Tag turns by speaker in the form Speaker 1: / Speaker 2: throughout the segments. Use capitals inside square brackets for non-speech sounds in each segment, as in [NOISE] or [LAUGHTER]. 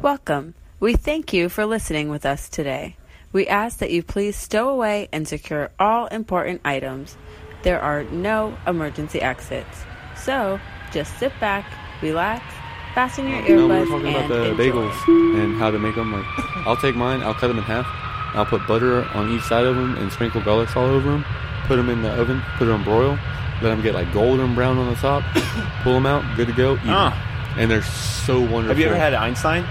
Speaker 1: Welcome. We thank you for listening with us today. We ask that you please stow away and secure all important items. There are no emergency exits. So just sit back, relax, fasten your
Speaker 2: No, we were
Speaker 1: earbuds,
Speaker 2: talking about
Speaker 1: and
Speaker 2: the
Speaker 1: enjoy.
Speaker 2: bagels and how to make them. Like, I'll take mine, I'll cut them in half, and I'll put butter on each side of them and sprinkle garlic salt over them. Put them in the oven, put it on broil, let them get like golden brown on the top. [COUGHS] pull them out, good to go. Eat 'em.
Speaker 3: Ah.
Speaker 2: And they're so wonderful.
Speaker 3: Have you ever had Einstein?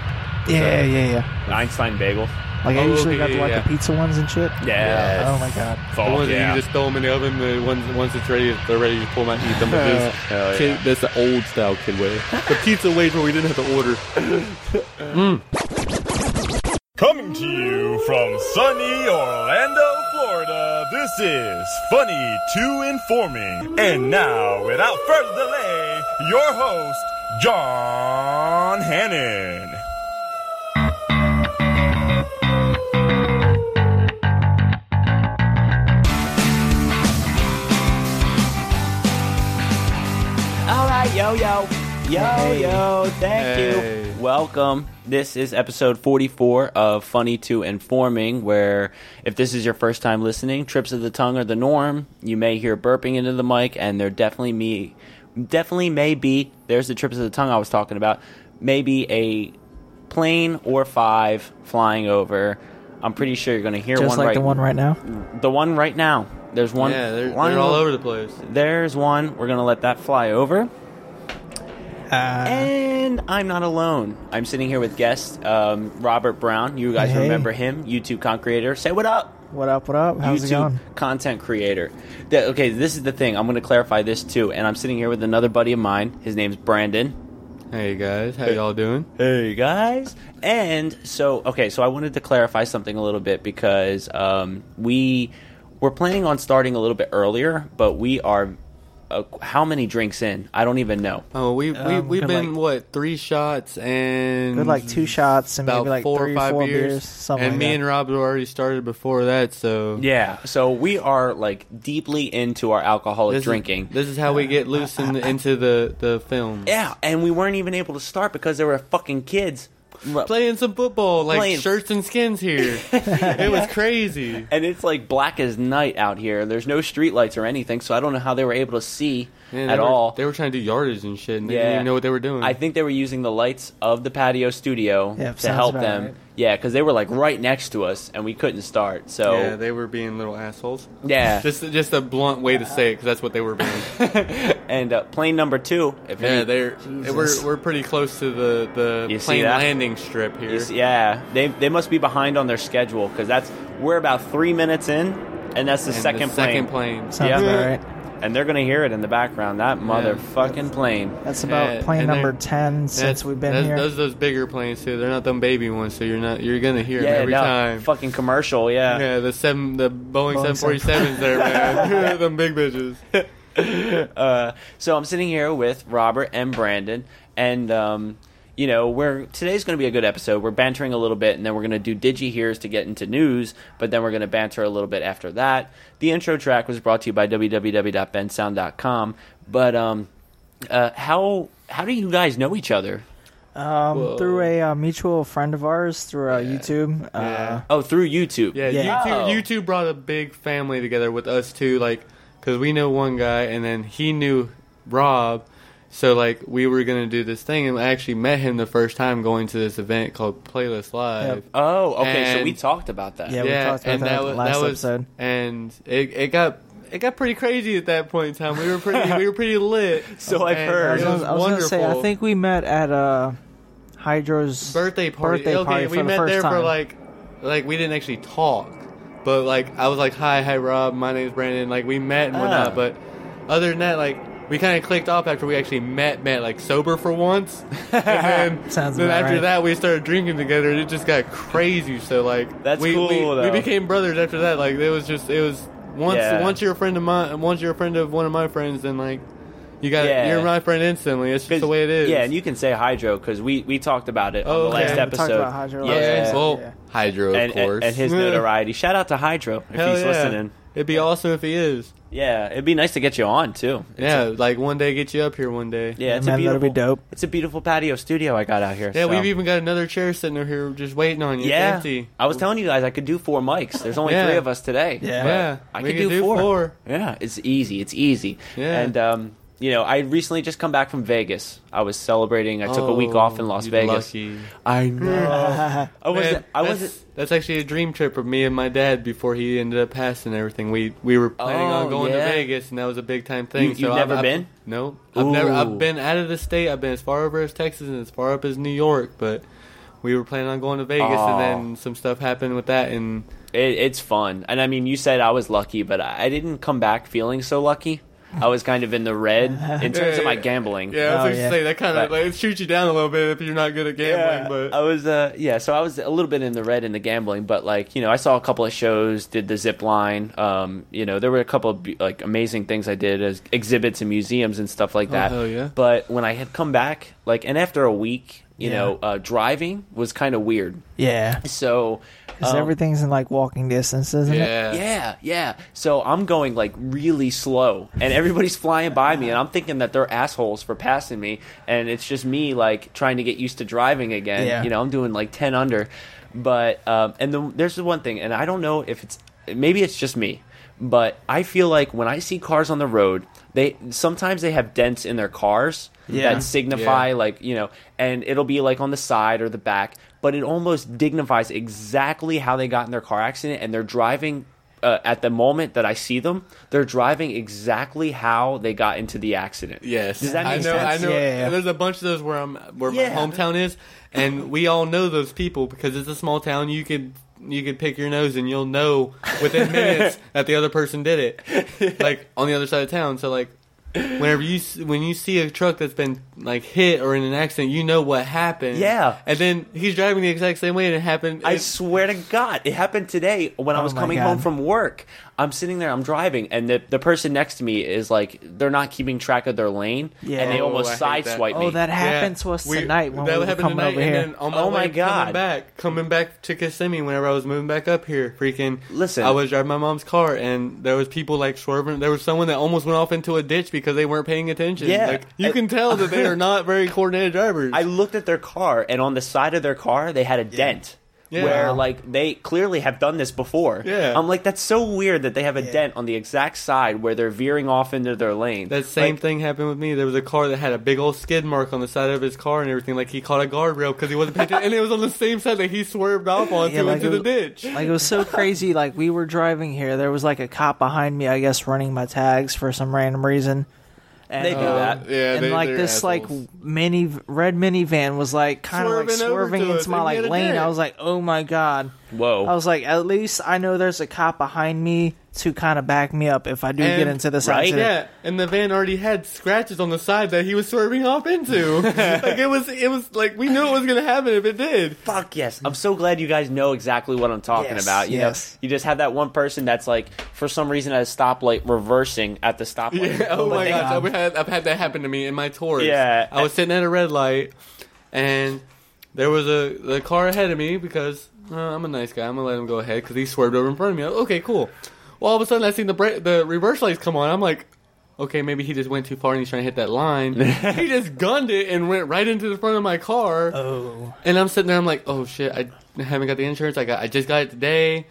Speaker 4: Yeah, yeah, yeah.
Speaker 3: An Einstein bagel?
Speaker 4: Like I
Speaker 2: Oh,
Speaker 4: usually
Speaker 2: okay,
Speaker 4: got
Speaker 2: yeah,
Speaker 4: the, like
Speaker 2: yeah.
Speaker 4: the pizza ones and shit.
Speaker 3: Yes.
Speaker 4: Oh my god.
Speaker 2: The
Speaker 3: Fuck
Speaker 2: ones that
Speaker 3: yeah.
Speaker 2: you just throw them in the oven. The ones once it's ready, they're ready. You just pull them out, and eat
Speaker 3: [LAUGHS]
Speaker 2: them. But there's-
Speaker 3: Hell yeah.
Speaker 2: kid, that's the old style kid way. The pizza ways where we didn't have to order.
Speaker 5: Coming to you from sunny Orlando, Florida, this is Funny to Informing. And now, without further delay, your host, John Hannon.
Speaker 3: All right, yo, yo. Yo,
Speaker 4: Hey.
Speaker 3: yo. Thank
Speaker 2: Hey.
Speaker 3: you. Welcome. This is episode 44 of Funny to Informing, where if this is your first time listening, trips of the tongue are the norm. You may hear burping into the mic, and there definitely me. Definitely may be, there's the trips of the tongue I was talking about, maybe a plane or five flying over. I'm pretty sure you're going to hear
Speaker 4: Just
Speaker 3: one
Speaker 4: like
Speaker 3: right
Speaker 4: the one right now.
Speaker 3: the one right now. There's one.
Speaker 2: Yeah, they're,
Speaker 3: one-
Speaker 2: they're all over the place.
Speaker 3: There's one. We're gonna let that fly over.
Speaker 4: Uh,
Speaker 3: And I'm not alone. I'm sitting here with guest um, Robert Brown. You guys
Speaker 4: Hey.
Speaker 3: remember him? YouTube content creator. Say what up.
Speaker 4: what up? What up? How's
Speaker 3: YouTube
Speaker 4: it going?
Speaker 3: content creator. That- okay, this is the thing. I'm gonna clarify this too. And I'm sitting here with another buddy of mine. His name's Brandon.
Speaker 2: Hey guys, how y'all doing?
Speaker 3: Hey guys. And so, okay, so I wanted to clarify something a little bit because um, we were planning on starting a little bit earlier, but we are uh, how many drinks in? I don't even know.
Speaker 2: Oh, we, we
Speaker 4: Um,
Speaker 2: we've
Speaker 4: good,
Speaker 2: been
Speaker 4: like-
Speaker 2: what three shots and
Speaker 4: They're like two shots and
Speaker 2: Mm. about
Speaker 4: maybe like
Speaker 2: four
Speaker 4: three
Speaker 2: or five
Speaker 4: four
Speaker 2: beers.
Speaker 4: beers. Something
Speaker 2: and
Speaker 4: like
Speaker 2: me
Speaker 4: that.
Speaker 2: and Rob had already started before that, so
Speaker 3: Yeah, so we are like deeply into our alcoholic
Speaker 2: this
Speaker 3: drinking.
Speaker 2: Is, this is how we get loose in the, into the the film.
Speaker 3: yeah, and we weren't even able to start because there were fucking kids.
Speaker 2: Playing some football, like
Speaker 3: Playing-
Speaker 2: shirts and skins here. it
Speaker 3: [LAUGHS]
Speaker 2: was crazy.
Speaker 3: and it's like black as night out here. There's no streetlights or anything, so I don't know how they were able to see
Speaker 2: Man,
Speaker 3: at
Speaker 2: they were-
Speaker 3: all.
Speaker 2: They were trying to do yardage and shit, and they didn't even know what they were doing.
Speaker 3: I think they were using the lights of the patio studio
Speaker 4: Yeah,
Speaker 3: to
Speaker 4: sounds
Speaker 3: help
Speaker 4: about
Speaker 3: them.
Speaker 4: right.
Speaker 3: Yeah, because they were like right next to us and we couldn't start. So
Speaker 2: Yeah, they were being little assholes. [LAUGHS]
Speaker 3: Yeah.
Speaker 2: just just a blunt way to say it, because that's what they were being.
Speaker 3: and uh, plane number two. If
Speaker 2: yeah,
Speaker 3: any-
Speaker 2: they're
Speaker 4: Jesus.
Speaker 2: we're we're pretty close to the the
Speaker 3: You see
Speaker 2: plane
Speaker 3: that?
Speaker 2: landing strip here.
Speaker 3: you s- yeah, they they must be behind on their schedule because that's we're about three minutes in, and that's the
Speaker 2: And
Speaker 3: second
Speaker 2: the
Speaker 3: plane.
Speaker 2: second plane.
Speaker 4: Sounds
Speaker 3: Yeah.
Speaker 4: about right.
Speaker 3: and they're gonna hear it in the background. That motherfucking plane.
Speaker 4: That's about
Speaker 2: Yeah,
Speaker 4: plane
Speaker 2: and they're-
Speaker 4: number ten since
Speaker 2: That's-
Speaker 4: we've been
Speaker 2: that's-
Speaker 4: here.
Speaker 2: Those those bigger planes too. They're not them baby ones, so you're not you're gonna hear
Speaker 3: Yeah,
Speaker 2: them every
Speaker 3: no,
Speaker 2: time.
Speaker 3: fucking commercial. Yeah.
Speaker 2: yeah, the seven the Boeing
Speaker 4: Boeing
Speaker 2: seven forty sevens there,
Speaker 4: [LAUGHS]
Speaker 2: man. [LAUGHS] them big bitches.
Speaker 3: uh, so I'm sitting here with Robert and Brandon, and um, you know we're today's going to be a good episode. We're bantering a little bit, and then we're going to do digi hears to get into news, but then we're going to banter a little bit after that. The intro track was brought to you by www.bensound.com. But um, uh, how how do you guys know each other?
Speaker 4: um,
Speaker 2: Whoa.
Speaker 4: through a uh, mutual friend of ours through uh, YouTube. Uh,
Speaker 2: Yeah.
Speaker 3: Oh, through YouTube.
Speaker 2: Yeah,
Speaker 4: Yeah.
Speaker 2: You,
Speaker 3: Oh.
Speaker 2: two, you two brought a big family together with us too, like because we know one guy, and then he knew Rob. So like we were gonna do this thing, and I actually met him the first time going to this event called Playlist Live.
Speaker 4: Yep.
Speaker 3: Oh, okay. so
Speaker 2: And-
Speaker 3: we talked about that.
Speaker 4: Yeah. we talked about that
Speaker 2: wa-
Speaker 4: last episode.
Speaker 2: And it, it got it got pretty crazy at that point in time. We were pretty we were pretty lit.
Speaker 3: [LAUGHS] So I've
Speaker 2: And
Speaker 3: heard.
Speaker 4: I was,
Speaker 2: It was
Speaker 4: gonna- I was gonna say I
Speaker 2: wonderful.
Speaker 4: think we met at uh, Hydro's
Speaker 2: birthday party.
Speaker 4: birthday
Speaker 2: okay,
Speaker 4: party
Speaker 2: we
Speaker 4: for the
Speaker 2: met
Speaker 4: first
Speaker 2: there for
Speaker 4: time.
Speaker 2: like, like we didn't actually talk, but like I was like, "Hi, hi, Rob. My name's Brandon." Like we met and
Speaker 3: Ah.
Speaker 2: whatnot, but other than that, like we kind of clicked off after we actually met, met like sober for
Speaker 4: [LAUGHS]
Speaker 2: once, and then,
Speaker 4: Sounds
Speaker 2: then
Speaker 4: about
Speaker 2: after
Speaker 4: right.
Speaker 2: that we started drinking together, and it just got crazy. So like,
Speaker 3: That's
Speaker 2: we,
Speaker 3: cool,
Speaker 2: We,
Speaker 3: though.
Speaker 2: we became brothers after that. Like it was just it was once
Speaker 3: Yeah.
Speaker 2: once you're a friend of mine, once you're a friend of one of my friends, then like You got
Speaker 3: Yeah.
Speaker 2: you're my friend instantly. It's just the way it is.
Speaker 3: Yeah, and you can say hydro because we, we talked about it on
Speaker 2: Oh,
Speaker 3: the
Speaker 2: okay.
Speaker 3: last
Speaker 2: Yeah,
Speaker 4: we talked
Speaker 3: episode.
Speaker 4: about hydro
Speaker 3: yeah,
Speaker 4: last
Speaker 2: Oh, yeah.
Speaker 4: episode.
Speaker 2: Well,
Speaker 4: Yeah.
Speaker 2: Hydro, of
Speaker 3: and, and-
Speaker 2: course,
Speaker 3: and his
Speaker 2: Yeah.
Speaker 3: notoriety. Shout out to Hydro if
Speaker 2: Hell
Speaker 3: he's
Speaker 2: yeah.
Speaker 3: listening.
Speaker 2: It'd be awesome if he is.
Speaker 3: Yeah, it'd be nice to get you on too.
Speaker 2: Yeah, like one day get you up here one day.
Speaker 3: Yeah, it's a
Speaker 4: Man,
Speaker 3: beautiful.
Speaker 4: that'll be dope.
Speaker 3: It's a beautiful patio studio I got out here.
Speaker 2: Yeah,
Speaker 3: so-
Speaker 2: we've even got another chair sitting over here just waiting on you. It's
Speaker 3: yeah.
Speaker 2: empty.
Speaker 3: I was telling you guys I could do four mics. There's only
Speaker 2: Yeah.
Speaker 3: three of us today.
Speaker 4: Yeah.
Speaker 3: but
Speaker 2: Yeah,
Speaker 3: I
Speaker 2: we
Speaker 3: could
Speaker 2: could
Speaker 3: do,
Speaker 2: do
Speaker 3: four.
Speaker 2: four.
Speaker 3: Yeah, it's easy. It's easy.
Speaker 2: Yeah.
Speaker 3: and um, you know, I recently just come back from Vegas. I was celebrating. I took a week off in
Speaker 2: Oh,
Speaker 3: Las
Speaker 2: you
Speaker 3: Vegas.
Speaker 2: Lucky.
Speaker 3: I know. I
Speaker 2: Man,
Speaker 3: wasn't. I
Speaker 2: that's-
Speaker 3: wasn't.
Speaker 2: That's actually a dream trip of me and my dad before he ended up passing and everything. We we were planning
Speaker 3: Oh,
Speaker 2: on going
Speaker 3: yeah.
Speaker 2: to Vegas, and that was a big time thing.
Speaker 3: You-
Speaker 2: so
Speaker 3: you've
Speaker 2: I've-
Speaker 3: never
Speaker 2: I've-
Speaker 3: been?
Speaker 2: No, I've never.
Speaker 3: Ooh.
Speaker 2: I've been out of the state. I've been as far over as Texas and as far up as New York, but we were planning on going to Vegas,
Speaker 3: Aw.
Speaker 2: and then some stuff happened with that, and
Speaker 3: It, it's fun, and I mean, you said I was lucky, but I I didn't come back feeling so lucky. I was kind of in the red
Speaker 2: [LAUGHS]
Speaker 3: in terms of my gambling.
Speaker 2: Yeah, I was
Speaker 4: Oh,
Speaker 2: gonna
Speaker 4: yeah.
Speaker 2: say that kind
Speaker 3: Right.
Speaker 2: of like, it shoots you down a little bit if you're not good at
Speaker 3: Yeah,
Speaker 2: gambling.
Speaker 3: I was uh yeah, so I was a little bit in the red in the gambling, but like you know, I saw a couple of shows, did the zip line, um, you know, there were a couple of be- like amazing things I did as exhibits and museums and stuff like that.
Speaker 2: Oh, hell yeah.
Speaker 3: But when I had come back, like, and after a week, you
Speaker 4: Yeah.
Speaker 3: know, uh, driving was kind of weird.
Speaker 4: [LAUGHS] Yeah.
Speaker 3: So
Speaker 4: 'Cause
Speaker 3: um,
Speaker 4: everything's in like walking distance, isn't
Speaker 2: but
Speaker 4: it?
Speaker 2: yeah,
Speaker 3: Yeah, yeah. So I'm going like really slow, and everybody's flying by me, and I'm thinking that they're assholes for passing me, and it's just me like trying to get used to driving again.
Speaker 4: Yeah.
Speaker 3: You know, I'm doing like ten under, but um, and the, there's the one thing, and I don't know if it's maybe it's just me, but I feel like when I see cars on the road, they sometimes they have dents in their cars
Speaker 4: Yeah.
Speaker 3: that signify
Speaker 2: Yeah.
Speaker 3: like you know, and it'll be like on the side or the back. But it almost dignifies exactly how they got in their car accident, and they're driving uh, at the moment that I see them, they're driving exactly how they got into the accident.
Speaker 2: Yes,
Speaker 3: Does that
Speaker 2: I
Speaker 3: make
Speaker 2: know,
Speaker 3: sense?
Speaker 2: I know.
Speaker 4: Yeah, yeah.
Speaker 2: There's a bunch of those where I'm, where
Speaker 3: Yeah.
Speaker 2: my hometown is, and we all know those people because it's a small town. You could, you could pick your nose, and you'll know
Speaker 3: [LAUGHS]
Speaker 2: within minutes that the other person did it, like on the other side of town. So like, whenever you s- when you see a truck that's been like hit or in an accident, you know what happened.
Speaker 3: Yeah.
Speaker 2: and then he's driving the exact same way, and it happened.
Speaker 3: I
Speaker 2: it-
Speaker 3: swear to God, it happened today when I
Speaker 4: Oh
Speaker 3: was
Speaker 4: my
Speaker 3: coming
Speaker 4: God.
Speaker 3: home from work. I'm sitting there, I'm driving, and the, the person next to me is like, they're not keeping track of their lane,
Speaker 4: Yeah.
Speaker 3: and they
Speaker 4: Oh,
Speaker 3: almost
Speaker 2: I hate that.
Speaker 3: sideswipe me.
Speaker 4: Oh, that happened
Speaker 2: Yeah,
Speaker 4: to us
Speaker 2: we-
Speaker 4: tonight when
Speaker 2: that
Speaker 4: we were
Speaker 2: happened
Speaker 4: coming
Speaker 2: tonight,
Speaker 4: over
Speaker 2: and
Speaker 4: here.
Speaker 2: then on
Speaker 3: Oh my
Speaker 2: way
Speaker 3: God.
Speaker 2: Coming back, coming back to Kissimmee whenever I was moving back up here, freaking.
Speaker 3: Listen.
Speaker 2: I was driving my mom's car, and there was people like swerving. There was someone that almost went off into a ditch because they weren't paying attention.
Speaker 3: Yeah.
Speaker 2: like, you
Speaker 3: I-
Speaker 4: [LAUGHS]
Speaker 2: can tell that they are not very coordinated drivers.
Speaker 3: I looked at their car, and on the side of their car, they had a dent.
Speaker 2: Yeah.
Speaker 3: Where
Speaker 2: Wow.
Speaker 3: like they clearly have done this before.
Speaker 2: Yeah.
Speaker 3: I'm like that's so weird that they have a dent on the exact side where they're veering off into their lane.
Speaker 2: that same
Speaker 3: Like,
Speaker 2: thing happened with me. There was a car that had a big old skid mark on the side of his car and everything. Like he caught a guardrail because he wasn't paying attention, and it was on the same side that he swerved off onto
Speaker 4: Yeah, like
Speaker 2: into the
Speaker 4: it-
Speaker 2: ditch.
Speaker 4: [LAUGHS] Like it was so crazy. Like we were driving here, there was like a cop behind me, I guess, running my tags for some random reason. And,
Speaker 3: They do
Speaker 4: uh,
Speaker 3: that.
Speaker 2: Yeah,
Speaker 4: and
Speaker 2: they-
Speaker 4: like
Speaker 2: they're
Speaker 4: this,
Speaker 2: assholes.
Speaker 4: like mini red minivan was like kind of like
Speaker 2: Swerving over
Speaker 4: swerving
Speaker 2: to
Speaker 4: into
Speaker 2: us,
Speaker 4: my
Speaker 2: and we
Speaker 4: like
Speaker 2: had a
Speaker 4: lane.
Speaker 2: dent.
Speaker 4: I was like, oh my god.
Speaker 3: Whoa.
Speaker 4: I was like, at least I know there's a cop behind me to kind of back me up if I do get
Speaker 2: And-
Speaker 4: into this
Speaker 3: right?
Speaker 4: accident.
Speaker 2: Yeah, and the van already had scratches on the side that he was swerving off [LAUGHS] into. like it was, it was like we knew it was gonna happen if it
Speaker 4: [LAUGHS]
Speaker 2: did.
Speaker 3: Fuck yes.
Speaker 4: hmm.
Speaker 3: I'm so glad you guys know exactly what I'm talking
Speaker 4: Yes,
Speaker 3: about. You
Speaker 4: yes.
Speaker 3: know, you just have that one person that's like, for some reason, at a stoplight, reversing at the stoplight.
Speaker 2: Yeah, oh
Speaker 4: my
Speaker 2: my
Speaker 4: God.
Speaker 2: gosh, I've had, I've had that happen to me in my Taurus.
Speaker 3: Yeah.
Speaker 2: I was sitting at a red light, and there was a the car ahead of me because uh, I'm a nice guy. I'm gonna let him go ahead because he swerved over in front of me. I was, okay, cool. Well, all of a sudden I seen the bra- the reverse lights come on. I'm like. Okay, maybe he just went too far and he's trying to hit that
Speaker 4: [LAUGHS]
Speaker 2: line. he just gunned it and went right into the front of my car.
Speaker 4: Oh.
Speaker 2: And I'm sitting there, I'm like, oh shit, I haven't got the insurance. I got, I just got it today.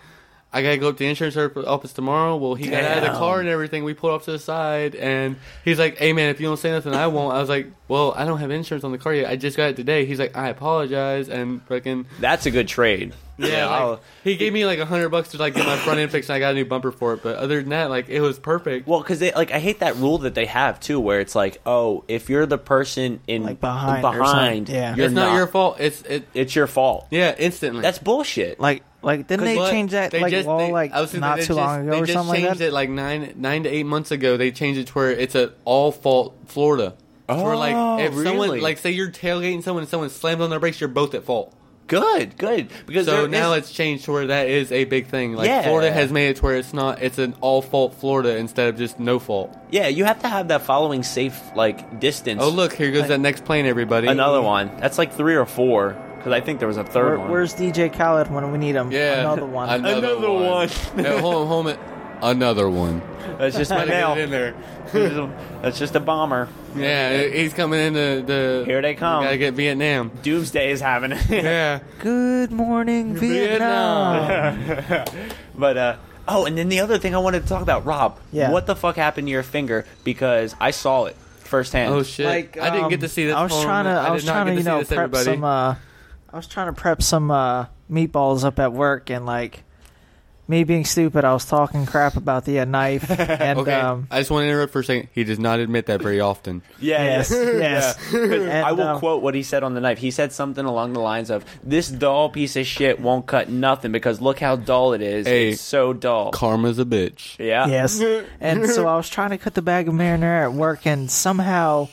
Speaker 2: I gotta go up to the insurance office tomorrow. Well, he got out of the car and everything. We pulled off to the side, and he's like, "Hey man, if you don't say nothing, I won't." I was like, "Well, I don't have insurance on the car yet. I just got it today." He's like, "I apologize," and freaking
Speaker 3: That's a good trade.
Speaker 2: yeah, like,
Speaker 3: I'll-
Speaker 2: he gave me like a hundred bucks to like get my front end fixed, and I got a new bumper for it. But other than that, like it was perfect.
Speaker 3: Well, because like I hate that rule that they have too, where it's like, oh, if you're the person in
Speaker 4: Like, behind or
Speaker 3: behind,
Speaker 4: something. Yeah.
Speaker 3: you're
Speaker 2: it's not, your fault. It's it.
Speaker 3: It's your fault.
Speaker 2: Yeah, instantly.
Speaker 3: That's bullshit.
Speaker 4: Like, like didn't
Speaker 2: 'Cause
Speaker 4: they
Speaker 2: what?
Speaker 4: change that
Speaker 2: They
Speaker 4: like
Speaker 2: just-
Speaker 4: law
Speaker 2: they-
Speaker 4: like
Speaker 2: I was thinking
Speaker 4: not
Speaker 2: they
Speaker 4: too
Speaker 2: just-
Speaker 4: long ago
Speaker 2: they
Speaker 4: or
Speaker 2: just
Speaker 4: something like
Speaker 2: changed
Speaker 4: that?
Speaker 2: it like nine nine to eight months ago. They changed it to where it's an all fault Florida. Oh, where like if
Speaker 3: really?
Speaker 2: someone like say you're tailgating someone and someone slams on their brakes, you're both at fault.
Speaker 3: Good, good. Because
Speaker 2: So
Speaker 3: there
Speaker 2: now
Speaker 3: is-
Speaker 2: it's changed to where that is a big thing. Like
Speaker 3: Yeah.
Speaker 2: Florida has made it to where it's not. It's an all fault Florida instead of just no fault.
Speaker 3: yeah, you have to have that following safe like distance.
Speaker 2: Oh look, here goes that next plane, everybody.
Speaker 3: another one. That's like three or four. Because I think there was a third
Speaker 4: Where,
Speaker 3: one.
Speaker 4: where's DJ Khaled when we need him?
Speaker 2: Yeah,
Speaker 4: Another one.
Speaker 3: Another one.
Speaker 2: no, hold on, hold on. Another
Speaker 3: [LAUGHS]
Speaker 2: one.
Speaker 3: That's
Speaker 2: [LAUGHS]
Speaker 3: just my
Speaker 2: Gotta get
Speaker 3: mail.
Speaker 2: it in there.
Speaker 3: That's just a bomber.
Speaker 2: Yeah, he's coming into the.
Speaker 3: Here they come.
Speaker 4: Um,
Speaker 2: Gotta get Vietnam.
Speaker 3: Doomsday is having it.
Speaker 2: [LAUGHS] Yeah.
Speaker 4: Good morning, Vietnam.
Speaker 3: [LAUGHS] But uh oh, and then the other thing I wanted to talk about, Rob.
Speaker 4: Yeah.
Speaker 3: What the fuck happened to your finger? Because I saw it firsthand.
Speaker 2: Oh [LAUGHS] shit!
Speaker 4: Like
Speaker 2: I didn't
Speaker 4: um,
Speaker 2: get to see this.
Speaker 4: I was
Speaker 2: Hold on,
Speaker 4: trying to. I,
Speaker 2: did
Speaker 4: was
Speaker 2: not
Speaker 4: trying
Speaker 2: get
Speaker 4: to, you
Speaker 2: see
Speaker 4: know,
Speaker 2: this,
Speaker 4: prep
Speaker 2: everybody.
Speaker 4: some. Uh, I was trying to prep some uh, meatballs up at work, and like me being stupid, I was talking crap about the
Speaker 2: [LAUGHS]
Speaker 4: uh, knife. And
Speaker 2: okay,
Speaker 4: um,
Speaker 2: I just want to interrupt for a second. He does not admit that very often. [LAUGHS]
Speaker 3: Yeah,
Speaker 4: yes, [LAUGHS] yes. And,
Speaker 3: I will
Speaker 4: um,
Speaker 3: quote what he said on the knife. He said something along the lines of, "This dull piece of shit won't cut nothing because look how dull it is.
Speaker 2: Hey.
Speaker 3: It's so dull."
Speaker 2: Karma's a bitch.
Speaker 4: [LAUGHS]
Speaker 3: yeah. [LAUGHS]
Speaker 4: Yes. And so I was trying to cut the bag of marinara at work and somehow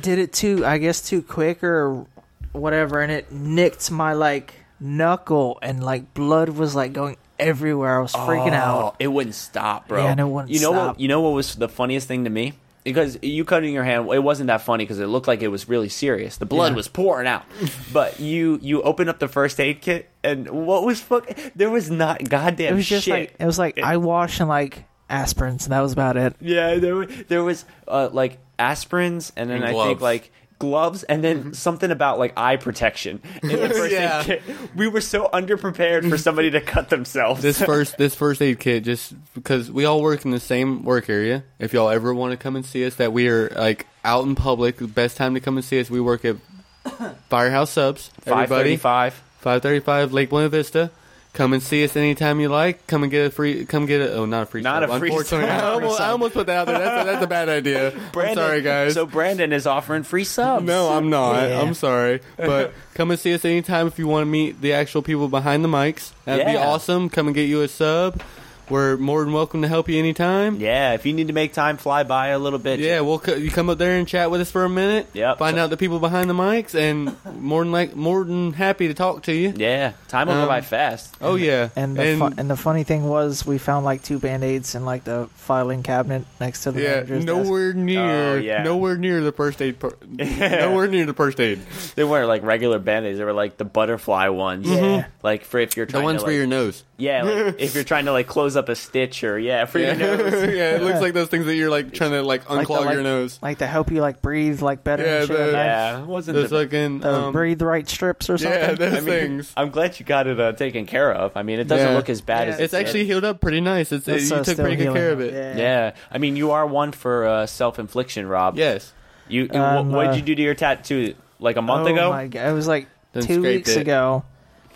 Speaker 4: did it too, I guess, too quick or whatever. And it nicked my like knuckle and like blood was like going everywhere. I was freaking
Speaker 3: Oh,
Speaker 4: out.
Speaker 3: it wouldn't stop, bro.
Speaker 4: Yeah, and it wouldn't
Speaker 3: you know
Speaker 4: stop.
Speaker 3: What, you know what was the funniest thing to me? Because you cutting your hand, it wasn't that funny because it looked like it was really serious. The blood was pouring
Speaker 4: [LAUGHS]
Speaker 3: out, but you you opened up the first aid kit, and what was fuck? There was not goddamn.
Speaker 4: It was just
Speaker 3: shit.
Speaker 4: like, it was like eye wash and like aspirins. And that was about it.
Speaker 3: Yeah, there was, there was uh, like aspirins, and then
Speaker 2: And
Speaker 3: I
Speaker 2: gloves. Mm-hmm.
Speaker 3: think like gloves, and then something about like
Speaker 2: [LAUGHS]
Speaker 3: eye protection. In the first
Speaker 2: Yeah.
Speaker 3: aid kit. we were so underprepared for somebody to cut themselves.
Speaker 2: This first, this first aid kit, just because we all work in the same work area. If y'all ever want to come and see us, that we are like out in public. The best time to come and see us, we work at [COUGHS] Firehouse Subs.
Speaker 3: [LAUGHS] five
Speaker 2: Everybody,
Speaker 3: thirty-five.
Speaker 2: five thirty-five Lake Buena Vista. Come and see us anytime you like. Come and get a free. Come get a. Oh, not a free.
Speaker 3: Not
Speaker 2: sub.
Speaker 3: a free
Speaker 2: Unfortunately,
Speaker 3: sub.
Speaker 2: I,
Speaker 3: [LAUGHS]
Speaker 2: almost, I almost put that out there. That's a, that's a bad idea. I'm sorry, guys.
Speaker 3: So Brandon is offering free subs.
Speaker 2: No, I'm not.
Speaker 4: Yeah.
Speaker 2: I'm sorry.
Speaker 3: [LAUGHS]
Speaker 2: But come and see us anytime if you want to meet the actual people behind the mics. That'd be
Speaker 3: Yeah.
Speaker 2: awesome. Come and get you a sub. We're more than welcome to help you anytime.
Speaker 3: Yeah, if you need to make time fly by a little bit.
Speaker 2: Yeah, we'll co- you come up there and chat with us for a minute.
Speaker 3: Yep.
Speaker 2: Find out the people behind the mics, and more than like more than happy to talk to you.
Speaker 3: yeah. Time will go
Speaker 2: Um,
Speaker 3: by fast.
Speaker 2: Oh yeah,
Speaker 4: And the, fu- and the funny thing was, we found like two band aids in like the filing cabinet next to the
Speaker 2: yeah,
Speaker 4: manager's desk.
Speaker 2: nowhere near,
Speaker 3: Oh, yeah.
Speaker 2: nowhere near the first aid,
Speaker 3: [LAUGHS]
Speaker 2: per- nowhere near the first aid.
Speaker 3: They weren't like regular band-aids. They were like the butterfly ones.
Speaker 4: Yeah.
Speaker 3: Like for if you're
Speaker 2: Mm-hmm. The
Speaker 3: trying
Speaker 2: ones
Speaker 3: to
Speaker 2: for
Speaker 3: like,
Speaker 2: your nose.
Speaker 3: yeah, like,
Speaker 2: [LAUGHS]
Speaker 3: if you're trying to like close up a stitch or yeah for
Speaker 2: Yeah.
Speaker 3: your
Speaker 2: [LAUGHS]
Speaker 3: nose.
Speaker 2: yeah, it looks like those things that you're like trying to like unclog
Speaker 4: Like the,
Speaker 2: your
Speaker 4: like-
Speaker 2: nose.
Speaker 4: Like to help you like breathe like better. and
Speaker 2: Yeah,
Speaker 4: shit
Speaker 2: the-
Speaker 4: like that.
Speaker 3: Yeah, it wasn't
Speaker 2: Those
Speaker 3: the-
Speaker 2: fucking
Speaker 4: the
Speaker 2: um,
Speaker 4: breathe right strips or something.
Speaker 2: yeah, those
Speaker 3: mean,
Speaker 2: things.
Speaker 3: [LAUGHS] I'm glad you got it uh, taken care of. I mean, it doesn't
Speaker 2: Yeah.
Speaker 3: look as bad as
Speaker 2: It's
Speaker 3: it
Speaker 2: actually
Speaker 3: did.
Speaker 2: healed up pretty nice. It's it,
Speaker 4: That's,
Speaker 2: you
Speaker 4: uh,
Speaker 2: took
Speaker 4: still
Speaker 2: pretty good
Speaker 4: healing.
Speaker 2: care of it.
Speaker 3: Yeah, I mean, you are one for uh, self infliction, Rob.
Speaker 2: Yes,
Speaker 3: You, you
Speaker 4: Um,
Speaker 3: what did
Speaker 4: uh,
Speaker 3: you do to your tattoo? Like a month
Speaker 4: oh
Speaker 3: ago?
Speaker 4: my god, it was like
Speaker 2: Then
Speaker 4: two
Speaker 2: scraped
Speaker 4: weeks
Speaker 2: it.
Speaker 4: ago.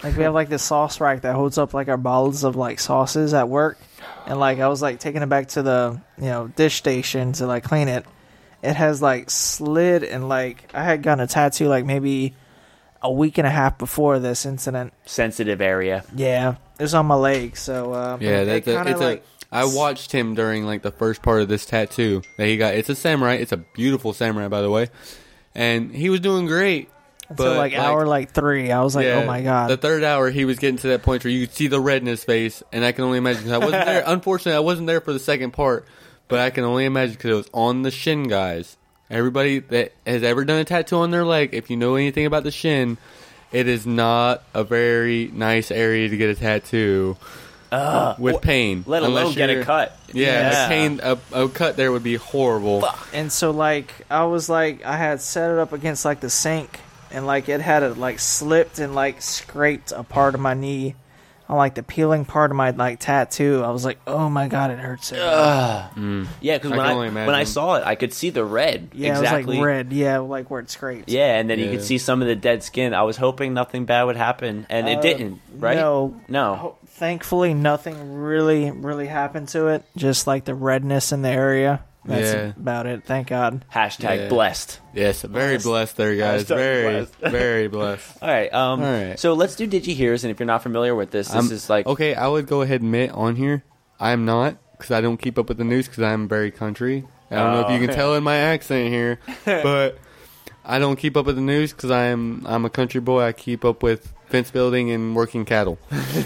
Speaker 4: Like we have like this sauce rack that holds up like our bottles of like sauces at work, and like I was like taking it back to the you know dish station to like clean it. It has like slid and like I had gotten a tattoo like maybe a week and a half before this incident.
Speaker 3: Sensitive area.
Speaker 4: Yeah, it was on my leg, so um,
Speaker 2: yeah.
Speaker 4: it
Speaker 2: That's a,
Speaker 4: kinda,
Speaker 2: it's
Speaker 4: like,
Speaker 2: a. I watched him during like the first part of this tattoo that he got. It's a samurai. It's a beautiful samurai, by the way, and he was doing great.
Speaker 4: so
Speaker 2: but
Speaker 4: like, hour like three. I was like,
Speaker 2: yeah,
Speaker 4: oh my god,
Speaker 2: The third hour, he was getting to that point where you could see the red in his face, and I can only imagine. 'cause I wasn't
Speaker 4: [LAUGHS]
Speaker 2: there. Unfortunately, I wasn't there for the second part, but I can only imagine because it was on the shin, guys. Everybody that has ever done a tattoo on their leg, if you know anything about the shin, it is not a very nice area to get a tattoo with pain.
Speaker 3: Let alone
Speaker 2: unless
Speaker 3: get a
Speaker 2: you're-
Speaker 3: cut.
Speaker 2: Yeah, A, pain, a, a cut there would be horrible.
Speaker 4: And so like I was like I had set it up against like the sink and like it had it like slipped and like scraped a part of my knee on like the peeling part of my like tattoo. I was like, oh my god, it hurts. so bad."
Speaker 3: Yeah, because
Speaker 2: I can
Speaker 3: when, I,
Speaker 2: only
Speaker 3: when I
Speaker 2: imagine.
Speaker 3: saw it, I could see the red.
Speaker 4: Yeah,
Speaker 3: exactly.
Speaker 4: it was like red. Yeah, like where it scraped.
Speaker 3: Yeah, and then you
Speaker 2: Yeah.
Speaker 3: could see some of the dead skin. I was hoping nothing bad would happen, and it didn't, right?
Speaker 4: Uh, no.
Speaker 3: No.
Speaker 4: Ho- Thankfully, nothing really really happened to it. Just like the redness in the area. That's
Speaker 2: Yeah.
Speaker 4: about it. Thank God.
Speaker 3: Hashtag
Speaker 2: Yeah.
Speaker 3: blessed.
Speaker 2: Yes, very blessed there, guys.
Speaker 3: so
Speaker 2: Very,
Speaker 3: blessed. [LAUGHS]
Speaker 2: very blessed.
Speaker 3: All right. Um,
Speaker 2: All right.
Speaker 3: So let's do Digi Hears, and if you're not familiar with this, this
Speaker 2: I'm-
Speaker 3: is like
Speaker 2: okay. I would go ahead and admit on here. I'm not because I don't keep up with
Speaker 3: Oh. [LAUGHS]
Speaker 2: the news because I'm very country. I don't know if you can tell in my accent here, but I don't keep up with the news because I'm I'm a country boy. I keep up with fence building and working
Speaker 3: [LAUGHS]
Speaker 2: cattle.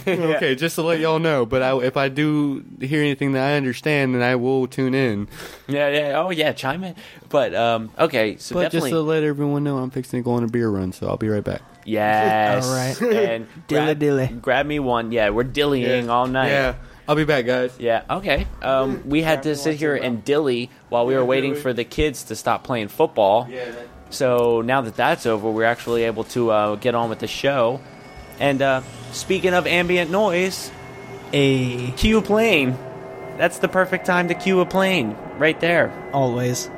Speaker 2: Okay, just to let y'all know. But I, if I do hear anything that I understand, then I will tune in.
Speaker 3: Yeah, yeah. Oh, yeah. Chime in. But um, okay. So
Speaker 2: But
Speaker 3: definitely.
Speaker 2: just to let everyone know, I'm fixing to go on a beer run, so I'll be right back.
Speaker 3: yes.
Speaker 4: All right.
Speaker 3: And
Speaker 4: [LAUGHS] Dilly
Speaker 3: grab,
Speaker 4: dilly.
Speaker 3: Grab me one. Yeah, we're dillying all night.
Speaker 2: Yeah, I'll be back, guys.
Speaker 3: Yeah, okay. Um, we had to sit here and dilly while we were waiting for the kids to stop playing football. So now that that's over, we're actually able to uh, get on with the show. And uh, speaking of ambient noise,
Speaker 4: A
Speaker 3: cue a plane. That's the perfect time to cue a plane, right there.
Speaker 4: always.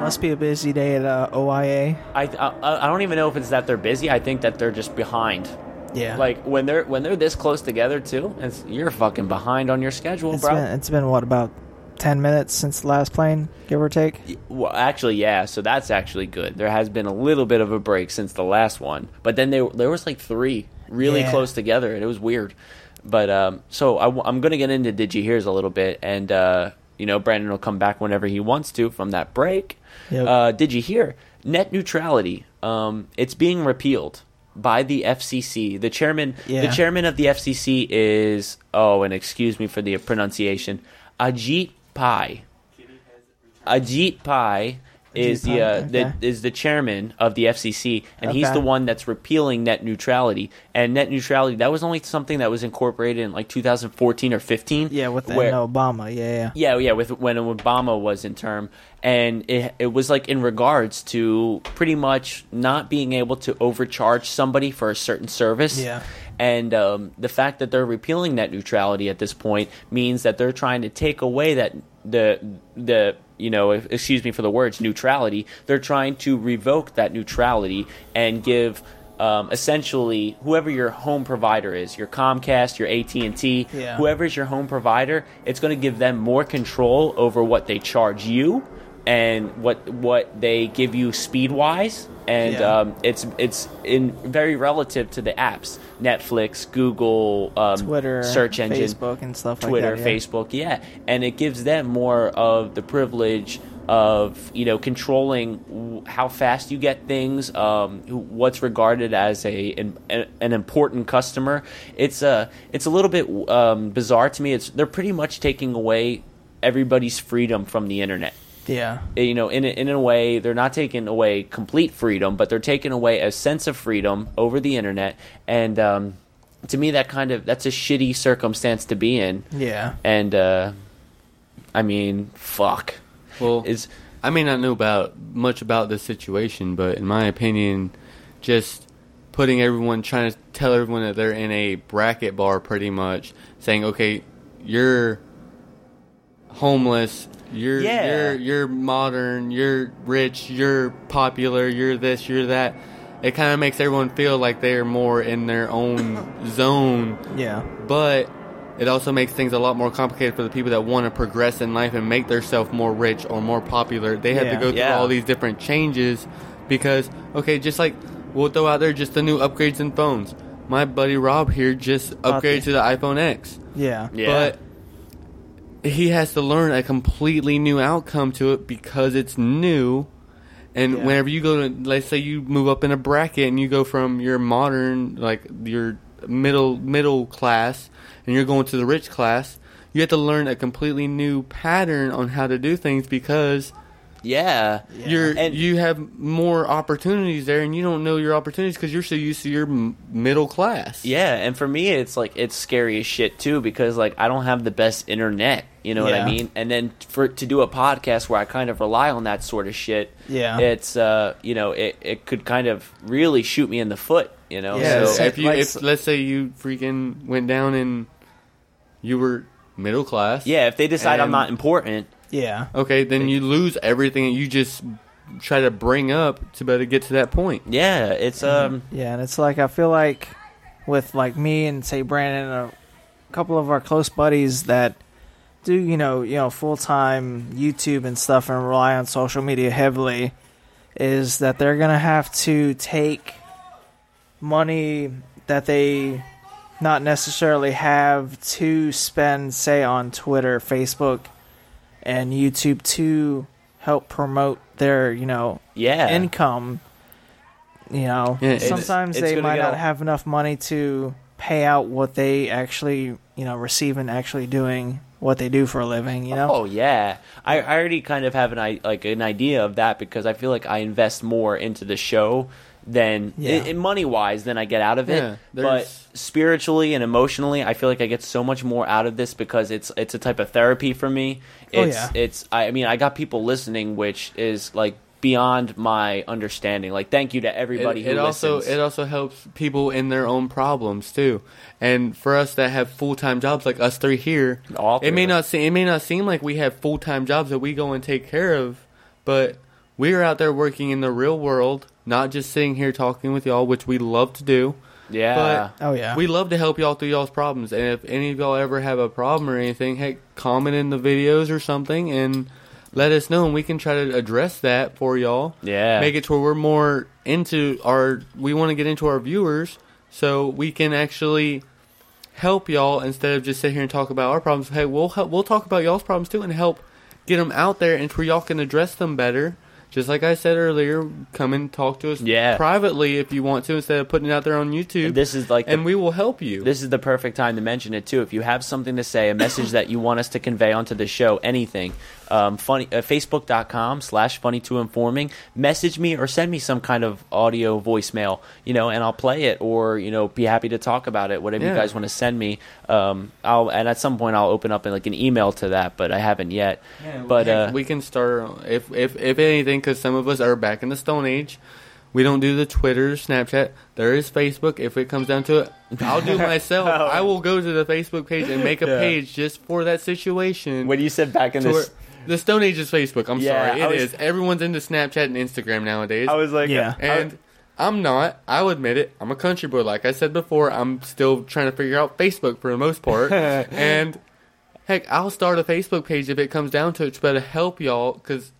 Speaker 4: Must be a busy day at uh, OIA.
Speaker 3: I, I I don't even know if it's that they're busy. I think that they're just behind.
Speaker 4: Yeah,
Speaker 3: Like when they're when they're this close together too, it's, you're fucking behind on your schedule,
Speaker 4: it's
Speaker 3: bro.
Speaker 4: been it's been what about ten minutes since the last plane, give or take.
Speaker 3: Well, actually, yeah. So that's actually good. There has been a little bit of a break since the last one, but then they, there was like three really
Speaker 4: Yeah.
Speaker 3: close together, and it was weird. But um, so I, am going to get into Digi Hears a little bit, and uh, you know Brandon will come back whenever he wants to from that break.
Speaker 4: Yep.
Speaker 3: Uh, did you hear net neutrality? Um, it's being repealed by the FCC. The chairman, the
Speaker 4: Yeah.
Speaker 3: chairman of the FCC is oh, and excuse me for the pronunciation, Ajit Pai. Ajit Pai is
Speaker 4: Ajit
Speaker 3: the, uh,
Speaker 4: Pai, okay.
Speaker 3: the is the chairman of the FCC, and he's
Speaker 4: Okay.
Speaker 3: the one that's repealing net neutrality. And net neutrality that was only something that was incorporated in like 2014 or 15.
Speaker 4: Yeah, with the,
Speaker 3: where-
Speaker 4: and Obama. Yeah, yeah.
Speaker 3: yeah, yeah, with when Obama was in term, and it it was like in regards to pretty much not being able to overcharge somebody for a certain service.
Speaker 4: Yeah.
Speaker 3: And um, the fact that they're repealing net neutrality at this point means that they're trying to take away that the the you know if- excuse me for the words neutrality. They're trying to revoke that neutrality and give. Um, essentially, whoever your home provider is, your Comcast, your AT and T, whoever
Speaker 4: Yeah.
Speaker 3: whoever is your home provider, it's going to give them more control over what they charge you and what what they give you speed wise. And
Speaker 4: Yeah.
Speaker 3: um, it's it's in very relative to the apps, Netflix, Google, um,
Speaker 4: Twitter,
Speaker 3: search engine,
Speaker 4: Facebook, and stuff like
Speaker 3: Twitter,
Speaker 4: that. yeah.
Speaker 3: Facebook, yeah, and it gives them more of the privilege of you know controlling w- how fast you get things, um, who- what's regarded as a an, an important customer. It's a it's a little bit um, bizarre to me. It's they're pretty much taking away everybody's freedom from the internet
Speaker 4: Yeah,
Speaker 3: eh, you know, in a, in a way, they're not taking away complete freedom, but they're taking away a sense of freedom over the internet. And um, to me, that kind of that's a shitty circumstance to be in.
Speaker 4: yeah.
Speaker 3: And uh, I mean, fuck.
Speaker 2: Well,
Speaker 3: Is
Speaker 2: I may not know about much about this situation, but in my opinion, just putting everyone trying to tell everyone that they're in a bracket bar, pretty much saying, "Okay, you're homeless, you're
Speaker 3: Yeah.
Speaker 2: you're you're modern, you're rich, you're popular, you're this, you're that." It kind of makes everyone feel like they're more in their own zone
Speaker 4: Yeah,
Speaker 2: but it also makes things a lot more complicated for the people that want to progress in life and make themselves more rich or more popular. They have
Speaker 4: Yeah.
Speaker 2: to go through
Speaker 3: Yeah.
Speaker 2: all these different changes because, okay, just like we'll throw out there just the new upgrades in phones. My buddy Rob here just upgraded to the iPhone X,
Speaker 4: yeah,
Speaker 3: Yeah.
Speaker 2: but he has to learn a completely new outcome to it because it's new. And
Speaker 4: Yeah.
Speaker 2: whenever you go to, let's say you move up in a bracket and you go from your modern, like your middle middle class, and you're going to the rich class, you have to learn a completely new pattern on how to do things because
Speaker 3: yeah,
Speaker 2: you're
Speaker 3: And-
Speaker 2: you have more opportunities there, and you don't know your opportunities because you're so used to your m- middle class.
Speaker 3: Yeah, and for me, it's like it's scary as shit too because like I don't have the best internet. You know what I
Speaker 4: Yeah.
Speaker 3: mean? And then for to do a podcast where I kind of rely on that sort of shit,
Speaker 4: Yeah.
Speaker 3: it's uh, you know, it it could kind of really shoot me in the foot. You know,
Speaker 4: Yeah,
Speaker 3: so
Speaker 4: so-
Speaker 2: if you
Speaker 4: like-
Speaker 2: if let's say you freaking went down and you were middle class,
Speaker 3: yeah, if they decide I'm
Speaker 2: And-
Speaker 3: not important,
Speaker 4: yeah.
Speaker 2: Okay, then you lose everything that you just try to bring up to better get to that point.
Speaker 3: yeah, it's
Speaker 2: Mm-hmm.
Speaker 3: um,
Speaker 4: Yeah, and it's like I feel like with like me and say Brandon and a couple of our close buddies that do you know you know full time YouTube and stuff and rely on social media heavily is that they're gonna have to take money that they not necessarily have to spend say on Twitter, Facebook, and YouTube to help promote their you know
Speaker 3: Yeah.
Speaker 4: income. You know,
Speaker 2: Yeah, it's-
Speaker 4: sometimes
Speaker 3: it's
Speaker 4: they
Speaker 3: gonna
Speaker 4: might
Speaker 3: get
Speaker 4: not
Speaker 3: a-
Speaker 4: have enough money to pay out what they actually you know receive and actually doing what they do for a living. You know,
Speaker 3: Oh yeah, I, I already kind of have an i like an idea of that because I feel like I invest more into the show than
Speaker 4: Yeah.
Speaker 3: in, money wise than I get out of it.
Speaker 2: Yeah,
Speaker 3: but
Speaker 2: there's-
Speaker 3: spiritually and emotionally, I feel like I get so much more out of this because it's it's a type of therapy for me.
Speaker 4: Oh,
Speaker 3: It's
Speaker 4: yeah.
Speaker 3: it's I, I mean I got people listening, which is like beyond my understanding. Like thank you to everybody
Speaker 2: it,
Speaker 3: who
Speaker 2: it also
Speaker 3: listens.
Speaker 2: it also helps people in their own problems too and for us that have full-time jobs like us three here
Speaker 3: All three
Speaker 2: it may
Speaker 3: of us.
Speaker 2: not seem it may not seem like we have full-time jobs that we go and take care of but we're out there working in the real world not just sitting here talking with y'all which we love to do
Speaker 3: yeah.
Speaker 2: but
Speaker 4: Oh, yeah.
Speaker 2: we love to help y'all through y'all's problems and if any of y'all ever have a problem or anything heck comment in the videos or something and let us know and we can try to address that for y'all
Speaker 3: Yeah.
Speaker 2: make it to where we're more into our we want to get into our viewers so we can actually help y'all instead of just sit here and talk about our problems hey we'll help, we'll talk about y'all's problems too and help get them out there and to where y'all can address them better just like I said earlier, come and talk to us
Speaker 3: Yeah.
Speaker 2: privately if you want to instead of putting it out there on YouTube.
Speaker 3: This is like the-
Speaker 2: and we will help you.
Speaker 3: This is the perfect time to mention it too. If you have something to say, a message that you want us to convey onto the show, anything, um, funny, uh, facebook.com slash funny to informing, message me or send me some kind of audio voicemail, you know, and I'll play it or, you know, be happy to talk about it. Whatever you
Speaker 2: Yeah.
Speaker 3: guys want to send me. Um, I'll, and at some point I'll open up like an email to that, but I haven't yet. but, uh,
Speaker 2: we can start our- if if if anything because some of us are back in the Stone Age. We don't do the Twitter, Snapchat. There is Facebook. If it comes down to it, I'll
Speaker 3: [LAUGHS]
Speaker 2: do it myself.
Speaker 3: Oh.
Speaker 2: I will go to the Facebook page and make a page just for that situation.
Speaker 3: when you said back in
Speaker 2: to where-
Speaker 3: this,
Speaker 2: the Stone Age is Facebook. I'm
Speaker 3: Yeah,
Speaker 2: sorry,
Speaker 3: I
Speaker 2: it
Speaker 3: was-
Speaker 2: is. Everyone's into Snapchat and Instagram nowadays.
Speaker 3: I was like,
Speaker 4: Yeah.
Speaker 2: and I'm not. I'll admit it. I'm a country boy. Like I said before, I'm still trying to figure out Facebook for the most
Speaker 3: [LAUGHS]
Speaker 2: part. and heck, I'll start a Facebook page if it comes down to it to better help y'all because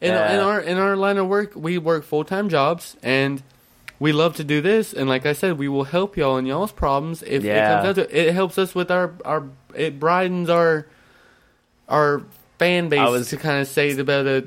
Speaker 2: in,
Speaker 3: Yeah.
Speaker 2: in our in our line of work, we work full time jobs and we love to do this. And like I said, we will help y'all in y'all's problems if
Speaker 3: Yeah.
Speaker 2: it comes down to it. It helps us with our our it brightens our our fan base
Speaker 3: was-
Speaker 2: to kind of say the better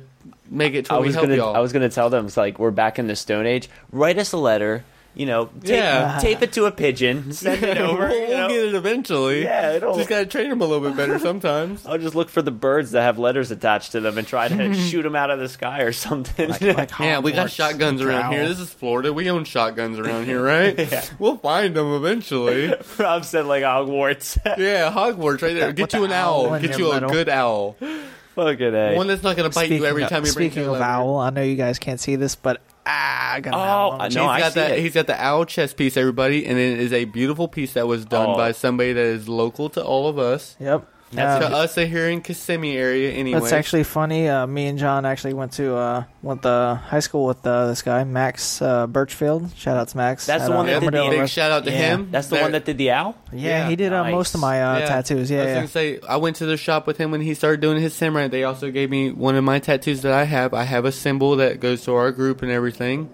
Speaker 2: make it to
Speaker 3: I
Speaker 2: where we
Speaker 3: was
Speaker 2: help
Speaker 3: gonna
Speaker 2: y'all.
Speaker 3: I was gonna tell them it's like we're back in the Stone Age. Write us a letter. You know, tape,
Speaker 2: Yeah.
Speaker 3: tape it to
Speaker 2: [LAUGHS]
Speaker 3: a pigeon, send it over.
Speaker 2: we'll,
Speaker 3: you
Speaker 2: we'll
Speaker 3: know?
Speaker 2: get it eventually.
Speaker 3: Yeah, it'll-
Speaker 2: just gotta train them a little bit better
Speaker 4: [LAUGHS]
Speaker 2: sometimes.
Speaker 3: I'll just look for the birds that have letters attached to them and
Speaker 2: [LAUGHS]
Speaker 3: try to shoot them out of the sky or something.
Speaker 2: Yeah, we got shotguns around here. This is Florida. We own shotguns around [LAUGHS] here, right? We'll find them
Speaker 4: [LAUGHS]
Speaker 2: eventually.
Speaker 3: [LAUGHS] Rob said like "Oh, Hogwarts.
Speaker 2: Yeah, Hogwarts right there. Get you an
Speaker 4: the owl
Speaker 2: owl.
Speaker 4: in
Speaker 2: Get
Speaker 4: your
Speaker 2: you a
Speaker 4: middle.
Speaker 2: good owl.
Speaker 3: [LAUGHS] Fucking a.
Speaker 2: One that's not gonna bite you every
Speaker 4: of,
Speaker 2: time you bring
Speaker 4: speaking
Speaker 2: to
Speaker 4: of owl, I know you guys can't see this, but ah, I got an
Speaker 3: Oh,
Speaker 4: owl on
Speaker 3: I
Speaker 4: my
Speaker 3: know.
Speaker 4: cheek.
Speaker 2: he's
Speaker 3: I
Speaker 2: got
Speaker 3: see
Speaker 2: that.
Speaker 3: it.
Speaker 2: He's got the owl chess piece, everybody, and it is a beautiful piece that was done
Speaker 3: Oh.
Speaker 2: by somebody that is local to all of us.
Speaker 4: Yep.
Speaker 3: That's
Speaker 4: Uh,
Speaker 2: to us, here in Kissimmee area, anyway.
Speaker 4: That's actually funny. Uh, me and John actually went to uh, went to high school with uh, this guy, Max uh, Birchfield. Shout out to Max.
Speaker 3: That's the
Speaker 4: At,
Speaker 3: one
Speaker 4: uh,
Speaker 3: that did the-
Speaker 4: Armadillo
Speaker 2: big
Speaker 4: Rest-
Speaker 2: shout out to
Speaker 4: Yeah.
Speaker 2: him.
Speaker 3: That's the
Speaker 2: There-
Speaker 3: one that did the owl.
Speaker 4: Yeah,
Speaker 2: Yeah.
Speaker 4: he did uh,
Speaker 3: Nice.
Speaker 4: most of my uh,
Speaker 2: Yeah.
Speaker 4: tattoos.
Speaker 2: I
Speaker 4: Yeah,
Speaker 2: was
Speaker 4: yeah.
Speaker 2: gonna say I went to the shop with him when he started doing his samurai. They also gave me one of my tattoos that I have. I have a symbol that goes to our group and everything.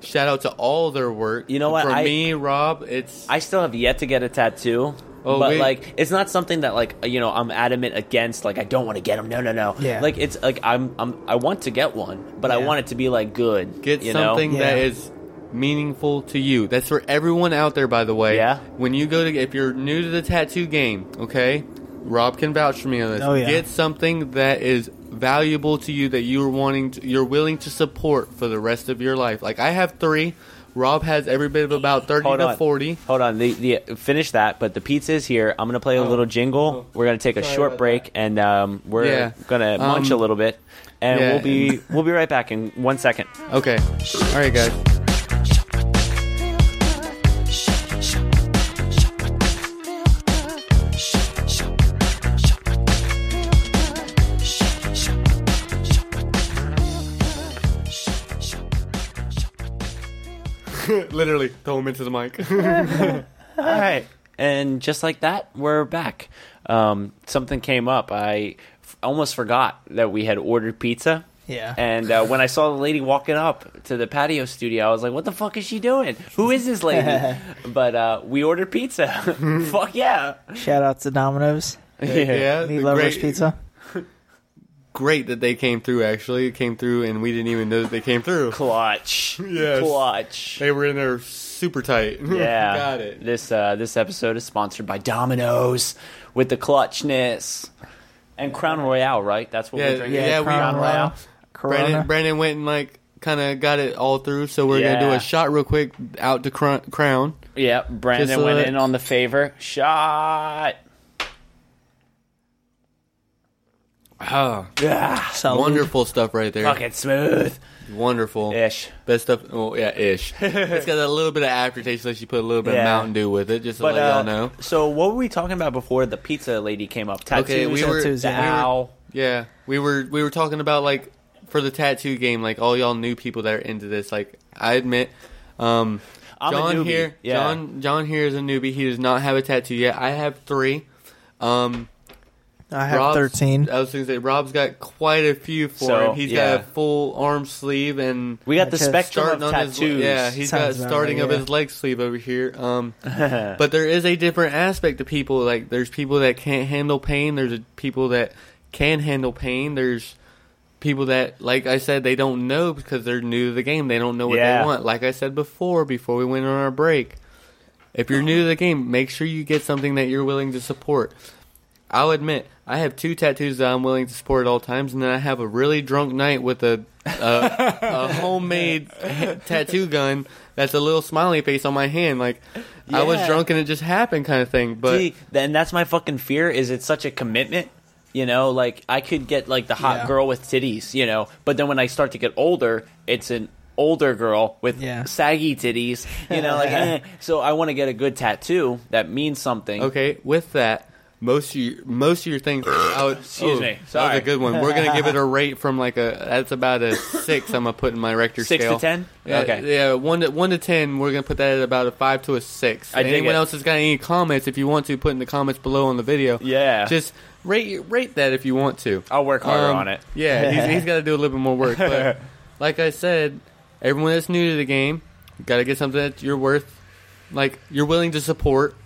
Speaker 2: Shout out to all their work.
Speaker 3: You know what?
Speaker 2: For
Speaker 3: I-
Speaker 2: me, Rob, it's
Speaker 3: I still have yet to get a tattoo.
Speaker 2: Oh,
Speaker 3: but
Speaker 2: wait.
Speaker 3: like it's not something that like you know I'm adamant against like I don't want to get them no no no
Speaker 4: Yeah.
Speaker 3: like it's like I'm I'm I want to get one but I
Speaker 4: Yeah.
Speaker 3: want it to be like good
Speaker 2: get
Speaker 3: you know?
Speaker 2: something that
Speaker 4: Yeah.
Speaker 2: is meaningful to you. That's for everyone out there, by the way.
Speaker 3: Yeah.
Speaker 2: When you go to, if you're new to the tattoo game, okay, Rob can vouch for me on this.
Speaker 4: Oh, yeah.
Speaker 2: Get something that is valuable to you that you're wanting, to, you're willing to support for the rest of your life. Like I have three. Rob has every bit of about thirty
Speaker 3: Hold
Speaker 2: to
Speaker 3: on.
Speaker 2: forty.
Speaker 3: Hold on, the, the finish that, but the pizza is here. I'm gonna play a little jingle. We're gonna take a
Speaker 2: Oh. Sorry
Speaker 3: short
Speaker 2: about
Speaker 3: break, and um, we're
Speaker 2: Yeah.
Speaker 3: gonna munch a
Speaker 2: Um,
Speaker 3: little bit, and
Speaker 2: yeah,
Speaker 3: we'll be [LAUGHS] we'll be right back in one second.
Speaker 2: Okay. All right, guys. [LAUGHS] Literally throw him into the mic. [LAUGHS]
Speaker 3: All right, and just like that, we're back. Um, something came up. I f- almost forgot that we had ordered pizza.
Speaker 4: Yeah.
Speaker 3: And uh, when I saw the lady walking up to the patio studio, I was like, "What the fuck is she doing? Who is this lady?"
Speaker 2: [LAUGHS]
Speaker 3: but uh, we ordered pizza. [LAUGHS] fuck yeah!
Speaker 4: Shout out to Domino's
Speaker 2: yeah,
Speaker 4: Meat
Speaker 2: the
Speaker 4: Lovers
Speaker 2: great-
Speaker 4: Pizza.
Speaker 2: great that they came through. Actually, it came through, and we didn't even know that they came through.
Speaker 3: Clutch.
Speaker 2: [LAUGHS] Yes.
Speaker 3: Clutch.
Speaker 2: They were in there super tight. [LAUGHS]
Speaker 3: Yeah.
Speaker 2: got it.
Speaker 3: This uh, this episode is sponsored by Domino's with the clutchness. And Crown Royale, right? That's what
Speaker 2: Yeah,
Speaker 3: we're drinking.
Speaker 2: yeah, Yeah, we-
Speaker 3: Crown
Speaker 2: Crown
Speaker 3: Royale.
Speaker 4: Corona.
Speaker 2: Brandon Brandon went and like kind of got it all through, so we're gonna do
Speaker 3: Yeah.
Speaker 2: a shot real quick out to cr- Crown.
Speaker 3: Yeah, Brandon
Speaker 2: Just, uh,
Speaker 3: went in on the favor. Shot.
Speaker 2: Oh,
Speaker 4: Salud.
Speaker 2: wonderful stuff right there.
Speaker 3: Fucking smooth.
Speaker 2: Wonderful
Speaker 3: Ish.
Speaker 2: Best stuff. Oh yeah,
Speaker 3: [LAUGHS]
Speaker 2: ish. it's got a little bit of aftertaste, unless you put a little bit
Speaker 3: Yeah.
Speaker 2: of Mountain Dew with it, just to
Speaker 3: But
Speaker 2: let
Speaker 3: uh,
Speaker 2: y'all know.
Speaker 3: so what were we talking about before the pizza lady came up? Tattoos,
Speaker 2: Okay, we were-
Speaker 4: tattoos,
Speaker 3: the
Speaker 4: yeah.
Speaker 3: owl.
Speaker 2: Yeah, we were we were talking about like for the tattoo game, like all y'all new people that are into this. Like I admit, um,
Speaker 3: I'm a
Speaker 2: John
Speaker 3: newbie,
Speaker 2: here,
Speaker 3: yeah.
Speaker 2: John John here is a newbie. He does not have a tattoo yet. I have three. Um,
Speaker 4: I have
Speaker 2: Rob's- uh,
Speaker 4: thirteen.
Speaker 2: I was going to say Rob's got quite a few for
Speaker 3: So,
Speaker 2: him. He's
Speaker 3: yeah.
Speaker 2: got a full arm sleeve and
Speaker 3: We got the
Speaker 4: Tattoos.
Speaker 3: spectrum
Speaker 2: starting
Speaker 3: of
Speaker 2: on his
Speaker 3: tattoos.
Speaker 2: yeah. He's got
Speaker 4: Sounds about
Speaker 2: starting
Speaker 4: right,
Speaker 2: of
Speaker 4: yeah.
Speaker 2: his leg sleeve over here. Um,
Speaker 3: [LAUGHS]
Speaker 2: but there is a different aspect to people. Like there's people that can't handle pain. There's people that can handle pain. There's people that, like I said, they don't know because they're new to the game. They don't know what
Speaker 3: Yeah.
Speaker 2: they want. Like I said before, before we went on our break, if you're new to the game, make sure you get something that you're willing to support. I'll admit, I have two tattoos that I'm willing to support at all times, and then I have a really drunk night with a a,
Speaker 3: [LAUGHS]
Speaker 2: a homemade tattoo gun that's a little smiley face on my hand. Like I was
Speaker 3: Yeah.
Speaker 2: drunk and it just happened, kind of thing. But
Speaker 3: See, and that's my fucking fear is it's such a commitment you know like i could get like the hot
Speaker 4: Yeah.
Speaker 3: girl with titties you know but then when i start to get older it's an older girl with
Speaker 4: Yeah.
Speaker 3: saggy titties you know
Speaker 4: [LAUGHS]
Speaker 3: like eh. so i want to get a good tattoo that means something
Speaker 2: okay, with that. Most of your, most of your things, I would,
Speaker 3: Excuse me.
Speaker 2: that was
Speaker 3: Sorry.
Speaker 2: a good one. We're gonna give it
Speaker 3: [LAUGHS]
Speaker 2: a rate from like a that's about a six. I'm gonna put in my Rector
Speaker 3: Six to
Speaker 2: scale.
Speaker 3: 10?
Speaker 2: Yeah,
Speaker 3: Okay.
Speaker 2: yeah, one to one to ten. We're gonna put that at about a five to a six.
Speaker 3: I dig
Speaker 2: Anyone
Speaker 3: it.
Speaker 2: else has got any comments? If you want to, put in the comments below on the video.
Speaker 3: Yeah.
Speaker 2: just rate rate that if you want to.
Speaker 3: i'll work harder
Speaker 2: Um,
Speaker 3: on it
Speaker 2: Yeah, he's,
Speaker 3: [LAUGHS]
Speaker 2: he's got to do a little bit more work. But like I said, everyone that's new to the game, got to get something that you're worth, like you're willing to support.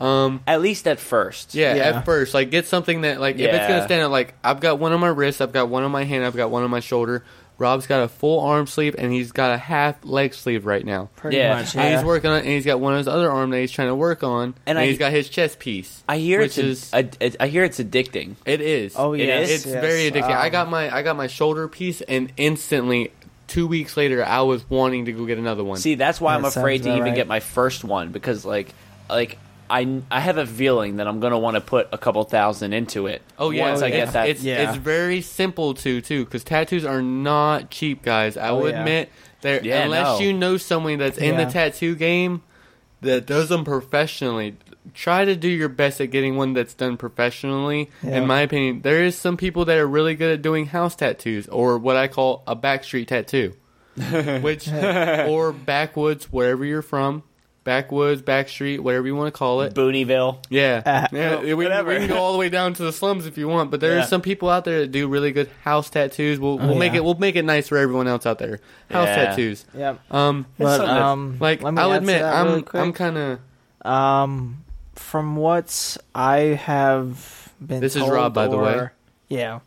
Speaker 2: Um,
Speaker 3: at least at first
Speaker 2: yeah,
Speaker 4: Yeah.
Speaker 2: at first, like get something that like if it's
Speaker 3: Yeah.
Speaker 2: gonna stand out. Like I've got one on my wrist, I've got one on my hand, I've got one on my shoulder. Rob's got a full arm sleeve and he's got a half leg sleeve right now.
Speaker 4: Pretty
Speaker 3: Yeah.
Speaker 4: much.
Speaker 2: And he's
Speaker 4: Yeah.
Speaker 2: working on, and he's got one on his other arm that he's trying to work on,
Speaker 3: And
Speaker 2: and,
Speaker 3: I-
Speaker 2: he's got his chest piece.
Speaker 3: i hear
Speaker 2: which is
Speaker 3: it's, a- I I hear it's addicting
Speaker 2: it is.
Speaker 4: Oh
Speaker 3: It
Speaker 4: yes,
Speaker 3: is?
Speaker 2: It's
Speaker 4: yes.
Speaker 2: very addicting. I
Speaker 4: Um,
Speaker 2: got my I got my shoulder piece, and instantly, two weeks later, I was wanting to go get another one.
Speaker 3: See, that's why
Speaker 4: That
Speaker 3: I'm
Speaker 4: sounds
Speaker 3: afraid to
Speaker 4: about
Speaker 3: even
Speaker 4: right.
Speaker 3: get my first one because like like I I have a feeling that I'm gonna want to put a couple thousand into it.
Speaker 2: oh yeah,
Speaker 3: once I
Speaker 2: it's,
Speaker 3: get that.
Speaker 2: it's,
Speaker 4: Yeah.
Speaker 2: it's very simple to too, because tattoos are not cheap, guys. I will
Speaker 4: yeah.
Speaker 2: admit, they're
Speaker 3: Yeah,
Speaker 2: unless
Speaker 3: no.
Speaker 2: you know someone that's in
Speaker 4: Yeah.
Speaker 2: the tattoo game that does them professionally. Try to do your best at getting one that's done professionally.
Speaker 4: Yeah.
Speaker 2: In my opinion, there is some people that are really good at doing house tattoos or what I call a backstreet tattoo. which or backwoods, wherever you're from, backwoods, backstreet, whatever you want to call it. [LAUGHS]
Speaker 3: Bootyville.
Speaker 2: Yeah,
Speaker 3: [LAUGHS] well,
Speaker 2: yeah. We, we
Speaker 3: whatever.
Speaker 2: can go all the way down to the slums if you want, but there
Speaker 3: Yeah. Oh,
Speaker 2: are some people out there that do really good house tattoos. We'll, we'll make
Speaker 4: yeah.
Speaker 2: it we'll make it nice for everyone else out there. House
Speaker 3: Yeah.
Speaker 2: tattoos.
Speaker 4: Yep.
Speaker 2: Um,
Speaker 4: But
Speaker 3: something that-
Speaker 4: um,
Speaker 2: like
Speaker 4: let me
Speaker 2: I'll
Speaker 4: add to
Speaker 2: admit,
Speaker 4: that
Speaker 2: I'm
Speaker 4: really quick.
Speaker 2: I'm kind of
Speaker 4: Um, from what I have been,
Speaker 2: This is
Speaker 4: told
Speaker 2: Rob, by the way.
Speaker 4: or-
Speaker 2: [LAUGHS]
Speaker 4: Yeah.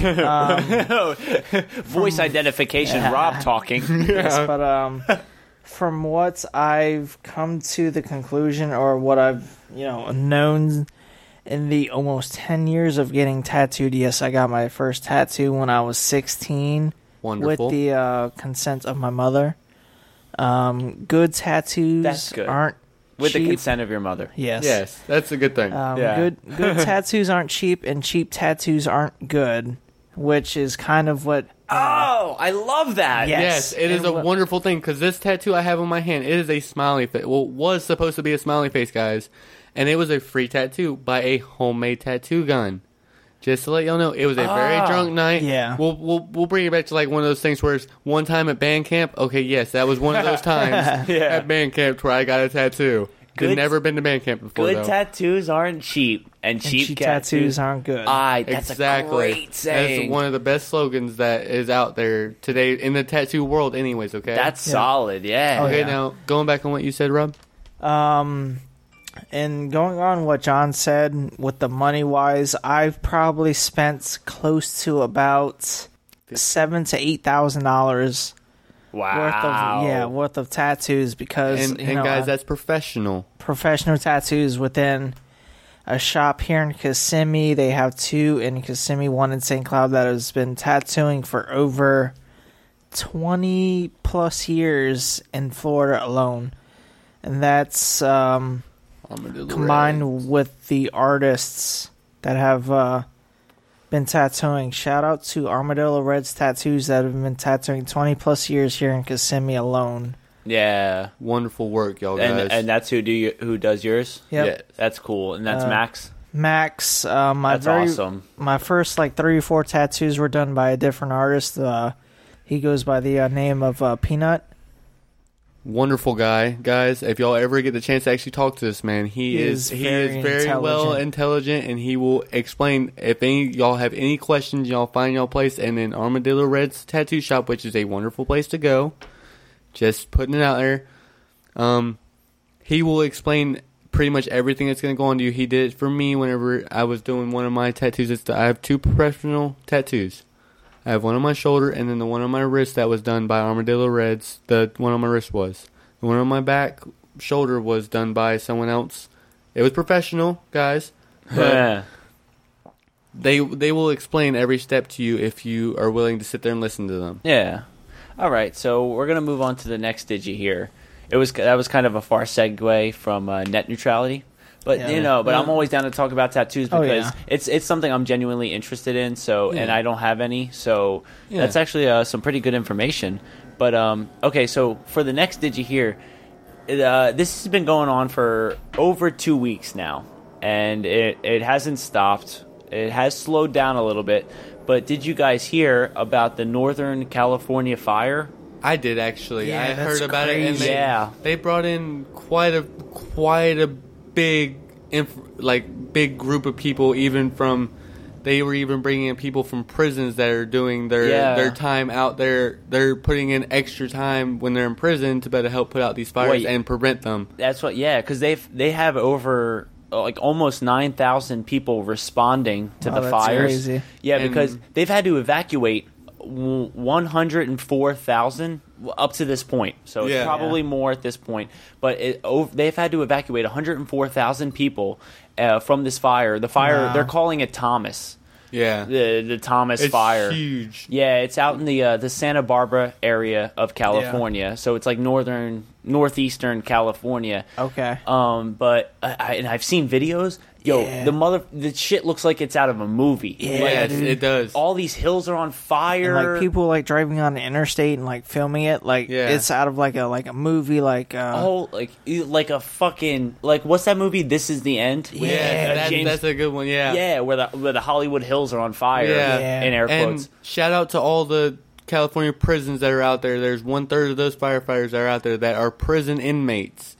Speaker 4: Um,
Speaker 3: [LAUGHS] Voice identification. Rob
Speaker 4: [LAUGHS]
Speaker 3: talking.
Speaker 4: yes, but um, from what I've come to the conclusion, or what I've you know known in the almost ten years of getting tattooed. Yes, I got my first tattoo when I was sixteen.
Speaker 2: wonderful.
Speaker 4: with the uh, consent of my mother. Um, good tattoos
Speaker 3: That's good.
Speaker 4: aren't
Speaker 3: With the
Speaker 4: cheap.
Speaker 3: consent of your mother.
Speaker 4: Yes.
Speaker 2: yes, that's a good thing.
Speaker 4: Um,
Speaker 3: Yeah.
Speaker 4: Good
Speaker 3: [LAUGHS]
Speaker 4: good tattoos aren't cheap, and cheap tattoos aren't good, which is kind of what.
Speaker 3: Oh, I love that.
Speaker 4: Yeah.
Speaker 2: Yes,
Speaker 4: Yes,
Speaker 2: it is
Speaker 4: and
Speaker 2: a
Speaker 4: what-
Speaker 2: wonderful thing because this tattoo I have on my hand, it is a smiley face. Well, was supposed to be a smiley face, guys, and it was a free tattoo by a homemade tattoo gun. Just to let y'all know, it was a very
Speaker 3: Ah,
Speaker 2: drunk night.
Speaker 4: Yeah.
Speaker 2: we'll, we'll we'll bring it back to like one of those things where it's one time at band camp. Okay, yes, that was one of
Speaker 3: [LAUGHS]
Speaker 2: those times at band camp where I got a tattoo.
Speaker 3: Good-
Speaker 2: I've never been to band camp before.
Speaker 3: Good
Speaker 2: though.
Speaker 3: tattoos aren't cheap, and
Speaker 4: and
Speaker 3: cheap,
Speaker 4: cheap tattoos aren't good.
Speaker 3: I. That's
Speaker 2: Exactly.
Speaker 3: a great saying.
Speaker 2: That's one of the best slogans that is out there today in the tattoo world. Anyways, okay.
Speaker 3: That's solid. Yeah.
Speaker 4: Oh,
Speaker 2: okay.
Speaker 4: yeah.
Speaker 2: Now going back on what you said, Rob.
Speaker 4: um, and going on what John said with the money wise, I've probably spent close to about seven to eight thousand dollars
Speaker 3: Wow.
Speaker 4: worth of yeah worth of tattoos because
Speaker 2: And,
Speaker 4: you
Speaker 2: and
Speaker 4: know,
Speaker 2: guys,
Speaker 4: I-
Speaker 2: that's professional.
Speaker 4: professional tattoos within a shop here in Kissimmee. They have two in Kissimmee, one in St. Cloud that has been tattooing for over 20 plus years in Florida alone. And that's um, combined with the artists that have uh, been tattooing. Shout out to Armadillo Reds Tattoos that have been tattooing 20 plus years here in Kissimmee alone.
Speaker 3: Yeah.
Speaker 2: Wonderful work, y'all guys.
Speaker 3: And and that's who do you, who does yours?
Speaker 4: Yep. Uh,
Speaker 2: Yeah.
Speaker 3: That's cool. And that's Max.
Speaker 4: Max, uh, my
Speaker 3: That's
Speaker 4: very,
Speaker 3: awesome.
Speaker 4: my first like three or four tattoos were done by a different artist. Uh, he goes by the uh, name of uh, Peanut.
Speaker 2: Wonderful guy, guys. If y'all ever get the chance to actually talk to this man, he,
Speaker 4: He
Speaker 2: is,
Speaker 4: is
Speaker 2: he
Speaker 4: very
Speaker 2: is very well
Speaker 4: intelligent.
Speaker 2: intelligent, and he will explain if any y'all have any questions. Y'all find y'all place, and then Armadillo Red's tattoo shop, which is a wonderful place to go. Just putting it out there. Um, he will explain pretty much everything that's going to go on to you. He did it for me whenever I was doing one of my tattoos. It's the, I have two professional tattoos. I have one on my shoulder and then the one on my wrist that was done by Armadillo Reds. The one on my wrist was. The one on my back shoulder was done by someone else. It was professional, guys. But
Speaker 3: [LAUGHS] Yeah.
Speaker 2: they they will explain every step to you if you are willing to sit there and listen to them.
Speaker 3: Yeah. All right. So we're gonna move on to the next digi here. It was that was kind of a far segue from uh, net neutrality, but
Speaker 4: Yeah.
Speaker 3: you know, but
Speaker 4: Yeah.
Speaker 3: I'm always down to talk about tattoos
Speaker 4: Oh,
Speaker 3: because
Speaker 4: yeah.
Speaker 3: it's it's something I'm genuinely interested in. So and
Speaker 2: Yeah.
Speaker 3: I don't have any, so
Speaker 2: Yeah.
Speaker 3: that's actually uh, some pretty good information. But um, okay, so for the next digi here, it, uh, this has been going on for over two weeks now, and it, it hasn't stopped. It has slowed down a little bit. But did you guys hear about the Northern California fire?
Speaker 2: I did actually.
Speaker 4: Yeah,
Speaker 2: I
Speaker 4: that's
Speaker 2: heard about it, and
Speaker 4: crazy.
Speaker 2: they,
Speaker 3: Yeah.
Speaker 2: they brought in quite a quite a big inf- like big group of people, even from. They were even bringing in people from prisons that are doing their
Speaker 3: Yeah.
Speaker 2: their time out there. They're putting in extra time when they're in prison to better help put out these fires
Speaker 3: Wait.
Speaker 2: and prevent them.
Speaker 3: That's what, yeah, because they've they have over uh, like almost nine thousand people responding to
Speaker 4: Wow,
Speaker 3: the
Speaker 4: that's
Speaker 3: fires.
Speaker 4: crazy.
Speaker 3: Yeah,
Speaker 2: And-
Speaker 3: because they've had to evacuate one hundred and four thousand up to this point. So
Speaker 2: Yeah.
Speaker 3: it's probably more at this point. But it, ov they've had to evacuate one hundred and four thousand people uh, from this fire. The fire
Speaker 4: Wow.
Speaker 3: they're calling it Thomas,
Speaker 2: Yeah,
Speaker 3: the the Thomas
Speaker 2: it's
Speaker 3: fire.
Speaker 2: huge.
Speaker 3: Yeah, it's out in the uh, the Santa Barbara area of California, so it's like northern northeastern California.
Speaker 4: Okay.
Speaker 3: Um, but I, I, and I've seen videos. Yo,
Speaker 4: Yeah.
Speaker 3: the mother, the shit looks like it's out of a movie.
Speaker 4: Yeah,
Speaker 2: Yeah,
Speaker 4: dude.
Speaker 2: it does.
Speaker 3: All these hills are on fire.
Speaker 4: And, like people like driving on the interstate and like filming it, like
Speaker 2: Yeah.
Speaker 4: it's out of like a like a movie, like uh,
Speaker 3: Oh, like you- like a fucking like what's that movie? This is the end.
Speaker 2: yeah,
Speaker 3: With, uh,
Speaker 2: that's,
Speaker 3: James-
Speaker 2: that's a good one.
Speaker 3: yeah, where the where the Hollywood hills are on fire.
Speaker 2: Yeah.
Speaker 4: Yeah.
Speaker 3: in air
Speaker 2: And
Speaker 3: quotes.
Speaker 2: shout out to all the California prisons that are out there. There's one third of those firefighters that are out there that are prison inmates.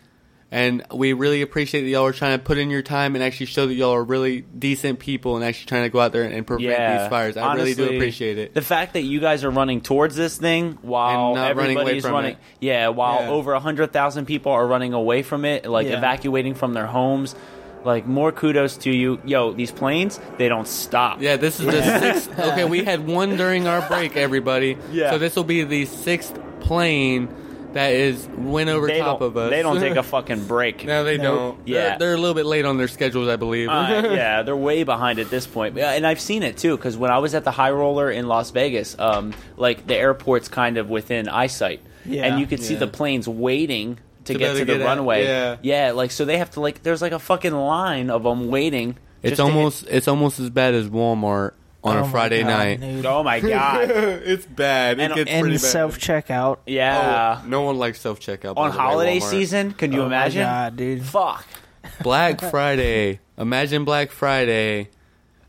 Speaker 2: And we really appreciate that y'all are trying to put in your time and actually show that y'all are really decent people and actually trying to go out there and, and prevent
Speaker 3: yeah,
Speaker 2: these fires. I really do
Speaker 3: Honestly,
Speaker 2: appreciate it.
Speaker 3: The fact that you guys are running towards this thing while
Speaker 2: And not running away
Speaker 3: everybody's
Speaker 2: from
Speaker 3: running,
Speaker 2: it.
Speaker 3: yeah, while
Speaker 2: Yeah.
Speaker 3: over hundred thousand people are running away from it, like
Speaker 4: Yeah.
Speaker 3: evacuating from their homes. Like more kudos to you, yo. These planes, they don't stop.
Speaker 2: yeah, this is the sixth. Okay, we had one during our
Speaker 3: [LAUGHS]
Speaker 2: break, everybody.
Speaker 3: Yeah.
Speaker 2: So this will be the sixth plane that is went over
Speaker 3: they
Speaker 2: top
Speaker 3: don't.
Speaker 2: of us.
Speaker 3: They
Speaker 2: [LAUGHS]
Speaker 3: don't take a fucking break.
Speaker 2: no, they
Speaker 4: Nope.
Speaker 2: don't.
Speaker 3: Yeah.
Speaker 2: They're, they're a little bit late on their schedules, I believe. [LAUGHS]
Speaker 3: Uh, yeah, they're way behind at this point. Yeah, And I've seen it too, because when I was at the High Roller in Las Vegas, um, like the airport's kind of within eyesight,
Speaker 4: Yeah.
Speaker 3: and you could see
Speaker 2: Yeah.
Speaker 3: the planes waiting to,
Speaker 2: To
Speaker 3: get
Speaker 2: better
Speaker 3: to the
Speaker 2: get out,
Speaker 3: runway.
Speaker 2: yeah.
Speaker 3: like so they have to like there's like a fucking line of them waiting. just
Speaker 2: It's
Speaker 3: to hit-
Speaker 2: almost it's almost as bad as Walmart on
Speaker 4: oh
Speaker 2: a
Speaker 4: my
Speaker 2: Friday
Speaker 4: God,
Speaker 2: night.
Speaker 3: [LAUGHS]
Speaker 4: dude.
Speaker 3: oh
Speaker 2: [LAUGHS]
Speaker 3: my god,
Speaker 2: it's bad.
Speaker 3: And- gets Oh,
Speaker 4: and self checkout.
Speaker 3: yeah.
Speaker 2: Oh, no one likes self checkout
Speaker 3: On holiday season, can you
Speaker 4: Oh my
Speaker 3: imagine?
Speaker 4: God, dude.
Speaker 3: Fuck. [LAUGHS]
Speaker 2: Black Friday. Imagine Black Friday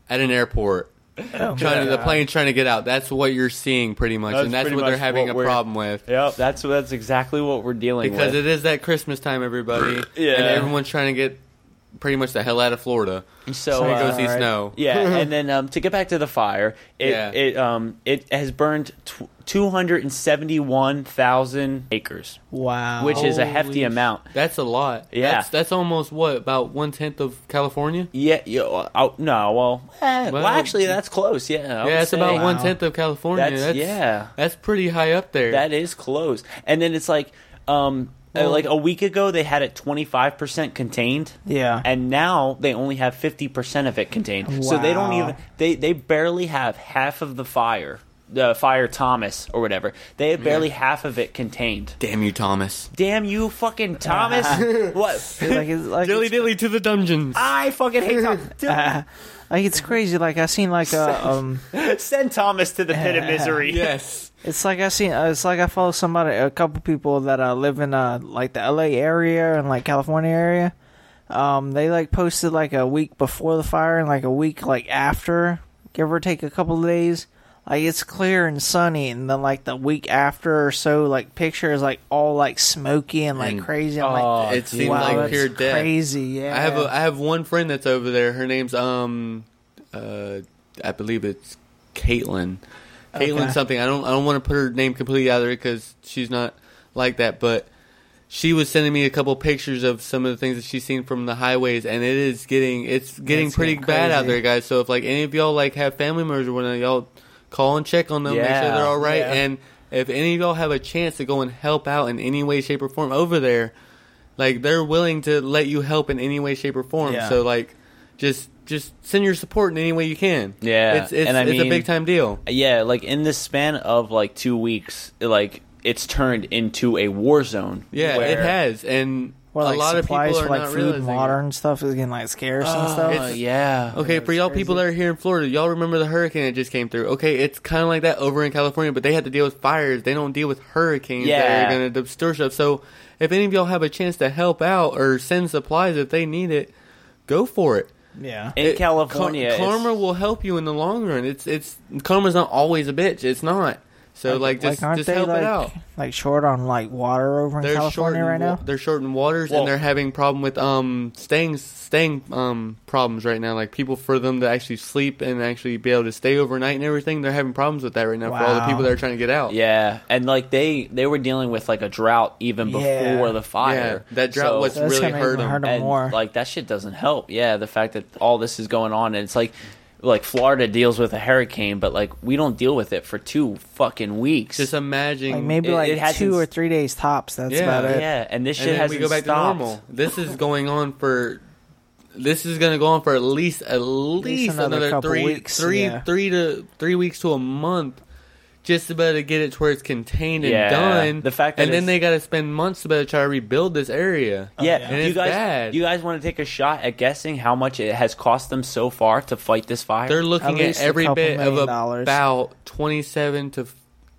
Speaker 2: at an airport.
Speaker 3: Oh,
Speaker 2: trying to, the plane trying to get out. That's what you're seeing pretty much,
Speaker 3: That's
Speaker 2: and that's
Speaker 3: pretty
Speaker 2: what they're
Speaker 3: much
Speaker 2: having
Speaker 3: what
Speaker 2: a
Speaker 3: we're-
Speaker 2: problem with.
Speaker 3: Yep, that's that's exactly what we're dealing
Speaker 2: Because it
Speaker 3: with. [CLEARS THROAT]
Speaker 2: is that Christmas time, everybody,
Speaker 3: Yeah.
Speaker 2: and everyone's trying to get pretty much the hell out of Florida.
Speaker 3: So,
Speaker 2: So you
Speaker 3: uh,
Speaker 2: go see
Speaker 4: Alright.
Speaker 2: snow. [LAUGHS]
Speaker 3: Yeah, and then um, to get back to the fire, it
Speaker 2: Yeah.
Speaker 3: it um it has burned tw- two hundred and seventy one thousand acres,
Speaker 4: Wow.
Speaker 3: which is a
Speaker 2: Holy
Speaker 3: hefty amount.
Speaker 2: That's a lot.
Speaker 3: Yeah.
Speaker 2: That's, that's almost what about one tenth of California.
Speaker 3: Yeah, yo, uh, oh, no, well, eh, well,
Speaker 2: Well,
Speaker 3: actually, that's close. Yeah, I
Speaker 2: yeah,
Speaker 3: would
Speaker 2: that's about
Speaker 3: say.
Speaker 2: one tenth of California.
Speaker 3: That's-
Speaker 2: That's,
Speaker 3: yeah.
Speaker 2: that's pretty high up there.
Speaker 3: That is close, and then it's like, um, uh,
Speaker 2: Well-
Speaker 3: like a week ago they had it twenty five percent contained.
Speaker 4: Yeah.
Speaker 3: and now they only have fifty percent of it contained. So they don't
Speaker 4: Wow.
Speaker 3: even they they barely have half of the fire. The fire Thomas or whatever. They have barely half of it contained.
Speaker 2: Damn you, Thomas!
Speaker 3: Damn you, fucking
Speaker 4: [LAUGHS]
Speaker 3: Thomas! what?
Speaker 4: [LAUGHS] like it's like
Speaker 2: Dilly
Speaker 4: it's-
Speaker 2: dilly to the dungeons.
Speaker 3: I fucking hate Thomas. Dude,
Speaker 4: [LAUGHS] like it's crazy. Like I seen like
Speaker 3: [LAUGHS]
Speaker 4: a um,
Speaker 3: send Thomas to the pit of
Speaker 2: [LAUGHS]
Speaker 3: misery.
Speaker 2: yes.
Speaker 4: it's like I seen uh, it's like I follow somebody, a couple people that uh, live in uh like the L.A. area and like California area. Um, they like posted like a week before the fire and like a week like after, give or take a couple of days. Like it's clear and sunny, and then like the week after or so, like picture is like all like smoky and like
Speaker 2: And-
Speaker 4: crazy. I'm
Speaker 3: oh,
Speaker 4: like,
Speaker 2: it seemed
Speaker 4: wow,
Speaker 2: like
Speaker 4: that's
Speaker 2: pure death.
Speaker 4: crazy. Yeah,
Speaker 2: I have a I have one friend that's over there. Her name's um uh I believe it's Caitlin. Caitlin
Speaker 4: Okay.
Speaker 2: something. I don't I don't want to put her name completely out there because she's not like that. But she was sending me a couple pictures of some of the things that she's seen from the highways, and it is getting it's getting
Speaker 4: It's
Speaker 2: pretty
Speaker 4: getting
Speaker 2: bad out
Speaker 4: crazy.
Speaker 2: there, guys. So if like any of y'all like have family members or whatnot, y'all call and check on them, make sure
Speaker 3: Yeah.
Speaker 2: they're all right,
Speaker 4: Yeah.
Speaker 2: and if any of y'all have a chance to go and help out in any way, shape, or form over there, like they're willing to let you help in any way, shape, or form.
Speaker 3: Yeah.
Speaker 2: So like, just just send your support in any way you can.
Speaker 3: Yeah,
Speaker 2: it's it's,
Speaker 3: and I
Speaker 2: it's
Speaker 3: mean-
Speaker 2: a big time deal.
Speaker 3: Yeah, like in the span of like two weeks, like it's turned into a war zone.
Speaker 2: Yeah, it
Speaker 3: where-
Speaker 2: has, and
Speaker 4: Or, like,
Speaker 2: a lot of people
Speaker 4: supplies
Speaker 2: are
Speaker 4: for, like
Speaker 2: not
Speaker 4: food
Speaker 2: realizing.
Speaker 4: and
Speaker 2: it.
Speaker 4: water and stuff is getting like scarce and stuff.
Speaker 2: [LAUGHS]
Speaker 3: Uh, yeah.
Speaker 2: Okay, for y'all people that are here in Florida, y'all remember the hurricane that just came through. Okay, it's kind of like that over in California, but they have to deal with fires. They don't deal with hurricanes
Speaker 3: Yeah.
Speaker 2: that are going to destroy stuff. So, if any of y'all have a chance to help out or send supplies if they need it, go for it.
Speaker 4: yeah.
Speaker 3: in
Speaker 2: It-
Speaker 3: California,
Speaker 2: Ka-
Speaker 3: it's-
Speaker 2: karma will help you in the long run. It's it's karma's not always a bitch. It's not. So like just
Speaker 4: aren't
Speaker 2: just
Speaker 4: they,
Speaker 2: help
Speaker 4: like-
Speaker 2: it out.
Speaker 4: Like short on like water over in
Speaker 2: short
Speaker 4: California right now.
Speaker 2: They're short in waters
Speaker 3: Well-
Speaker 2: and they're having problem with um staying staying um problems right now. Like people for them to actually sleep and actually be able to stay overnight and everything. They're having problems with that right now for all the
Speaker 4: Wow.
Speaker 2: people that are trying to get out.
Speaker 3: Yeah, and like they they were dealing with like a drought even before
Speaker 4: Yeah.
Speaker 3: the
Speaker 2: yeah.
Speaker 3: fire.
Speaker 2: That drought
Speaker 3: So-
Speaker 2: was
Speaker 4: that's
Speaker 2: really
Speaker 4: gonna
Speaker 2: hurt
Speaker 4: even
Speaker 2: them.
Speaker 4: hurt 'em.
Speaker 3: and
Speaker 4: more.
Speaker 3: like that shit doesn't help. Yeah, the fact that all this is going on and it's like like Florida deals with a hurricane, but like we don't deal with it for two fucking weeks.
Speaker 2: Just imagine
Speaker 4: like maybe
Speaker 3: it-
Speaker 4: like
Speaker 3: it hasn't
Speaker 4: two or
Speaker 3: s-
Speaker 4: three days tops. That's
Speaker 2: Yeah.
Speaker 4: about it.
Speaker 3: yeah, and this
Speaker 2: and
Speaker 3: shit
Speaker 2: then
Speaker 3: has
Speaker 2: we go back
Speaker 3: stopped.
Speaker 2: to normal. This is going on for. This is going to go on for at least at least
Speaker 4: another
Speaker 2: another,
Speaker 4: couple
Speaker 2: three
Speaker 4: weeks,
Speaker 2: three-
Speaker 4: yeah.
Speaker 2: three to three weeks to a month, just about to get it to where it's contained and
Speaker 3: Yeah,
Speaker 2: done.
Speaker 3: the fact that
Speaker 2: and then
Speaker 3: it's-
Speaker 2: they got to spend months about to try to rebuild this area.
Speaker 3: Yeah,
Speaker 2: and
Speaker 3: you
Speaker 2: it's
Speaker 3: guys,
Speaker 2: bad.
Speaker 3: you guys want to take a shot at guessing how much it has cost them so far to fight this fire?
Speaker 2: They're
Speaker 4: At
Speaker 2: looking at,
Speaker 4: least a
Speaker 2: every
Speaker 4: couple
Speaker 2: bit of
Speaker 4: million dollars.
Speaker 2: about twenty seven to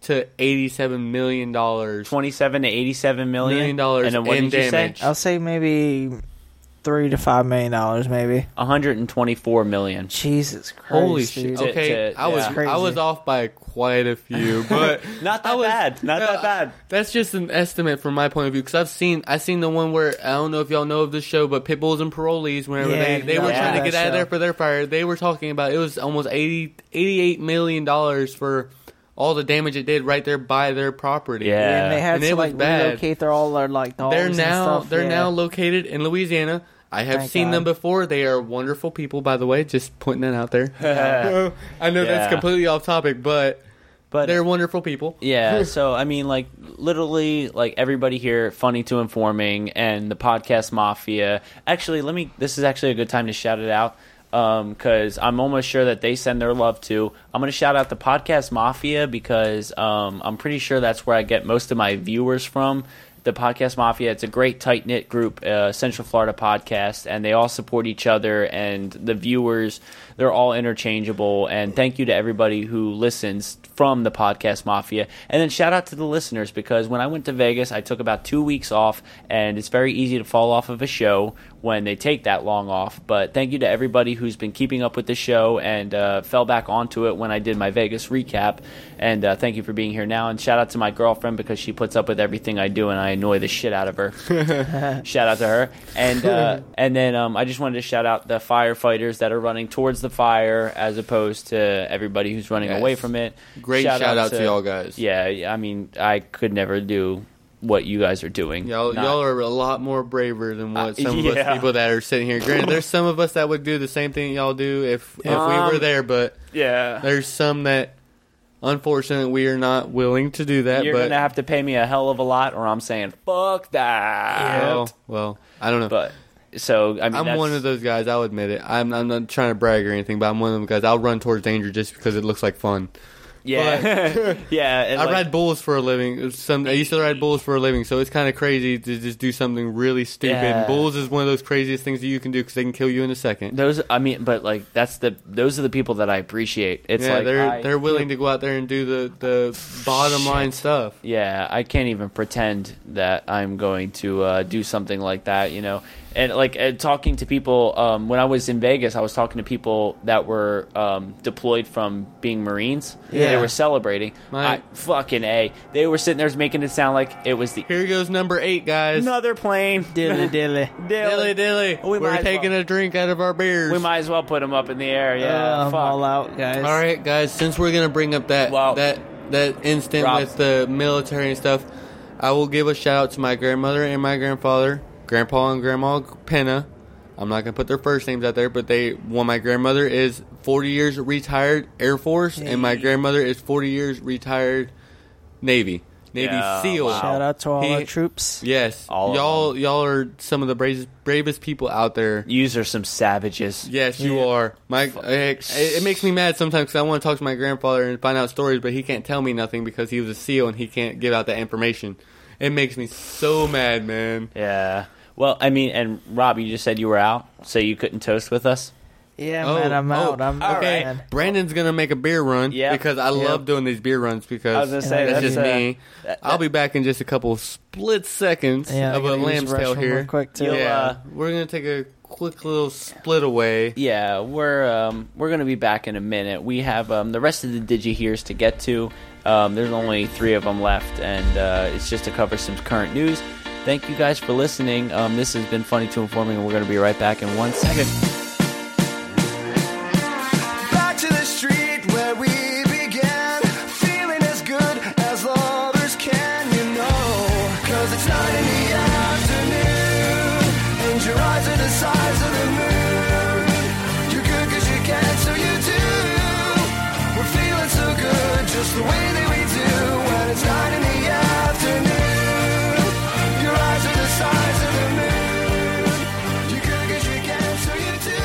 Speaker 2: to eighty seven million dollars.
Speaker 3: twenty-seven to eighty-seven million
Speaker 2: Million dollars
Speaker 3: and then what
Speaker 2: in
Speaker 3: did you
Speaker 2: damage.
Speaker 3: say?
Speaker 4: I'll say maybe three to five million dollars, maybe.
Speaker 3: One hundred and twenty-four million.
Speaker 4: Jesus Christ!
Speaker 2: Holy
Speaker 4: dude.
Speaker 2: shit!
Speaker 3: To-
Speaker 2: Okay,
Speaker 3: to-
Speaker 2: I was
Speaker 3: yeah.
Speaker 2: I was
Speaker 4: Crazy.
Speaker 2: off by quite a few, but
Speaker 3: Not that
Speaker 2: I was- uh,
Speaker 3: bad. Not that
Speaker 2: no,
Speaker 3: bad.
Speaker 2: That's just an estimate from my point of view because I've seen I seen the one where I don't know if y'all know of this show, but Pitbulls and Parolees, whenever
Speaker 4: Yeah,
Speaker 2: they, they
Speaker 4: yeah,
Speaker 2: were
Speaker 4: yeah.
Speaker 2: trying to
Speaker 4: that
Speaker 2: get out of there
Speaker 4: show.
Speaker 2: for their fire, they were talking about it was almost 80, 88 million dollars for all the damage it did right there by their property.
Speaker 3: Yeah.
Speaker 4: And they had
Speaker 2: And
Speaker 4: to
Speaker 2: it was
Speaker 4: like
Speaker 2: bad.
Speaker 4: relocate their all their like dogs.
Speaker 2: they're
Speaker 4: and
Speaker 2: now
Speaker 4: stuff,
Speaker 2: they're
Speaker 4: yeah.
Speaker 2: now located in Louisiana. I have
Speaker 4: Thank
Speaker 2: seen them
Speaker 4: God.
Speaker 2: before. They are wonderful people, by the way. Just pointing that out there. [LAUGHS] I know
Speaker 3: Yeah.
Speaker 2: that's completely off topic, but
Speaker 3: But
Speaker 2: they're wonderful people. [LAUGHS]
Speaker 3: Yeah, so I mean, like literally, like everybody here, funny to informing, and the podcast mafia. Actually, let me. This is actually a good time to shout it out because I'm almost sure that they send their love to. I'm going to shout out the podcast mafia because um, I'm pretty sure that's where I get most of my viewers from. The podcast mafia. It's a great tight knit group, uh, Central Florida podcast, and they all support each other and the viewers. They're all interchangeable. And thank you to everybody who listens from the podcast mafia. And then shout out to the listeners because when I went to Vegas, I took about two weeks off, and it's very easy to fall off of a show when they take that long off. But thank you to everybody who's been keeping up with the show and uh, fell back onto it when I did my Vegas recap. And uh, thank you for being here now. And shout out to my girlfriend because she puts up with everything I do and I annoy the shit out of her.
Speaker 2: [LAUGHS]
Speaker 3: shout out to her. And uh, and then um, I just wanted to shout out the firefighters that are running towards the fire as opposed to everybody who's running
Speaker 2: Yes.
Speaker 3: away from it.
Speaker 2: Great shout out to y'all guys.
Speaker 3: Yeah, I mean, I could never do what you guys are doing.
Speaker 2: Y'all,
Speaker 3: Not-
Speaker 2: y'all are a lot more braver than what
Speaker 3: Uh,
Speaker 2: some of
Speaker 3: yeah.
Speaker 2: us people that are sitting here. Granted, there's some of us that would do the same thing y'all do if if
Speaker 3: Um,
Speaker 2: we were there, but
Speaker 3: yeah.
Speaker 2: there's some that, unfortunately, we are not willing to do that.
Speaker 3: You're
Speaker 2: Uh, but
Speaker 3: gonna have to pay me a hell of a lot, or I'm saying fuck that.
Speaker 2: well, well, I don't know.
Speaker 3: But so I mean,
Speaker 2: I'm
Speaker 3: that's-
Speaker 2: one of those guys. I'll admit it. I'm, I'm not trying to brag or anything, but I'm one of them guys. I'll run towards danger just because it looks like fun.
Speaker 3: [LAUGHS] yeah, [LAUGHS] yeah. and
Speaker 2: I
Speaker 3: like-
Speaker 2: ride bulls for a living. Some I used to ride bulls for a living, so it's kind of crazy to just do something really stupid.
Speaker 3: Yeah.
Speaker 2: Bulls is one of those craziest things that you can do because they can kill you in a second.
Speaker 3: those. I mean, but like that's the those are the people that I appreciate. It's
Speaker 2: yeah,
Speaker 3: like
Speaker 2: they're
Speaker 3: I-
Speaker 2: they're willing to go out there and do the the bottom line stuff.
Speaker 3: yeah, I can't even pretend that I'm going to uh, do something like that, you know. And like and talking to people um, when I was in Vegas, I was talking to people that were um, deployed from being Marines. they
Speaker 4: Yeah.
Speaker 3: were celebrating.
Speaker 2: My-
Speaker 3: I, fucking a, they were sitting there making it sound like it was the
Speaker 2: Here goes number eight, guys.
Speaker 3: another plane.
Speaker 4: [LAUGHS] Dilly dilly.
Speaker 2: dilly dilly.
Speaker 3: We
Speaker 2: We
Speaker 3: might
Speaker 2: are
Speaker 3: as
Speaker 2: taking
Speaker 3: well.
Speaker 2: a drink out of our beers.
Speaker 3: We might as well put them up in the air. Yeah,
Speaker 4: Yeah, Oh, I'm
Speaker 3: fuck.
Speaker 4: all out, guys.
Speaker 2: All right, guys. Since we're gonna bring up that
Speaker 3: Wow.
Speaker 2: that that instant
Speaker 3: Rob.
Speaker 2: with the military and stuff, I will give a shout out to my grandmother and my grandfather, Grandpa and Grandma Penna. I'm not gonna put their first names out there, but they. Well, my grandmother is 40 years retired Air Force, and my grandmother is 40 years retired Navy, Navy
Speaker 3: Yeah,
Speaker 2: SEAL.
Speaker 3: wow.
Speaker 4: Shout out to all
Speaker 2: He-
Speaker 4: our troops.
Speaker 2: Yes,
Speaker 3: All of
Speaker 2: y'all y'all are some of the bravest bravest people out there.
Speaker 3: Yous are some savages.
Speaker 2: Yes, you are. My it, it makes me mad sometimes because I want to talk to my grandfather and find out stories, but he can't tell me nothing because he was a SEAL and he can't give out that information. It makes me so mad, man.
Speaker 3: Yeah. Well, I mean, and Rob, you just said you were out, so you couldn't toast with us.
Speaker 4: Yeah,
Speaker 2: Oh,
Speaker 4: man, I'm
Speaker 2: oh,
Speaker 4: out. I'm
Speaker 2: okay.
Speaker 4: man.
Speaker 2: Brandon's gonna make a beer run
Speaker 3: Yeah.
Speaker 2: because I love doing these beer runs because
Speaker 3: I was gonna say,
Speaker 2: that's,
Speaker 3: that's,
Speaker 2: just
Speaker 3: uh,
Speaker 2: me.
Speaker 3: that-
Speaker 2: I'll be back in just a couple split seconds
Speaker 4: Yeah, I
Speaker 2: of a
Speaker 4: gotta use
Speaker 2: lamb's tail
Speaker 4: restroom
Speaker 2: here.
Speaker 4: real quick, too.
Speaker 2: Yeah,
Speaker 3: You'll, uh,
Speaker 2: we're gonna take a quick little split away.
Speaker 3: Yeah, we're um, we're gonna be back in a minute. We have um, the rest of the digi hears to get to. Um, there's only three of them left, and uh, it's just to cover some current news. Thank you guys for listening. Um, this has been funny to informing, and we're gonna be right back in one second.
Speaker 6: Back to the street where we began, feeling as good as lovers can, you know. Cause it's nine in the afternoon, and your eyes are the size of the moon. You're good cause you can, so you do. We're feeling so good, just the way that we do. When it's nine in the afternoon, your eyes are the size of the moon. You're good cause you can, so you do.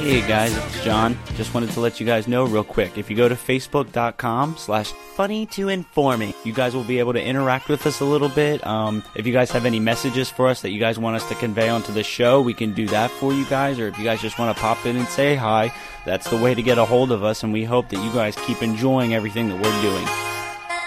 Speaker 7: Hey guys, it's John. Just wanted to let you guys know real quick. If you go to facebook.com slash funny to informing, you guys will be able to interact with us a little bit. Um, if you guys have any messages for us that you guys want us to convey onto the show, we can do that for you guys. Or if you guys just want to pop in and say hi, that's the way to get a hold of us. And we hope that you guys keep enjoying everything that we're doing.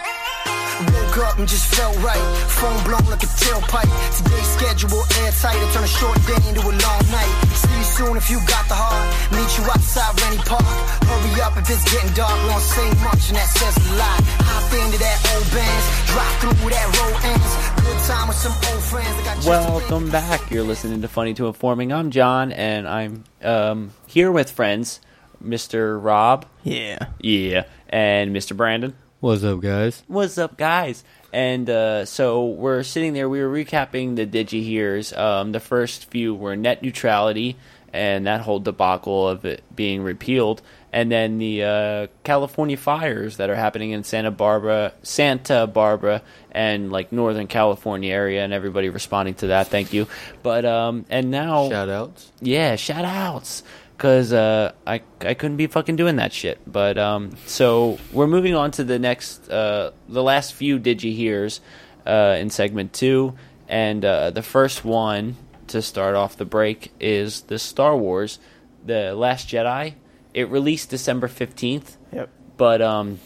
Speaker 6: Woke up and just felt right. Phone blown like a tailpipe. Today's schedule airtight. I turn a short day into a long night. See you soon if you got the heart. Meet you outside Rennie Park. Hurry up if it's getting dark. Won't say much and that says a lot. Hop into that old Benz. Drive through where that road ends. Good time with some old friends. I got just a
Speaker 3: Welcome back. You're listening to Funny to Informing. I'm John, and I'm um, here with friends, Mr. Rob,
Speaker 4: Yeah.
Speaker 3: yeah, and Mr. Brandon.
Speaker 2: What's up, guys?
Speaker 3: What's up, guys? And uh, so we're sitting there. We were recapping the digi hears. Um, the first few were net neutrality and that whole debacle of it being repealed, and then the uh, California fires that are happening in Santa Barbara, Santa Barbara, and like Northern California area, and everybody responding to that. Thank you. But um, and now
Speaker 2: Shout outs.
Speaker 3: yeah, shout outs. Cause uh, I I couldn't be fucking doing that shit. But um, so we're moving on to the next uh, the last few digi hears uh, in segment two, and uh, the first one to start off the break is the Star Wars, the Last Jedi. It released December fifteenth.
Speaker 4: Yep.
Speaker 3: But um,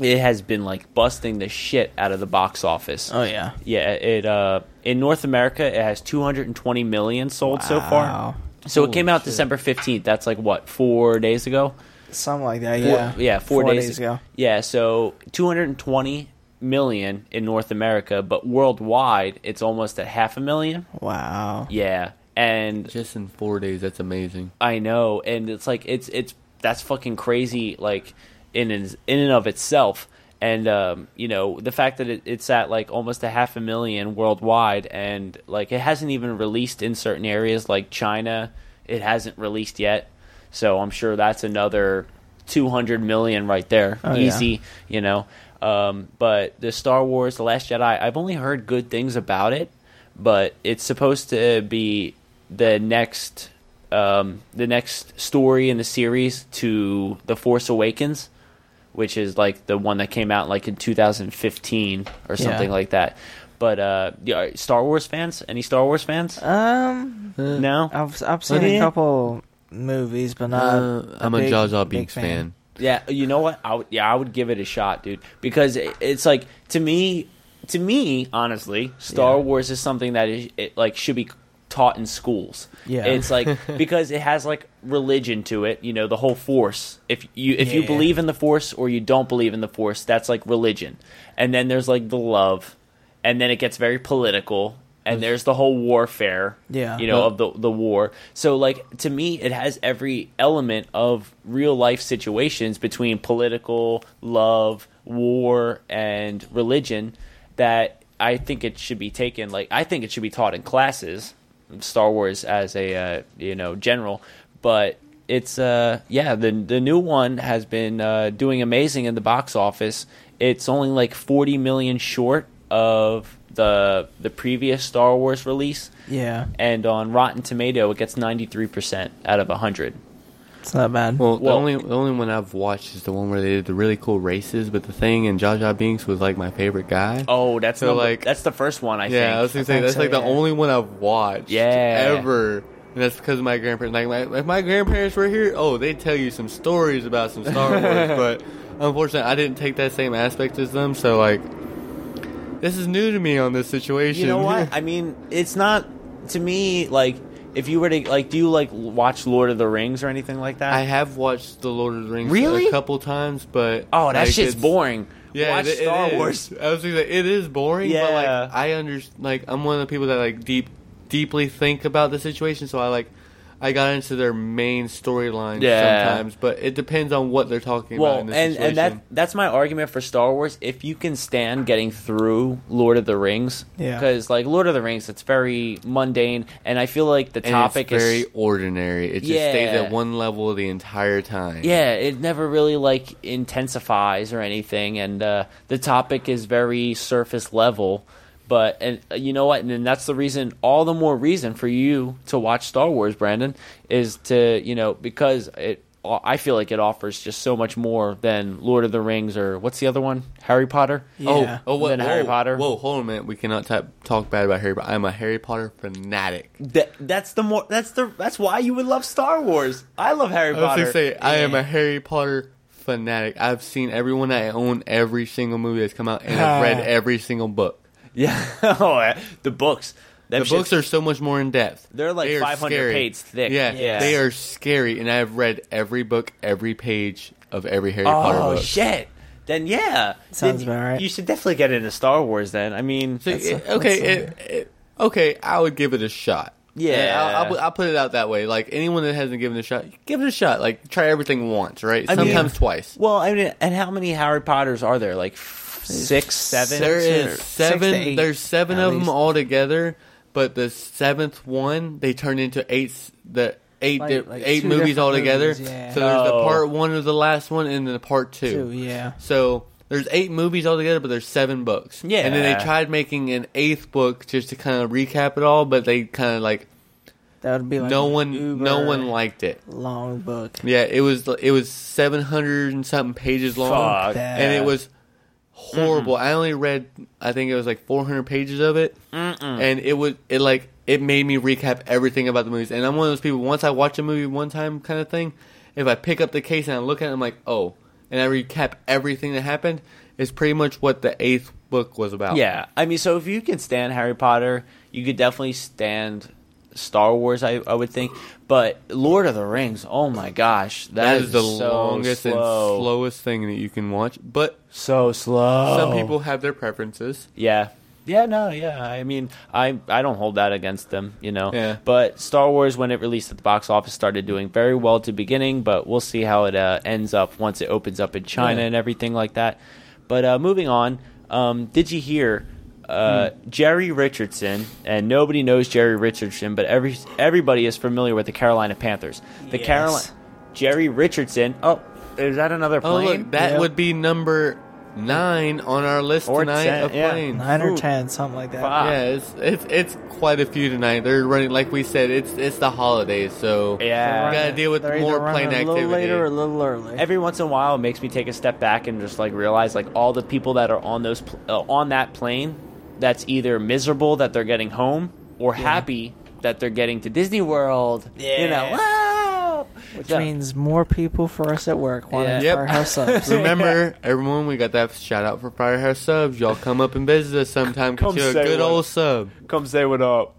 Speaker 3: it has been like busting the shit out of the box office.
Speaker 4: Oh yeah.
Speaker 3: Yeah, it uh in North America it has 220 million sold so
Speaker 4: Wow.
Speaker 3: far. So it came out December 15th. That's like what, 4 days ago?
Speaker 4: Something like that.
Speaker 3: Four-
Speaker 4: Yeah.
Speaker 3: yeah, 4 days,
Speaker 4: ago.
Speaker 3: Yeah, so 220 million in North America, but worldwide it's almost at half a million.
Speaker 4: Wow.
Speaker 3: Yeah. And
Speaker 2: Just in four days, that's amazing.
Speaker 3: I know, and it's like it's it's that's fucking crazy, like in in in and of itself. And um, you know the fact that it, it's at like almost a half a million worldwide, and like it hasn't even released in certain areas like China, it hasn't released yet. So I'm sure that's another two hundred million right there,
Speaker 4: yeah.
Speaker 3: easy. You know, um, but the Star Wars: The Last Jedi, I've only heard good things about it, but it's supposed to be the next um, the next story in the series to The Force Awakens, which is like the one that came out like in 2015 or something
Speaker 4: Yeah.
Speaker 3: like that. But uh, yeah, Star Wars fans? Any Star Wars fans?
Speaker 4: Um,
Speaker 3: no.
Speaker 4: I've I've seen a
Speaker 3: Yeah.
Speaker 4: couple movies, but not.
Speaker 3: Um,
Speaker 2: Uh, I'm a
Speaker 4: big-
Speaker 2: Jar Jar
Speaker 4: big
Speaker 2: Binks fan.
Speaker 3: Yeah, you know what? I would, yeah, I would give it a shot, dude, because it, it's like to me, to me, honestly, Star Wars is something that is it like should be taught in schools.
Speaker 4: Yeah.
Speaker 3: it's
Speaker 4: [LAUGHS]
Speaker 3: like because it has like religion to it. You know, the whole Force. If you if you
Speaker 4: Yeah.
Speaker 3: believe in the Force or you don't believe in the Force, that's like religion. And then there's like the love, and then it gets very political. And there's the whole warfare,
Speaker 4: Yeah.
Speaker 3: you know, of the the war. So like to me, it has every element of real life situations between political, love, war, and religion that I think it should be taken. Like I think it should be taught in classes, Star Wars as a uh, you know general, but. It's uh yeah the the new one has been uh, doing amazing in the box office. It's only like forty million short of the the previous Star Wars release,
Speaker 4: Yeah,
Speaker 3: and on Rotten Tomato it gets 93% out of 100.
Speaker 4: it's not bad.
Speaker 2: Well, the
Speaker 3: Well-
Speaker 2: only the only one I've watched is the one where they did the really cool races, but the thing and Jar Jar Binks was like my favorite guy.
Speaker 3: Oh, that's
Speaker 2: So,
Speaker 3: number,
Speaker 2: like-
Speaker 3: that's the first one I
Speaker 2: yeah, I was gonna
Speaker 3: think.
Speaker 2: say
Speaker 4: think
Speaker 2: that's
Speaker 4: so,
Speaker 2: like the
Speaker 4: yeah.
Speaker 2: only one I've watched.
Speaker 3: Yeah.
Speaker 2: ever. And that's because my grandparents, like my, if my grandparents were here, oh, they tell you some stories about some
Speaker 3: [LAUGHS]
Speaker 2: Star Wars, but unfortunately, I didn't take that same aspect as them. So like, this is new to me on this situation.
Speaker 3: You know what? I mean, it's not to me like if you were to like do you like watch Lord of the Rings or anything like that?
Speaker 2: [LAUGHS] I have watched the Lord of the Rings
Speaker 3: Really?
Speaker 2: a couple times, but
Speaker 3: oh, that
Speaker 2: like,
Speaker 3: shit's
Speaker 2: it's-
Speaker 3: boring.
Speaker 2: Yeah,
Speaker 3: watch
Speaker 2: it- it
Speaker 3: Star
Speaker 2: is.
Speaker 3: Wars.
Speaker 2: I was gonna say it is boring, but
Speaker 3: Yeah.
Speaker 2: like I understand. Like I'm one of the people that like deep, deeply think about the situation. So I like, I got into their main storyline
Speaker 3: Yeah.
Speaker 2: sometimes, but it depends on what they're talking about.
Speaker 3: Well,
Speaker 2: in
Speaker 3: and
Speaker 2: the
Speaker 3: and
Speaker 2: situation.
Speaker 3: that that's my argument for Star Wars. If you can stand getting through Lord of the Rings,
Speaker 4: Yeah.
Speaker 3: because like Lord of the Rings, it's very mundane, and I feel like the
Speaker 2: And
Speaker 3: topic
Speaker 2: it's very
Speaker 3: is
Speaker 2: ordinary. It just stays
Speaker 3: Yeah.
Speaker 2: at one level the entire time.
Speaker 3: yeah it never really like intensifies or anything and uh, the topic is very surface level but and uh, you know what and then that's the reason all the more reason for you to watch star wars brandon is to you know because it uh, i feel like it offers just so much more than lord of the rings or what's the other one harry potter
Speaker 4: Yeah.
Speaker 2: Oh, oh, what?
Speaker 3: Than Harry
Speaker 2: whoa,
Speaker 3: Potter.
Speaker 2: Whoa, hold on a minute. We cannot type, talk bad about Harry Potter. I'm a Harry Potter fanatic.
Speaker 3: that, that's the more that's the that's why you would love star wars i love harry
Speaker 2: I was
Speaker 3: potter
Speaker 2: gonna say I am a Harry Potter fanatic. I've seen everyone. I own every single movie that's come out, and I've
Speaker 3: [SIGHS]
Speaker 2: read every single book.
Speaker 3: [LAUGHS] yeah oh, uh, the books
Speaker 2: The books are so much more in depth.
Speaker 3: They're like 500
Speaker 2: scary.
Speaker 3: pages thick.
Speaker 2: Yeah,
Speaker 3: Yeah.
Speaker 2: they are scary, and I've read every book, every page of every Harry Potter
Speaker 3: Oh
Speaker 2: book.
Speaker 3: shit! Then yeah,
Speaker 4: Sounds
Speaker 3: Then
Speaker 4: about right.
Speaker 3: You should definitely get into Star Wars. Then I mean,
Speaker 2: So, it- okay, it, it- okay, I would give it a shot.
Speaker 3: Yeah.
Speaker 2: I'll, I'll, put- I'll put it out that way. Like anyone that hasn't given it a shot, give it a shot. Like try everything once, right?
Speaker 3: mean-
Speaker 2: Sometimes twice.
Speaker 3: well, I mean, and how many Harry Potters are there? Like f- six, seven.
Speaker 2: There is
Speaker 4: Six to
Speaker 2: seven.
Speaker 4: eight,
Speaker 2: There's seven
Speaker 4: at
Speaker 2: of them
Speaker 4: least.
Speaker 2: all together, but the seventh one they turned into eight. s- The eight
Speaker 4: Like-
Speaker 2: di-
Speaker 4: like
Speaker 2: eight
Speaker 4: two
Speaker 2: movies
Speaker 4: different
Speaker 2: all together.
Speaker 4: movies, yeah.
Speaker 2: So there's
Speaker 3: Oh.
Speaker 2: the part one of the last one, and then the part two.
Speaker 4: Two, yeah.
Speaker 2: So there's eight movies all together, but there's seven books.
Speaker 3: Yeah.
Speaker 2: And then they tried making an eighth book just to kind of recap it all, but they kind of like
Speaker 4: That would be like
Speaker 2: no
Speaker 4: an
Speaker 2: one,
Speaker 4: uber
Speaker 2: no one liked it.
Speaker 4: long book.
Speaker 2: Yeah, it was it was seven hundred and something pages long,
Speaker 3: Fuck
Speaker 4: that.
Speaker 2: and it was horrible. I only read, I think it was like four hundred pages of it, and it was it like it made me recap everything about the movies. And I'm one of those people. Once I watch a movie one time, kind of thing, if I pick up the case and I look at it, I'm like, oh, and I recap everything that happened is pretty much what the eighth book was about.
Speaker 3: Yeah, I mean, so if you can stand Harry Potter, you could definitely stand Star Wars. I, I would think, but Lord of the Rings. Oh my gosh,
Speaker 2: that is, the
Speaker 3: so
Speaker 2: longest
Speaker 3: slow.
Speaker 2: and slowest thing that you can watch. But
Speaker 3: So slow.
Speaker 2: some people have their preferences.
Speaker 3: Yeah. Yeah, no, yeah. I mean, I I don't hold that against them, you know.
Speaker 2: Yeah.
Speaker 3: But Star Wars, when it released at the box office, started doing very well to beginning, but we'll see how it uh, ends up once it opens up in China
Speaker 2: Yeah.
Speaker 3: and everything like that. But uh, moving on, um, did you hear uh,
Speaker 2: Hmm.
Speaker 3: Jerry Richardson? And nobody knows Jerry Richardson, but every everybody is familiar with the Carolina Panthers. The
Speaker 4: Yes.
Speaker 3: Carolina Jerry Richardson. Oh, is that another
Speaker 2: Oh,
Speaker 3: plane?
Speaker 2: look, that
Speaker 4: Yeah.
Speaker 2: would be number nine on our list
Speaker 3: Or
Speaker 2: tonight
Speaker 3: 10,
Speaker 2: of
Speaker 3: yeah.
Speaker 2: planes.
Speaker 4: Nine
Speaker 2: Ooh.
Speaker 4: or ten, something like that.
Speaker 3: Fuck.
Speaker 2: Yeah, it's, it's it's quite a few tonight. They're running like we said. It's it's the holidays, so
Speaker 3: Yeah. [LAUGHS]
Speaker 2: we gotta deal with
Speaker 4: They're either
Speaker 2: more
Speaker 4: running
Speaker 2: plane
Speaker 4: a little
Speaker 2: activity.
Speaker 4: later or a little early.
Speaker 3: every once in a while it makes me take a step back and just like realize like all the people that are on those pl- uh, on that plane that's either miserable that they're getting home or happy that they're getting to Disney World. You know.
Speaker 4: Yeah.
Speaker 3: Wow!
Speaker 4: which
Speaker 3: Yeah.
Speaker 4: means more people for us at work wanting
Speaker 3: Yeah.
Speaker 2: Yep.
Speaker 4: firehouse
Speaker 3: [LAUGHS]
Speaker 4: subs.
Speaker 2: Remember, everyone, we got that shout out for Firehouse Subs. Y'all come up and visit us sometime. Get
Speaker 3: Come
Speaker 2: you a
Speaker 3: say
Speaker 2: good
Speaker 3: what-
Speaker 2: old sub.
Speaker 3: come say what up.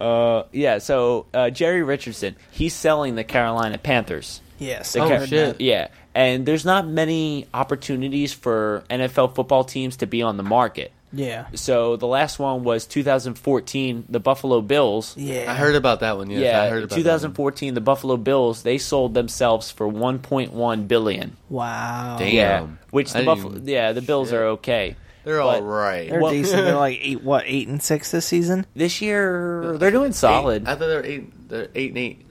Speaker 3: Uh, yeah, so uh, Jerry Richardson, he's selling the Carolina Panthers.
Speaker 4: yes.
Speaker 3: The
Speaker 4: I
Speaker 2: Oh,
Speaker 3: Car-
Speaker 4: heard
Speaker 2: shit.
Speaker 4: that.
Speaker 3: Yeah, and there's not many opportunities for NFL football teams to be on the market.
Speaker 4: Yeah.
Speaker 3: So the last one was 2014, the Buffalo Bills.
Speaker 4: Yeah.
Speaker 2: I heard about that one. Yes,
Speaker 3: yeah,
Speaker 2: I heard about that.
Speaker 3: 2014, the Buffalo Bills they sold themselves for 1.1 billion.
Speaker 4: Wow.
Speaker 2: Damn.
Speaker 3: Yeah, which
Speaker 2: I
Speaker 3: the
Speaker 2: didn't
Speaker 3: Buffalo,
Speaker 2: even-
Speaker 3: yeah, the Bills are okay.
Speaker 2: They're
Speaker 3: But
Speaker 2: all right.
Speaker 4: They're
Speaker 3: Well-
Speaker 4: decent. They're
Speaker 2: [LAUGHS]
Speaker 4: like eight, what, eight and six this season?
Speaker 3: This year they're doing solid.
Speaker 2: Eight, I thought they were eight. They're eight and eight.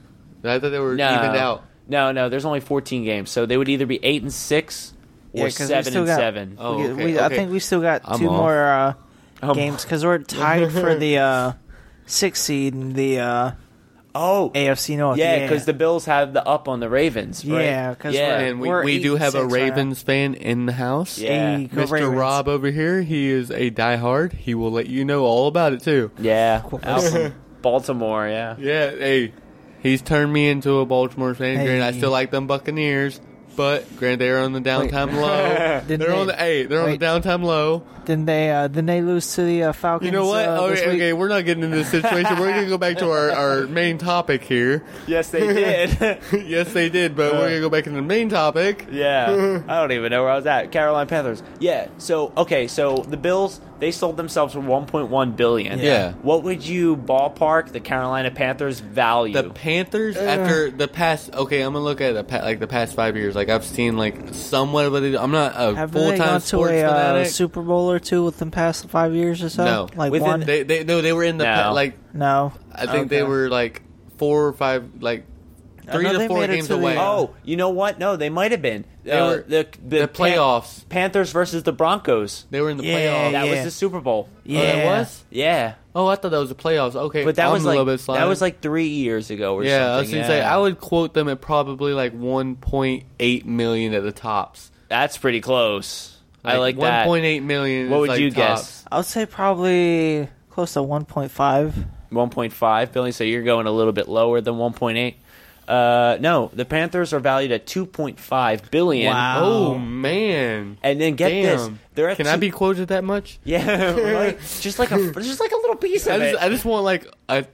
Speaker 2: I thought they were
Speaker 3: no,
Speaker 2: evened out.
Speaker 3: no, no. There's only 14 games, so they would either be eight and six
Speaker 4: Yeah,
Speaker 3: or
Speaker 4: 'cause we
Speaker 3: seven
Speaker 4: still
Speaker 3: and
Speaker 4: got-
Speaker 3: seven.
Speaker 2: Oh,
Speaker 4: we,
Speaker 2: okay,
Speaker 4: we, I
Speaker 2: okay.
Speaker 4: think we still got
Speaker 2: I'm
Speaker 4: two
Speaker 2: off.
Speaker 4: more uh,
Speaker 3: Um,
Speaker 4: games because we're tied for the uh, sixth seed in the uh,
Speaker 3: Oh,
Speaker 4: AFC North.
Speaker 3: yeah, because the Bills have the up on the Ravens. Right?
Speaker 4: Yeah, 'cause
Speaker 3: yeah,
Speaker 2: And we,
Speaker 4: We're
Speaker 2: we do
Speaker 4: eight
Speaker 2: have a
Speaker 4: and six right now.
Speaker 2: Ravens fan in the house.
Speaker 3: Yeah.
Speaker 4: Hey, go
Speaker 2: Mr.
Speaker 4: Ravens.
Speaker 2: Rob over here, he is a diehard. He will let you know all about it too. [LAUGHS]
Speaker 3: yeah. Out from Baltimore. Yeah.
Speaker 2: Yeah, hey, he's turned me into a Baltimore fan. Granted, I
Speaker 4: Hey.
Speaker 2: still like them Buccaneers, but granted, they're on the downtime low.
Speaker 4: [LAUGHS] Didn't
Speaker 2: They're on
Speaker 4: they-
Speaker 2: the hey, they're on
Speaker 4: wait.
Speaker 2: the downtime low.
Speaker 4: Then they uh, then they lose to the uh, Falcons.
Speaker 2: You know what?
Speaker 4: Uh, this
Speaker 2: okay,
Speaker 4: week.
Speaker 2: okay, we're not getting into this situation. we're gonna go back to our, our main topic here. [LAUGHS]
Speaker 3: Yes, they [LAUGHS] did.
Speaker 2: yes, they did, but we're gonna go back to the main topic. [LAUGHS]
Speaker 3: Yeah, I don't even know where I was at. Carolina Panthers. Yeah. So okay, so the Bills they sold themselves for 1.1 billion.
Speaker 2: Yeah.
Speaker 3: What would you ballpark the Carolina Panthers value?
Speaker 2: The Panthers after the past. Okay, I'm gonna look at the pa- like the past five years. Like I've seen like somewhat of what they do. I'm not a
Speaker 4: Have
Speaker 2: full
Speaker 4: they
Speaker 2: time
Speaker 4: gone to
Speaker 2: sports
Speaker 4: a uh,
Speaker 2: fanatic.
Speaker 4: Super Bowl or two within the past five years or so?
Speaker 2: no,
Speaker 4: like
Speaker 3: Within
Speaker 4: one.
Speaker 2: They, they no, they were in the pa-
Speaker 3: No.
Speaker 2: like
Speaker 4: no,
Speaker 2: I think they
Speaker 4: Okay.
Speaker 2: were like four or five, like
Speaker 4: I
Speaker 2: three
Speaker 4: know
Speaker 2: to
Speaker 4: they
Speaker 2: four
Speaker 4: made it
Speaker 2: games
Speaker 4: to the-
Speaker 2: away.
Speaker 3: oh, you know what? No, they might have been.
Speaker 2: They were- Uh, the
Speaker 3: Pan-
Speaker 2: playoffs.
Speaker 3: Panthers versus the Broncos. Oh,
Speaker 2: they were in the
Speaker 4: Yeah,
Speaker 2: playoffs.
Speaker 3: That was
Speaker 4: yeah.
Speaker 3: the Super Bowl. Uh,
Speaker 2: Oh, that
Speaker 4: Yeah.
Speaker 2: was.
Speaker 3: Yeah.
Speaker 2: Oh, I thought that was the playoffs. Okay,
Speaker 3: But that
Speaker 2: I'm
Speaker 3: was
Speaker 2: a
Speaker 3: like
Speaker 2: little bit
Speaker 3: that
Speaker 2: sliding.
Speaker 3: was like three years ago or
Speaker 2: yeah.
Speaker 3: something.
Speaker 2: I was gonna say I would quote them at probably like 1.8 million at the tops.
Speaker 3: That's pretty close. I like that.
Speaker 2: 1.8 million.
Speaker 3: What
Speaker 2: is,
Speaker 3: would
Speaker 2: like,
Speaker 3: you
Speaker 2: tops.
Speaker 3: guess?
Speaker 4: I would say probably close to one point five.
Speaker 3: 1.5 billion. So you're going a little bit lower than 1.8. Uh, no, the Panthers are valued at 2.5 billion.
Speaker 4: Wow.
Speaker 2: Oh man.
Speaker 3: And then get this,
Speaker 2: Damn.
Speaker 3: they're at
Speaker 2: Can
Speaker 3: two-
Speaker 2: I be quoted that much?
Speaker 3: [LAUGHS] Yeah, right. just like
Speaker 2: [LAUGHS]
Speaker 3: a just like a little piece
Speaker 2: I
Speaker 3: of it.
Speaker 2: just, I just want like a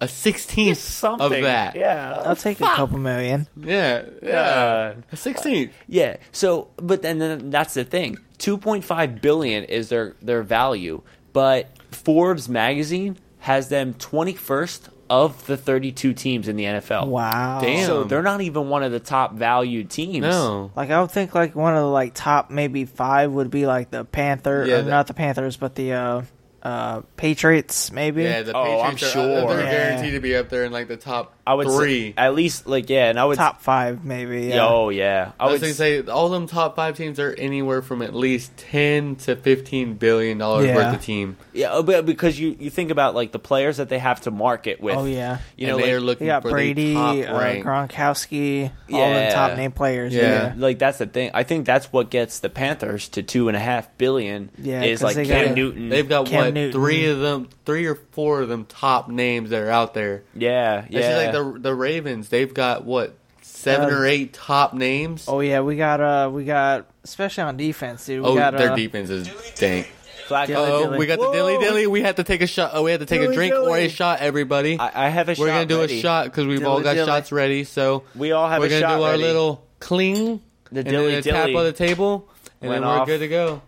Speaker 2: a sixteenth
Speaker 3: Just something.
Speaker 2: of that.
Speaker 3: Yeah.
Speaker 4: I'll take a couple million.
Speaker 2: yeah, yeah.
Speaker 3: Uh,
Speaker 2: A sixteenth.
Speaker 3: yeah. So, but then, then that's the thing. 2.5 billion is their their value, but Forbes magazine has them 21st of the 32 teams in the NFL.
Speaker 4: Wow.
Speaker 2: Damn.
Speaker 3: So they're not even one of the top valued teams.
Speaker 2: No.
Speaker 4: Like I would think like one of the like top maybe five would be like the Panther
Speaker 2: Yeah,
Speaker 4: or
Speaker 2: the-
Speaker 4: not the Panthers but the uh uh Patriots maybe.
Speaker 2: Yeah, the
Speaker 3: Oh, I'm
Speaker 2: Patriots are,
Speaker 3: sure.
Speaker 2: they're
Speaker 4: Yeah.
Speaker 2: guaranteed to be up there in like the top
Speaker 3: I would say
Speaker 2: three.
Speaker 3: at least like yeah, and I would
Speaker 4: top five maybe. Yeah.
Speaker 3: Yeah. Oh yeah, I,
Speaker 2: I was
Speaker 3: would
Speaker 2: gonna
Speaker 3: say
Speaker 2: say all them top five teams are anywhere from at least ten to fifteen billion dollars
Speaker 4: Yeah.
Speaker 2: worth of team,
Speaker 3: yeah, oh, but because you you think about like the players that they have to market with.
Speaker 4: Oh, yeah.
Speaker 3: you know
Speaker 2: and they are
Speaker 3: like,
Speaker 2: looking
Speaker 4: They got
Speaker 2: for
Speaker 4: Brady,
Speaker 2: the
Speaker 4: uh,
Speaker 2: top rank.
Speaker 4: Gronkowski, all the
Speaker 3: Yeah.
Speaker 4: top name players.
Speaker 2: Yeah.
Speaker 4: Yeah.
Speaker 3: like that's the thing. I think that's what gets the Panthers to two and a half billion.
Speaker 4: Yeah,
Speaker 3: is
Speaker 4: 'cause
Speaker 3: like
Speaker 4: they
Speaker 3: Cam
Speaker 4: got-
Speaker 3: Newton.
Speaker 2: They've got
Speaker 4: Cam
Speaker 2: what
Speaker 4: Newton.
Speaker 2: three of them, three or four of them top names that are out there.
Speaker 3: yeah yeah.
Speaker 2: It's like the the Ravens. They've got what seven
Speaker 4: Um,
Speaker 2: or eight top names. Oh,
Speaker 4: Oh yeah, we got uh, we got especially on defense, dude. We got
Speaker 2: their
Speaker 4: uh,
Speaker 2: defense is dank.
Speaker 3: Flag.
Speaker 4: Yeah.
Speaker 2: Oh,
Speaker 4: dilly.
Speaker 2: we got the dilly dilly. We had to take a shot. Oh, we had to take a
Speaker 4: Dilly
Speaker 2: drink or
Speaker 4: dilly.
Speaker 2: a shot. Everybody,
Speaker 3: I, I have a.
Speaker 2: we're
Speaker 3: shot
Speaker 2: gonna do
Speaker 3: ready.
Speaker 2: a shot because we've
Speaker 4: Dilly
Speaker 2: all got
Speaker 4: dilly.
Speaker 2: shots ready. So
Speaker 3: We all have
Speaker 2: we're
Speaker 3: a
Speaker 2: gonna
Speaker 3: shot
Speaker 2: do our
Speaker 3: ready.
Speaker 2: little cling,
Speaker 3: The
Speaker 2: and
Speaker 3: dilly
Speaker 2: then a tap
Speaker 3: dilly.
Speaker 2: on the table, and
Speaker 3: Went
Speaker 2: then we're
Speaker 3: off.
Speaker 2: good to go.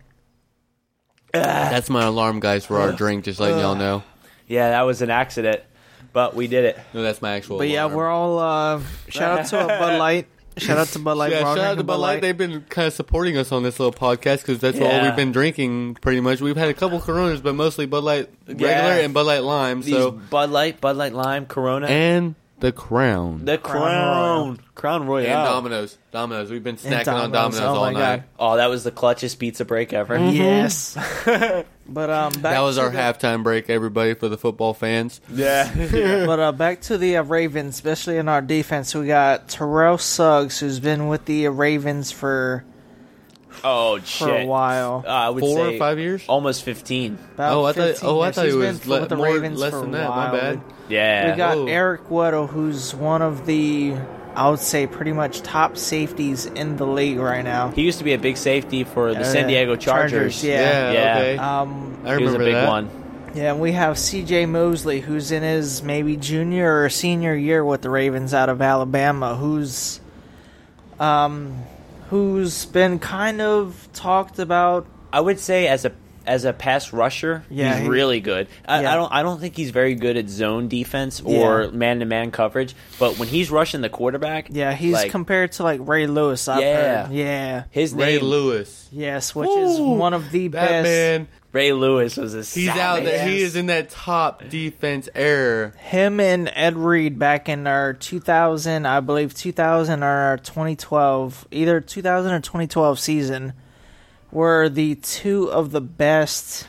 Speaker 2: That's my alarm, guys, for our drink. Just letting y'all know.
Speaker 3: Yeah, that was an accident, but we did it.
Speaker 2: No, that's my actual.
Speaker 4: But yeah,
Speaker 2: alarm.
Speaker 4: we're all uh, shout out to uh,
Speaker 2: [LAUGHS]
Speaker 4: Bud Light. Shout out to Bud Light.
Speaker 2: yeah,
Speaker 4: We're all
Speaker 2: shout out to
Speaker 4: drinking
Speaker 2: Bud Light. They've been kind of supporting us on this little podcast because that's all
Speaker 3: Yeah.
Speaker 2: we've been drinking pretty much. We've had a couple Coronas, but mostly Bud Light regular
Speaker 3: Yeah.
Speaker 2: and Bud Light Lime.
Speaker 3: These
Speaker 2: So
Speaker 3: Bud Light, Bud Light Lime, Corona,
Speaker 2: and the Crown
Speaker 3: the Crown,
Speaker 4: Crown
Speaker 3: Crown Royal.
Speaker 2: and Domino's. Domino's. We've been snacking on
Speaker 4: Domino's.
Speaker 2: Domino's
Speaker 4: Oh,
Speaker 2: all
Speaker 4: my
Speaker 2: night.
Speaker 4: God.
Speaker 3: Oh, that was the clutchest pizza break ever.
Speaker 2: [LAUGHS]
Speaker 4: Mm-hmm. Yes. but um, back
Speaker 2: That was
Speaker 4: to
Speaker 2: our
Speaker 4: the-
Speaker 2: halftime break, everybody, for the football fans.
Speaker 3: Yeah. [LAUGHS]
Speaker 4: But uh, back to the uh, Ravens, especially in our defense, we got Terrell Suggs, who's been with the uh, Ravens for
Speaker 3: oh
Speaker 4: for
Speaker 3: shit.
Speaker 4: a while.
Speaker 3: Uh, I would
Speaker 2: Four
Speaker 3: say
Speaker 2: or five years?
Speaker 3: almost fifteen.
Speaker 4: About
Speaker 2: oh, I thought.
Speaker 4: 15
Speaker 2: Oh, I
Speaker 4: years.
Speaker 2: thought it
Speaker 4: He's
Speaker 2: was
Speaker 4: been
Speaker 2: le-
Speaker 4: with the
Speaker 2: more,
Speaker 4: Ravens
Speaker 2: less
Speaker 4: for
Speaker 2: than
Speaker 4: a
Speaker 2: that. My
Speaker 4: while,
Speaker 2: bad. oh.
Speaker 4: dude.
Speaker 3: Yeah.
Speaker 4: We got
Speaker 2: Whoa.
Speaker 4: Eric Weddle, who's one of the, I would say, pretty much top safties in the league right now.
Speaker 3: he used to be a big safety for the
Speaker 4: Uh,
Speaker 3: San Diego Chargers.
Speaker 4: Chargers,
Speaker 2: Yeah,
Speaker 4: yeah.
Speaker 3: Yeah.
Speaker 2: okay.
Speaker 4: Um,
Speaker 2: I remember
Speaker 3: He was a big
Speaker 2: that.
Speaker 3: one.
Speaker 4: yeah, and we have C.J. Mosley, who's in his maybe junior or senior year with the Ravens out of Alabama, who's, um, who's been kind of talked about.
Speaker 3: I would say as a as a pass rusher,
Speaker 4: Yeah,
Speaker 3: he's
Speaker 4: he-
Speaker 3: really good. I,
Speaker 4: Yeah.
Speaker 3: I don't I don't think he's very good at zone defense or
Speaker 4: Yeah.
Speaker 3: man to man coverage, but when he's rushing the quarterback,
Speaker 4: Yeah, he's
Speaker 3: like,
Speaker 4: compared to like Ray Lewis. I've
Speaker 3: Yeah.
Speaker 4: heard. yeah,
Speaker 3: his
Speaker 2: Ray
Speaker 3: name
Speaker 2: Lewis.
Speaker 4: yes, which is
Speaker 2: Woo!
Speaker 4: one of the
Speaker 2: That
Speaker 4: best.
Speaker 2: man.
Speaker 3: Ray Lewis was a
Speaker 2: He's out there. He
Speaker 4: Yes.
Speaker 2: is in that top defense error.
Speaker 4: Him and Ed Reed back in our 2000, I believe 2000 or 2012, either 2000 or 2012 season, were the two of the best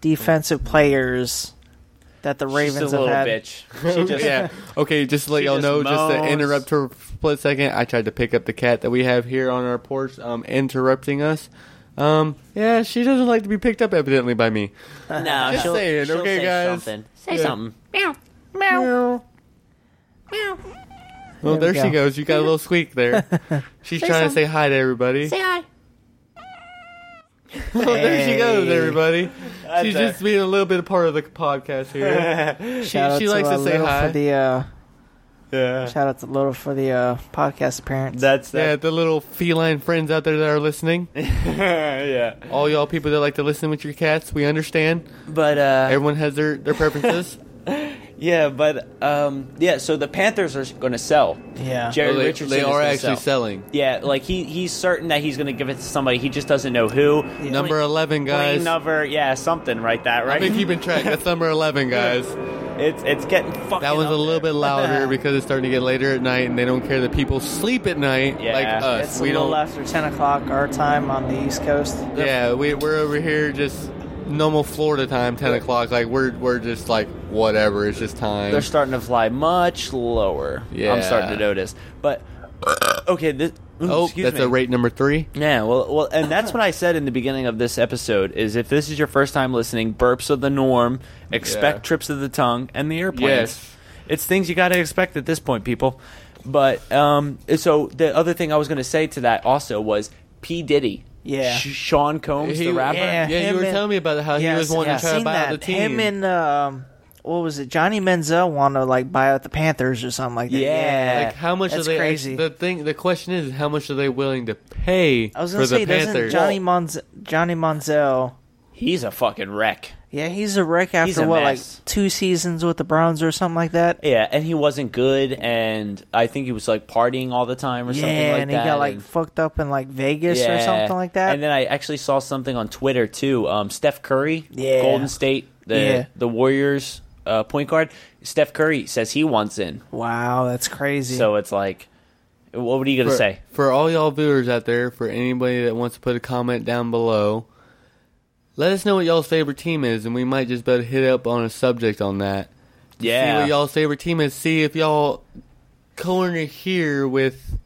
Speaker 4: defensive players that the Ravens
Speaker 3: a
Speaker 4: have
Speaker 3: little
Speaker 4: had.
Speaker 3: bitch.
Speaker 2: [LAUGHS]
Speaker 3: She just
Speaker 2: yeah. Okay, just to let
Speaker 3: She
Speaker 2: y'all
Speaker 3: just
Speaker 2: know, just to
Speaker 3: moans.
Speaker 2: interrupt her for a split second, I tried to pick up the cat that we have here on our porch, um, interrupting us. Um, yeah, she doesn't like to be picked up evidently by me.
Speaker 3: no,
Speaker 2: Just
Speaker 3: she'll,
Speaker 2: saying,
Speaker 3: she'll
Speaker 2: okay,
Speaker 3: say
Speaker 2: guys?
Speaker 3: something. Say
Speaker 2: Yeah.
Speaker 3: something.
Speaker 2: Meow. Well,
Speaker 4: There
Speaker 2: there,
Speaker 4: we
Speaker 2: she
Speaker 4: go.
Speaker 2: goes. You got a little squeak
Speaker 4: [LAUGHS]
Speaker 2: there. She's trying to say hi to everybody. Say [LAUGHS] hi. there she goes, everybody. She's
Speaker 3: her.
Speaker 2: just being a little bit a part of the podcast here.
Speaker 3: [LAUGHS]
Speaker 2: she
Speaker 4: Shout out
Speaker 2: she likes
Speaker 4: uh,
Speaker 2: to say
Speaker 4: Little
Speaker 2: hi.
Speaker 4: for the uh,
Speaker 3: Yeah,
Speaker 4: shout out to Little for the uh, podcast appearance.
Speaker 3: that's
Speaker 2: yeah,
Speaker 3: that.
Speaker 2: the little feline friends out there that are
Speaker 3: [LAUGHS]
Speaker 2: listening.
Speaker 3: yeah.
Speaker 2: All y'all people that like to listen with your cats, we understand.
Speaker 3: But uh,
Speaker 2: Everyone has their, their
Speaker 3: [LAUGHS]
Speaker 2: preferences.
Speaker 3: Yeah, but um, yeah. So the Panthers are going to sell.
Speaker 4: Yeah.
Speaker 3: Jerry
Speaker 2: Well, they,
Speaker 3: Richardson.
Speaker 2: they
Speaker 3: is
Speaker 2: are
Speaker 3: gonna
Speaker 2: actually
Speaker 3: sell.
Speaker 2: selling.
Speaker 3: Yeah, like he he's certain that he's going to give it to somebody. He just doesn't know who.
Speaker 2: Number 11,
Speaker 3: Plain
Speaker 2: guys.
Speaker 3: number, yeah, something like that,
Speaker 2: I've
Speaker 3: right?
Speaker 2: been keeping track. That's number 11, guys.
Speaker 3: it's it's getting fucking.
Speaker 2: That one's
Speaker 3: up
Speaker 2: a little
Speaker 3: there.
Speaker 2: bit
Speaker 4: [LAUGHS]
Speaker 2: louder because it's starting to get later at night and they don't care that people sleep at night
Speaker 3: Yeah.
Speaker 2: like us.
Speaker 4: It's
Speaker 2: we
Speaker 4: a little
Speaker 2: don't.
Speaker 4: after 10 o'clock our time on the East Coast.
Speaker 2: Yeah, we, we're over here just normal Florida time, 10 o'clock. Like, we're, we're just like, whatever. It's just time.
Speaker 3: They're starting to fly much lower.
Speaker 2: Yeah.
Speaker 3: I'm starting to notice. But okay, this. ooh,
Speaker 2: oh,
Speaker 3: excuse
Speaker 2: that's
Speaker 3: me.
Speaker 2: a rate number three.
Speaker 3: Yeah, well, well, and that's what I said in the beginning of this episode. Is if this is your first time listening, burps are the norm. Expect
Speaker 2: Yeah.
Speaker 3: trips of the tongue and the airplanes.
Speaker 2: Yes.
Speaker 3: it's things you got to expect at this point, people. But um, so the other thing I was going to say to that also was P Diddy.
Speaker 4: Yeah.
Speaker 3: Sh- Sean Combs,
Speaker 2: He-
Speaker 3: the rapper.
Speaker 2: Yeah, you
Speaker 4: him
Speaker 2: were
Speaker 4: and-
Speaker 2: telling me about how he was wanting
Speaker 4: yeah,
Speaker 2: to try to
Speaker 4: seen
Speaker 2: buy out the
Speaker 4: that.
Speaker 2: team.
Speaker 4: Him and um, what was it? Johnny Menzel wanted to like buy out the Panthers or something like that.
Speaker 3: Yeah.
Speaker 2: Like how much
Speaker 4: That's
Speaker 2: are they?
Speaker 4: crazy.
Speaker 2: The thing, the question is, how much are they willing to pay
Speaker 4: I was
Speaker 2: for
Speaker 4: gonna say,
Speaker 2: the
Speaker 4: doesn't
Speaker 2: Panthers?
Speaker 4: Johnny Monz- Johnny Monzel?
Speaker 3: He's a fucking wreck.
Speaker 4: Yeah, he's a wreck after
Speaker 3: a
Speaker 4: what,
Speaker 3: mess.
Speaker 4: like two seasons with the Browns or something like that.
Speaker 3: Yeah, and he wasn't good, and I think he was like partying all the time or
Speaker 4: Yeah,
Speaker 3: something like
Speaker 4: and
Speaker 3: that.
Speaker 4: he got like
Speaker 3: and-
Speaker 4: fucked up in like Vegas or something like that.
Speaker 3: And then I actually saw something on Twitter too. Um, Steph Curry,
Speaker 4: Yeah.
Speaker 3: Golden State, the
Speaker 4: Yeah.
Speaker 3: the Warriors uh, point guard. Steph Curry says he wants in.
Speaker 4: wow, that's crazy.
Speaker 3: So it's like, what what are you gonna
Speaker 2: for,
Speaker 3: say?
Speaker 2: for all y'all viewers out there, for anybody that wants to put a comment down below, let us know what y'all's favorite team is, and we might just better hit up on a subject on that. See
Speaker 3: Yeah,
Speaker 2: what y'all's favorite team is. See if y'all corner here with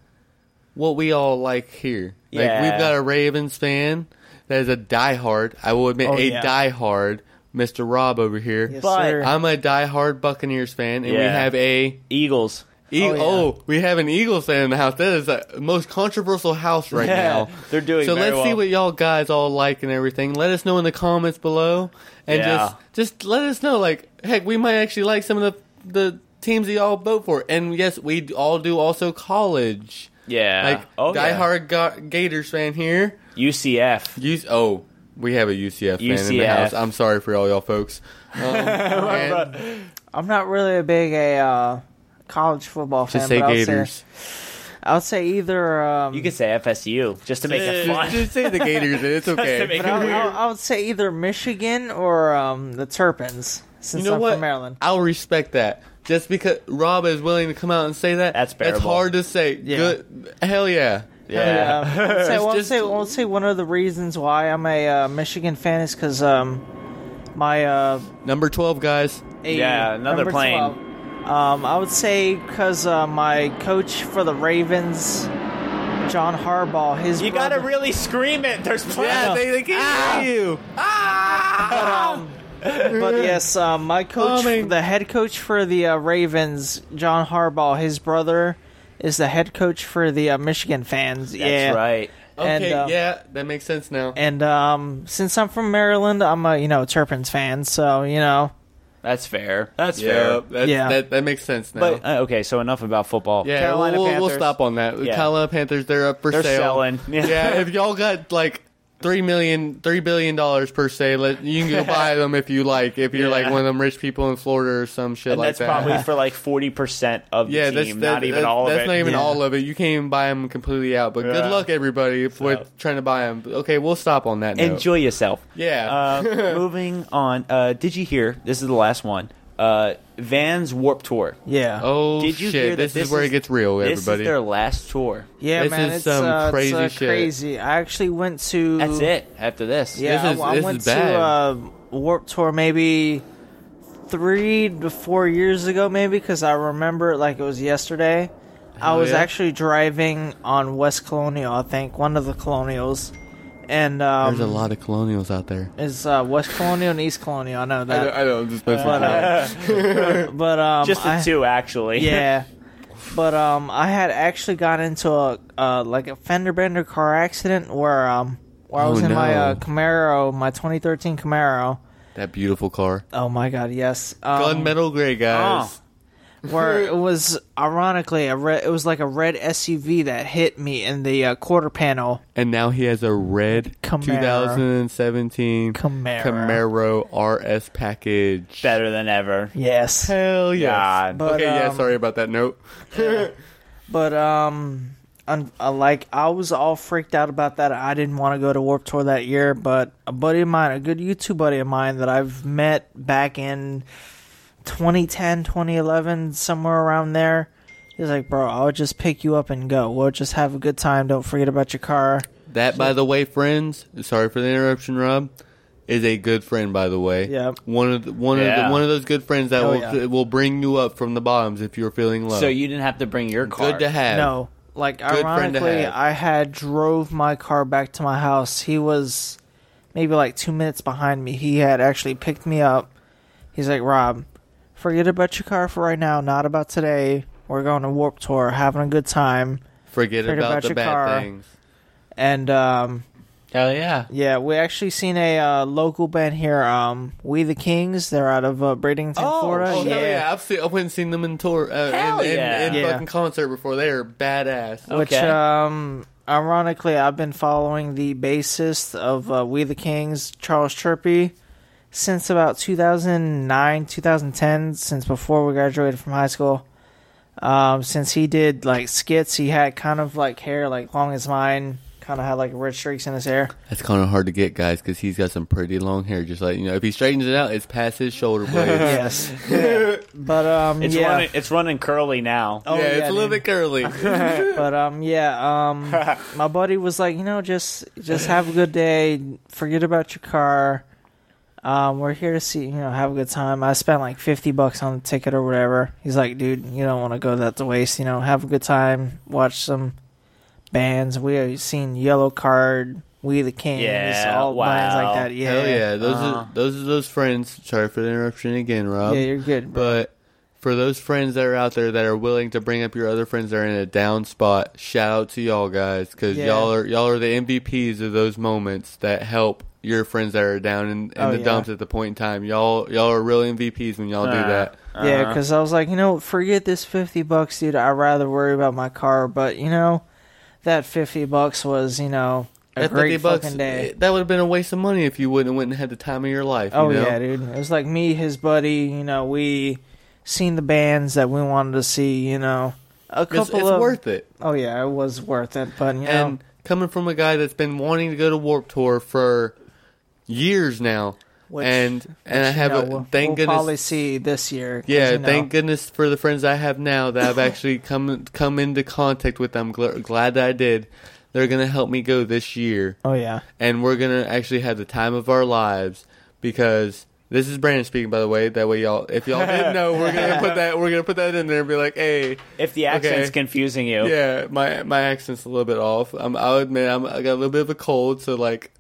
Speaker 2: what we all like here. Like
Speaker 3: Yeah.
Speaker 2: we've got a Ravens fan that is a diehard. I will admit,
Speaker 4: Oh,
Speaker 2: a
Speaker 4: yeah.
Speaker 2: diehard. Mr. Rob over here.
Speaker 4: Yes,
Speaker 3: but
Speaker 4: sir.
Speaker 2: I'm a diehard Buccaneers fan, and we
Speaker 3: Yeah.
Speaker 2: have a
Speaker 3: Eagles.
Speaker 2: E-
Speaker 4: Oh,
Speaker 2: oh,
Speaker 4: yeah.
Speaker 2: we have an Eagles fan in the house. That is the most controversial house right
Speaker 3: Yeah,
Speaker 2: [LAUGHS] now.
Speaker 3: they're doing
Speaker 2: so.
Speaker 3: very
Speaker 2: let's see
Speaker 3: well.
Speaker 2: what y'all guys all like and everything. Let us know in the comments below, and
Speaker 3: Yeah.
Speaker 2: just just let us know. Like, heck, we might actually like some of the the teams that y'all vote for. And yes, we d- all do also college.
Speaker 3: Yeah.
Speaker 2: Like
Speaker 3: Oh, yeah.
Speaker 2: diehard Ga- Gators fan here.
Speaker 3: UCF.
Speaker 2: U- oh, we have a UCF, fan in the
Speaker 3: UCF.
Speaker 2: house. I'm sorry for all y'all
Speaker 4: [LAUGHS]
Speaker 2: folks. Um, and
Speaker 4: I'm not really a big a uh, college football fan.
Speaker 2: just say
Speaker 4: but I would
Speaker 2: Gators.
Speaker 4: say, I would say either. Um,
Speaker 3: You could say FSU just to make it
Speaker 2: Just, [LAUGHS]
Speaker 3: fun.
Speaker 2: just say the Gators.
Speaker 3: [LAUGHS]
Speaker 2: and It's okay.
Speaker 3: make
Speaker 4: but I, I, I would say either Michigan or um, the Turpins, since I'm from Maryland.
Speaker 2: I'll respect that. Just because Rob is willing to come out and say that,
Speaker 3: That's
Speaker 2: It's
Speaker 3: bearable.
Speaker 2: hard to say. Good, hell yeah.
Speaker 3: Yeah. [LAUGHS]
Speaker 4: Yeah. I'll say, well,
Speaker 2: just-
Speaker 4: I'll say, I'll say one of the reasons why I'm a uh, Michigan fan is because um, my uh,
Speaker 2: Number twelve, guys.
Speaker 4: a-
Speaker 3: Yeah, another
Speaker 4: number
Speaker 3: plane.
Speaker 4: 12, um, I would say because uh, my coach for the Ravens, John Harbaugh, his
Speaker 3: You
Speaker 4: brother,
Speaker 3: gotta really scream it. There's
Speaker 2: Yeah,
Speaker 3: plenty.
Speaker 2: they, they can't
Speaker 3: Ah!
Speaker 2: hear you.
Speaker 4: but yes, um, my coach,
Speaker 2: Bombing.
Speaker 4: the head coach for the uh, Ravens, John Harbaugh, his brother is the head coach for the uh, Michigan fans.
Speaker 3: That's
Speaker 4: yeah,
Speaker 3: right.
Speaker 4: And,
Speaker 2: Okay,
Speaker 4: uh,
Speaker 2: yeah, that makes sense now.
Speaker 4: And um, since I'm from Maryland, I'm a you know Turpins fan, so you know
Speaker 3: That's fair. That's
Speaker 2: yeah,
Speaker 3: fair.
Speaker 2: that's,
Speaker 4: Yeah.
Speaker 2: That, that makes sense now.
Speaker 3: But uh, okay, so enough about football.
Speaker 2: yeah,
Speaker 4: Carolina
Speaker 2: we'll, we'll
Speaker 4: Panthers.
Speaker 2: stop on that.
Speaker 3: Yeah.
Speaker 2: Carolina Panthers, they're up for
Speaker 3: They're
Speaker 2: sale.
Speaker 3: selling. [LAUGHS] Yeah.
Speaker 2: yeah, if y'all got like three million, three billion dollars per se, let you
Speaker 3: [LAUGHS]
Speaker 2: can go buy them if you like. If you're
Speaker 3: Yeah.
Speaker 2: like one of them rich people in Florida or some shit
Speaker 3: And
Speaker 2: like
Speaker 3: that's
Speaker 2: that. [LAUGHS]
Speaker 3: probably for like forty percent of the
Speaker 2: yeah, that's,
Speaker 3: team,
Speaker 2: that-
Speaker 3: not even
Speaker 2: that's-
Speaker 3: all of
Speaker 2: that's
Speaker 3: it.
Speaker 2: not even
Speaker 4: Yeah.
Speaker 2: all of it. You can't even buy them completely out. But
Speaker 3: Yeah.
Speaker 2: good luck, everybody, with trying to buy them. Okay, we'll stop on that. note.
Speaker 3: Enjoy yourself.
Speaker 2: Yeah. [LAUGHS]
Speaker 3: Uh, moving on. Uh, did you hear? This is the last one. Uh, Van's Warp Tour.
Speaker 4: yeah,
Speaker 2: Oh
Speaker 3: Did you
Speaker 2: shit!
Speaker 3: hear that
Speaker 2: this, is where it gets real,
Speaker 3: This
Speaker 2: everybody.
Speaker 3: is their last tour.
Speaker 4: yeah,
Speaker 2: this
Speaker 4: man,
Speaker 2: is
Speaker 4: it's
Speaker 2: some
Speaker 4: uh,
Speaker 2: crazy
Speaker 4: it's, uh,
Speaker 2: shit.
Speaker 4: crazy. I actually went to
Speaker 3: That's it. After this,
Speaker 4: Yeah,
Speaker 2: This is-
Speaker 4: I, I
Speaker 2: this
Speaker 4: went
Speaker 2: is bad.
Speaker 4: to uh, Warp Tour maybe three to four years ago, maybe because I remember it like it was yesterday. I
Speaker 2: Oh,
Speaker 4: was
Speaker 2: yeah?
Speaker 4: actually driving on West Colonial, I think, one of the Colonials, and um,
Speaker 2: There's a lot of colonials out there.
Speaker 4: It's uh, West Colonial and East Colonial. I know that,
Speaker 2: [LAUGHS] know. I'm just
Speaker 4: but uh, but um,
Speaker 3: just the
Speaker 4: I-
Speaker 3: two actually.
Speaker 4: yeah. But um, I had actually got into a uh, like a fender bender car accident where um where I
Speaker 2: Oh,
Speaker 4: was in my
Speaker 2: no.
Speaker 4: uh, Camaro, my 2013 Camaro.
Speaker 2: that beautiful car,
Speaker 4: Oh my god, yes.
Speaker 3: Oh.
Speaker 4: Um,
Speaker 2: gunmetal gray guys.
Speaker 4: where it was ironically a red, it was like a red SUV that hit me in the uh, quarter panel.
Speaker 2: And now he has a red
Speaker 4: Camaro.
Speaker 2: 2017
Speaker 4: Camaro.
Speaker 2: Camaro RS package.
Speaker 3: [LAUGHS] better than ever.
Speaker 4: Yes.
Speaker 2: Hell yes.
Speaker 3: God.
Speaker 4: But,
Speaker 2: okay, yeah.
Speaker 4: um,
Speaker 2: Sorry about that note.
Speaker 4: But um, un- uh, like I was all freaked out about that. I didn't want to go to Warp Tour that year, but a buddy of mine, a good YouTube buddy of mine that I've met back in 2010, 2011, somewhere around there. He's like, bro, I'll just pick you up and go. We'll just have a good time. Don't forget about your car.
Speaker 2: That, by the way, friends. Sorry for the interruption, Rob. Is a good friend, by the way.
Speaker 4: Yep.
Speaker 2: One of the, one of
Speaker 3: Yeah.
Speaker 2: the, one of those good friends that
Speaker 4: Oh,
Speaker 2: will
Speaker 4: yeah.
Speaker 2: will bring you up from the bottoms if you're feeling low.
Speaker 3: So you didn't have to bring your car.
Speaker 2: good to have.
Speaker 4: No, like
Speaker 2: friend to
Speaker 4: ironically,
Speaker 2: have.
Speaker 4: I had drove my car back to my house. He was maybe like two minutes behind me. He had actually picked me up. He's like, Rob, forget about your car for right now. Not about today. We're going to Warp Tour, having a good time,
Speaker 2: Forget,
Speaker 4: Forget
Speaker 2: about,
Speaker 4: about
Speaker 2: the
Speaker 4: your
Speaker 2: bad
Speaker 4: car.
Speaker 2: things.
Speaker 4: and um,
Speaker 3: Hell yeah.
Speaker 4: yeah, we actually seen a uh, local band here. Um, we the Kings. They're out of uh, Bradenton, Florida.
Speaker 2: Oh, hell yeah! I've seen, I went and seen them in tour, uh,
Speaker 3: Hell
Speaker 2: in, in,
Speaker 3: yeah.
Speaker 2: in
Speaker 4: Yeah. Oh.
Speaker 2: fucking concert before. They are badass.
Speaker 4: Which,
Speaker 3: Okay.
Speaker 4: um, ironically, I've been following the bassist of uh, We the Kings, Charles Chirpy, since about 2009, 2010, since before we graduated from high school. Um, since he did like skits, he had kind of like hair like long as mine, kind of had like red streaks in his hair.
Speaker 2: That's kind of hard to get, guys, because he's got some pretty long hair. Just like you know, if he straightens it out, it's past his shoulder
Speaker 4: [LAUGHS]
Speaker 2: blades.
Speaker 4: Yes, but um,
Speaker 3: It's
Speaker 4: yeah,
Speaker 3: running. It's running curly now.
Speaker 4: Oh,
Speaker 2: yeah, it's
Speaker 4: yeah,
Speaker 2: a little
Speaker 4: dude.
Speaker 2: bit curly.
Speaker 3: [LAUGHS]
Speaker 4: but um yeah um my buddy was like you know just just have a good day forget about your car um we're here to see you know have a good time i spent like 50 bucks on the ticket or whatever he's like dude you don't want to go that to waste you know have a good time watch some bands we have seen yellow card we the kings
Speaker 3: Yeah,
Speaker 4: all bands
Speaker 3: wow.
Speaker 4: like that [LAUGHS] yeah
Speaker 2: Hell yeah! Those
Speaker 4: Uh,
Speaker 2: are those are those friends. Sorry for the interruption again, Rob.
Speaker 4: yeah you're good bro.
Speaker 2: But for those friends that are out there that are willing to bring up your other friends that are in a down spot, shout out to y'all guys because
Speaker 4: Yeah.
Speaker 2: y'all are y'all are the MVPs of those moments that help your friends that are down in, in
Speaker 4: Oh,
Speaker 2: the
Speaker 4: yeah.
Speaker 2: dumps at the point in time. Y'all y'all are real MVPs when y'all do that.
Speaker 4: Yeah, because I was like, you know, forget this fifty bucks, dude. I'd rather worry about my car. But you know, that fifty bucks was, you know, a
Speaker 2: That
Speaker 4: great
Speaker 2: 50 bucks,
Speaker 4: fucking day.
Speaker 2: it- that would have been a waste of money if you wouldn't have went and had the time of your life.
Speaker 4: oh
Speaker 2: you know?
Speaker 4: yeah, dude. It was like me, his buddy. You know, we seen the bands that we wanted to see. You know, a couple
Speaker 2: It's, it's
Speaker 4: of.
Speaker 2: worth it.
Speaker 4: oh yeah, it was worth it. But you know,
Speaker 2: And coming from a guy that's been wanting to go to Warp Tour for years now,
Speaker 4: Which-
Speaker 2: and and I have
Speaker 4: you know,
Speaker 2: a,
Speaker 4: we'll,
Speaker 2: thank
Speaker 4: we'll
Speaker 2: goodness.
Speaker 4: probably see this year. 'cause,
Speaker 2: yeah,
Speaker 4: you know,
Speaker 2: thank goodness for the friends I have now that
Speaker 4: [LAUGHS]
Speaker 2: I've actually come come into contact with. I'm gl- glad that I did. They're gonna help me go this year,
Speaker 4: Oh yeah,
Speaker 2: and we're gonna actually have the time of our lives because. This is Brandon speaking, by the way. That way, y'all, if y'all didn't know, we're gonna
Speaker 4: [LAUGHS]
Speaker 2: put that we're gonna put that in there and be like, "Hey,
Speaker 3: If the accent's
Speaker 2: Okay.
Speaker 3: confusing you,
Speaker 2: yeah, my my accent's a little bit off. i I'll admit I'm, I got a little bit of a cold, so like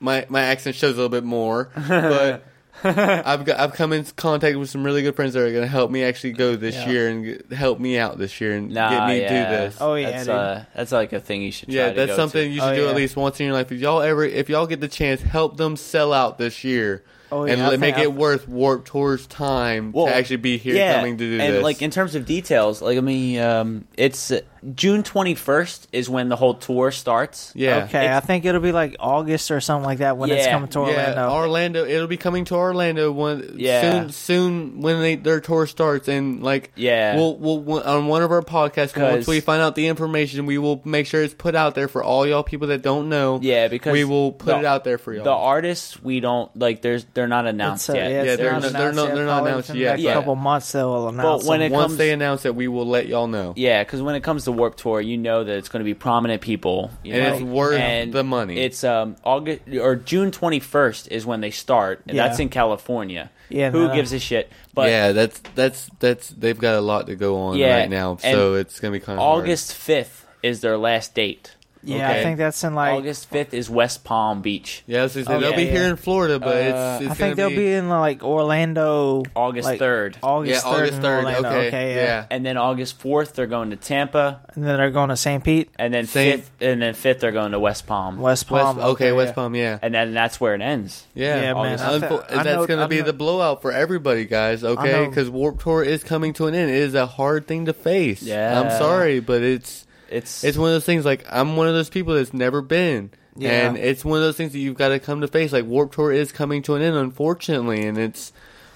Speaker 2: my my accent shows a little bit more.
Speaker 3: [LAUGHS]
Speaker 2: But I've got I've come in contact with some really good friends that are going to help me actually go this
Speaker 4: Yeah.
Speaker 2: year and get, help me out this year and
Speaker 3: nah,
Speaker 2: get me
Speaker 3: yeah.
Speaker 2: do this.
Speaker 4: Oh, yeah,
Speaker 3: that's,
Speaker 4: dude.
Speaker 3: uh, that's like a thing you should. Try
Speaker 2: yeah,
Speaker 3: to
Speaker 2: that's
Speaker 3: go
Speaker 2: something
Speaker 3: to.
Speaker 2: you should
Speaker 4: Oh,
Speaker 2: do
Speaker 4: yeah.
Speaker 2: at least once in your life. If y'all ever if y'all get the chance, help them sell out this year.
Speaker 4: Oh, yeah,
Speaker 2: and
Speaker 4: I
Speaker 2: let- make
Speaker 4: think
Speaker 2: it
Speaker 4: I-
Speaker 2: worth Warp Tour's time
Speaker 3: Well,
Speaker 2: to actually be here coming to do
Speaker 3: and
Speaker 2: this.
Speaker 3: like in terms of details, like I mean, um, it's uh, June twenty first is when the whole tour starts.
Speaker 2: yeah.
Speaker 4: okay. I
Speaker 3: It's-
Speaker 4: think it'll be like August or something like that when it's
Speaker 3: Yeah.
Speaker 4: coming to Orlando.
Speaker 2: Yeah, Orlando. It'll be coming to Orlando when
Speaker 3: Yeah.
Speaker 2: soon. Soon when they, their tour starts and like
Speaker 3: Yeah.
Speaker 2: we'll, we'll, we'll on one of our podcasts once
Speaker 3: 'Cause-
Speaker 2: we find out the information, we will make sure it's put out there for all y'all people that don't know.
Speaker 3: Yeah, because
Speaker 2: we will put
Speaker 3: the-
Speaker 2: it out there for y'all.
Speaker 3: The artists we don't like. There's they're not announced
Speaker 4: It's, uh,
Speaker 3: yet.
Speaker 4: it's
Speaker 2: Yeah, they're
Speaker 4: not
Speaker 2: not- they're
Speaker 4: announced
Speaker 2: not-
Speaker 4: yet.
Speaker 2: they're not
Speaker 4: Probably
Speaker 2: announced
Speaker 4: within the
Speaker 2: yet,
Speaker 4: next
Speaker 3: but-
Speaker 4: couple months they will announce.
Speaker 3: when
Speaker 4: them.
Speaker 3: it
Speaker 2: once
Speaker 3: comes-
Speaker 2: they announce it, we will let y'all know.
Speaker 3: Yeah, because when it comes to Warp Tour, you know that it's going to be prominent people, you
Speaker 2: And
Speaker 3: know?
Speaker 2: it's worth the money.
Speaker 3: It's um August or June twenty first is when they start, and
Speaker 4: Yeah.
Speaker 3: that's in California.
Speaker 4: Yeah,
Speaker 3: who
Speaker 4: no.
Speaker 3: gives a shit? But
Speaker 2: yeah, that's that's that's they've got a lot to go on
Speaker 3: Yeah,
Speaker 2: right now,
Speaker 3: and
Speaker 2: so it's gonna be kind of
Speaker 3: August fifth is their last date.
Speaker 4: yeah, I
Speaker 2: okay.
Speaker 4: think that's in like
Speaker 3: August fifth is West Palm Beach.
Speaker 2: Yeah, I was gonna say,
Speaker 4: Oh,
Speaker 2: they'll
Speaker 4: yeah,
Speaker 2: be here
Speaker 4: yeah.
Speaker 2: in Florida, but it's, it's
Speaker 4: Uh, I
Speaker 2: gonna
Speaker 4: think they'll be, in like Orlando
Speaker 3: August
Speaker 4: like,
Speaker 3: 3rd.
Speaker 2: yeah
Speaker 4: August third.
Speaker 2: August third. Okay,
Speaker 4: yeah.
Speaker 2: yeah.
Speaker 3: and then August fourth they're going to Tampa,
Speaker 4: And then they're going to St. Pete,
Speaker 3: and then
Speaker 2: Same.
Speaker 3: fifth, and then fifth they're going to West Palm,
Speaker 4: West
Speaker 2: West,
Speaker 4: Palm.
Speaker 2: okay, West
Speaker 4: yeah.
Speaker 2: Palm, yeah.
Speaker 3: and then that's where it ends.
Speaker 2: Yeah,
Speaker 4: Yeah, man, I
Speaker 2: Unfo-
Speaker 4: fe- I
Speaker 2: that's
Speaker 4: know-
Speaker 2: going to
Speaker 4: I
Speaker 2: be
Speaker 4: know-
Speaker 2: the blowout for everybody, guys. Okay,
Speaker 4: know-
Speaker 2: because Warp Tour is coming to an end. It is a hard thing to face.
Speaker 3: Yeah.
Speaker 2: I'm sorry, but it's
Speaker 3: It's
Speaker 2: it's one of those things. Like I'm one of those people that's never been,
Speaker 4: Yeah.
Speaker 2: and it's one of those things that you've got to come to face. Like Warp Tour is coming to an end, unfortunately, and it's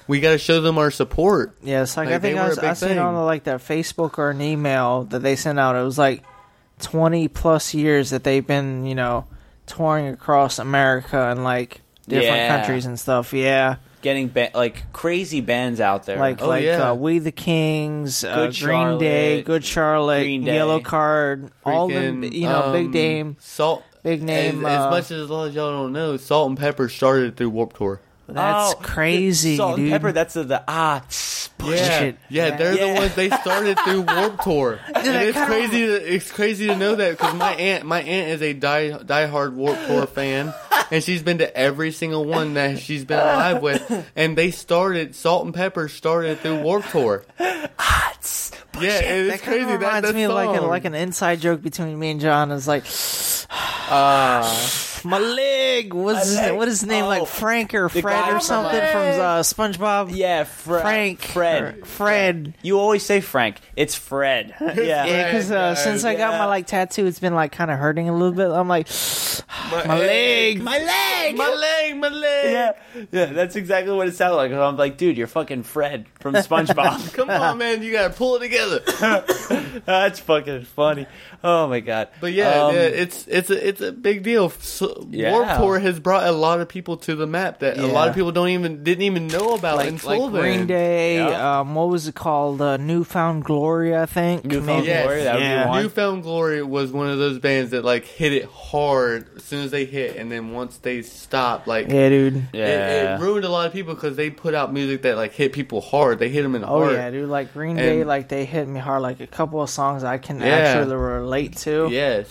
Speaker 2: we got to show them our support.
Speaker 4: Yeah, it's like,
Speaker 2: Like,
Speaker 4: I think
Speaker 2: they
Speaker 4: I,
Speaker 2: were
Speaker 4: was,
Speaker 2: a big
Speaker 4: I seen
Speaker 2: thing.
Speaker 4: on like their Facebook or an email that they sent out. It was like twenty plus years that they've been, you know, touring across America and like different
Speaker 3: Yeah.
Speaker 4: countries and stuff. Yeah,
Speaker 3: getting ba- like crazy bands out there.
Speaker 4: like
Speaker 2: Oh,
Speaker 4: like
Speaker 2: yeah.
Speaker 4: uh, We the Kings, uh, Green
Speaker 3: Good
Speaker 4: Day,
Speaker 3: Charlotte,
Speaker 4: Good Charlotte,
Speaker 3: Green Day.
Speaker 4: Yellow Card, all them.
Speaker 2: Freaking,
Speaker 4: You know, Big
Speaker 2: um,
Speaker 4: Dame.
Speaker 2: Salt,
Speaker 4: Big name,
Speaker 2: As,
Speaker 4: uh,
Speaker 2: as much as a lot of y'all don't know, Salt and Pepper started through Warp Tour.
Speaker 4: That's
Speaker 3: Oh,
Speaker 4: crazy,
Speaker 3: Salt
Speaker 4: dude.
Speaker 3: and pepper. That's the, the ah.
Speaker 2: Yeah,
Speaker 4: Shit.
Speaker 2: yeah, they're
Speaker 3: Yeah.
Speaker 2: the ones they started
Speaker 4: [LAUGHS]
Speaker 2: through Warp Tour. And
Speaker 4: I
Speaker 2: it's
Speaker 4: kinda-
Speaker 2: crazy. To, it's crazy to know that because my aunt, my aunt is a die diehard Warp
Speaker 4: [LAUGHS]
Speaker 2: Tour fan, and she's been to every single one that she's been alive with. And they started Salt and Pepper started through Warp Tour. Yeah, and it's
Speaker 4: Kinda
Speaker 2: crazy. That
Speaker 4: reminds
Speaker 2: that
Speaker 4: me of like a,
Speaker 2: song.
Speaker 4: like an inside joke between me and John. Is like, [SIGHS] my leg was
Speaker 3: leg.
Speaker 4: what is his name
Speaker 3: Oh.
Speaker 4: like Frank or
Speaker 3: guy
Speaker 4: Fred
Speaker 3: from
Speaker 4: or something
Speaker 3: the-
Speaker 4: from uh, SpongeBob.
Speaker 3: Yeah, Fre-
Speaker 4: Frank,
Speaker 3: Fred.
Speaker 4: or Fred.
Speaker 3: You always say Frank. It's
Speaker 4: [LAUGHS]
Speaker 3: Fred. Yeah.
Speaker 4: Yeah, because uh, since I got
Speaker 3: Yeah.
Speaker 4: my like tattoo, it's been like kind of hurting a little bit. I'm like, [SIGHS] my leg.
Speaker 3: My leg.
Speaker 2: my leg, my leg.
Speaker 3: yeah. Yeah, that's exactly what it sounded like. I'm like, dude, you're fucking Fred
Speaker 4: [LAUGHS]
Speaker 3: from SpongeBob.
Speaker 2: Come on, man, you gotta pull it together.
Speaker 3: that's fucking funny. Oh my god.
Speaker 2: But yeah,
Speaker 3: Um,
Speaker 2: yeah, it's it's a it's a big deal. So,
Speaker 3: Yeah.
Speaker 2: Warped Tour has brought a lot of people to the map that a lot
Speaker 4: Yeah.
Speaker 2: of people don't even didn't even know about
Speaker 4: Like,
Speaker 2: until
Speaker 4: like
Speaker 2: then.
Speaker 4: Green Day,
Speaker 3: Yeah.
Speaker 4: um, what was it called? Uh, Newfound Glory, I think.
Speaker 3: Newfound
Speaker 4: Maybe.
Speaker 3: Glory, that would be
Speaker 4: Yeah.
Speaker 3: one.
Speaker 2: Newfound Glory was one of those bands that like hit it hard as soon as they hit, and then once they stopped, like
Speaker 4: Yeah, dude.
Speaker 2: it,
Speaker 3: yeah.
Speaker 2: it ruined a lot of people because they put out music that like hit people hard. They hit them in the
Speaker 4: Oh
Speaker 2: heart.
Speaker 4: yeah, dude. Like Green Day,
Speaker 2: And-
Speaker 4: like they hit me hard. Like a couple of songs I can
Speaker 2: Yeah.
Speaker 4: actually relate to.
Speaker 2: Yes,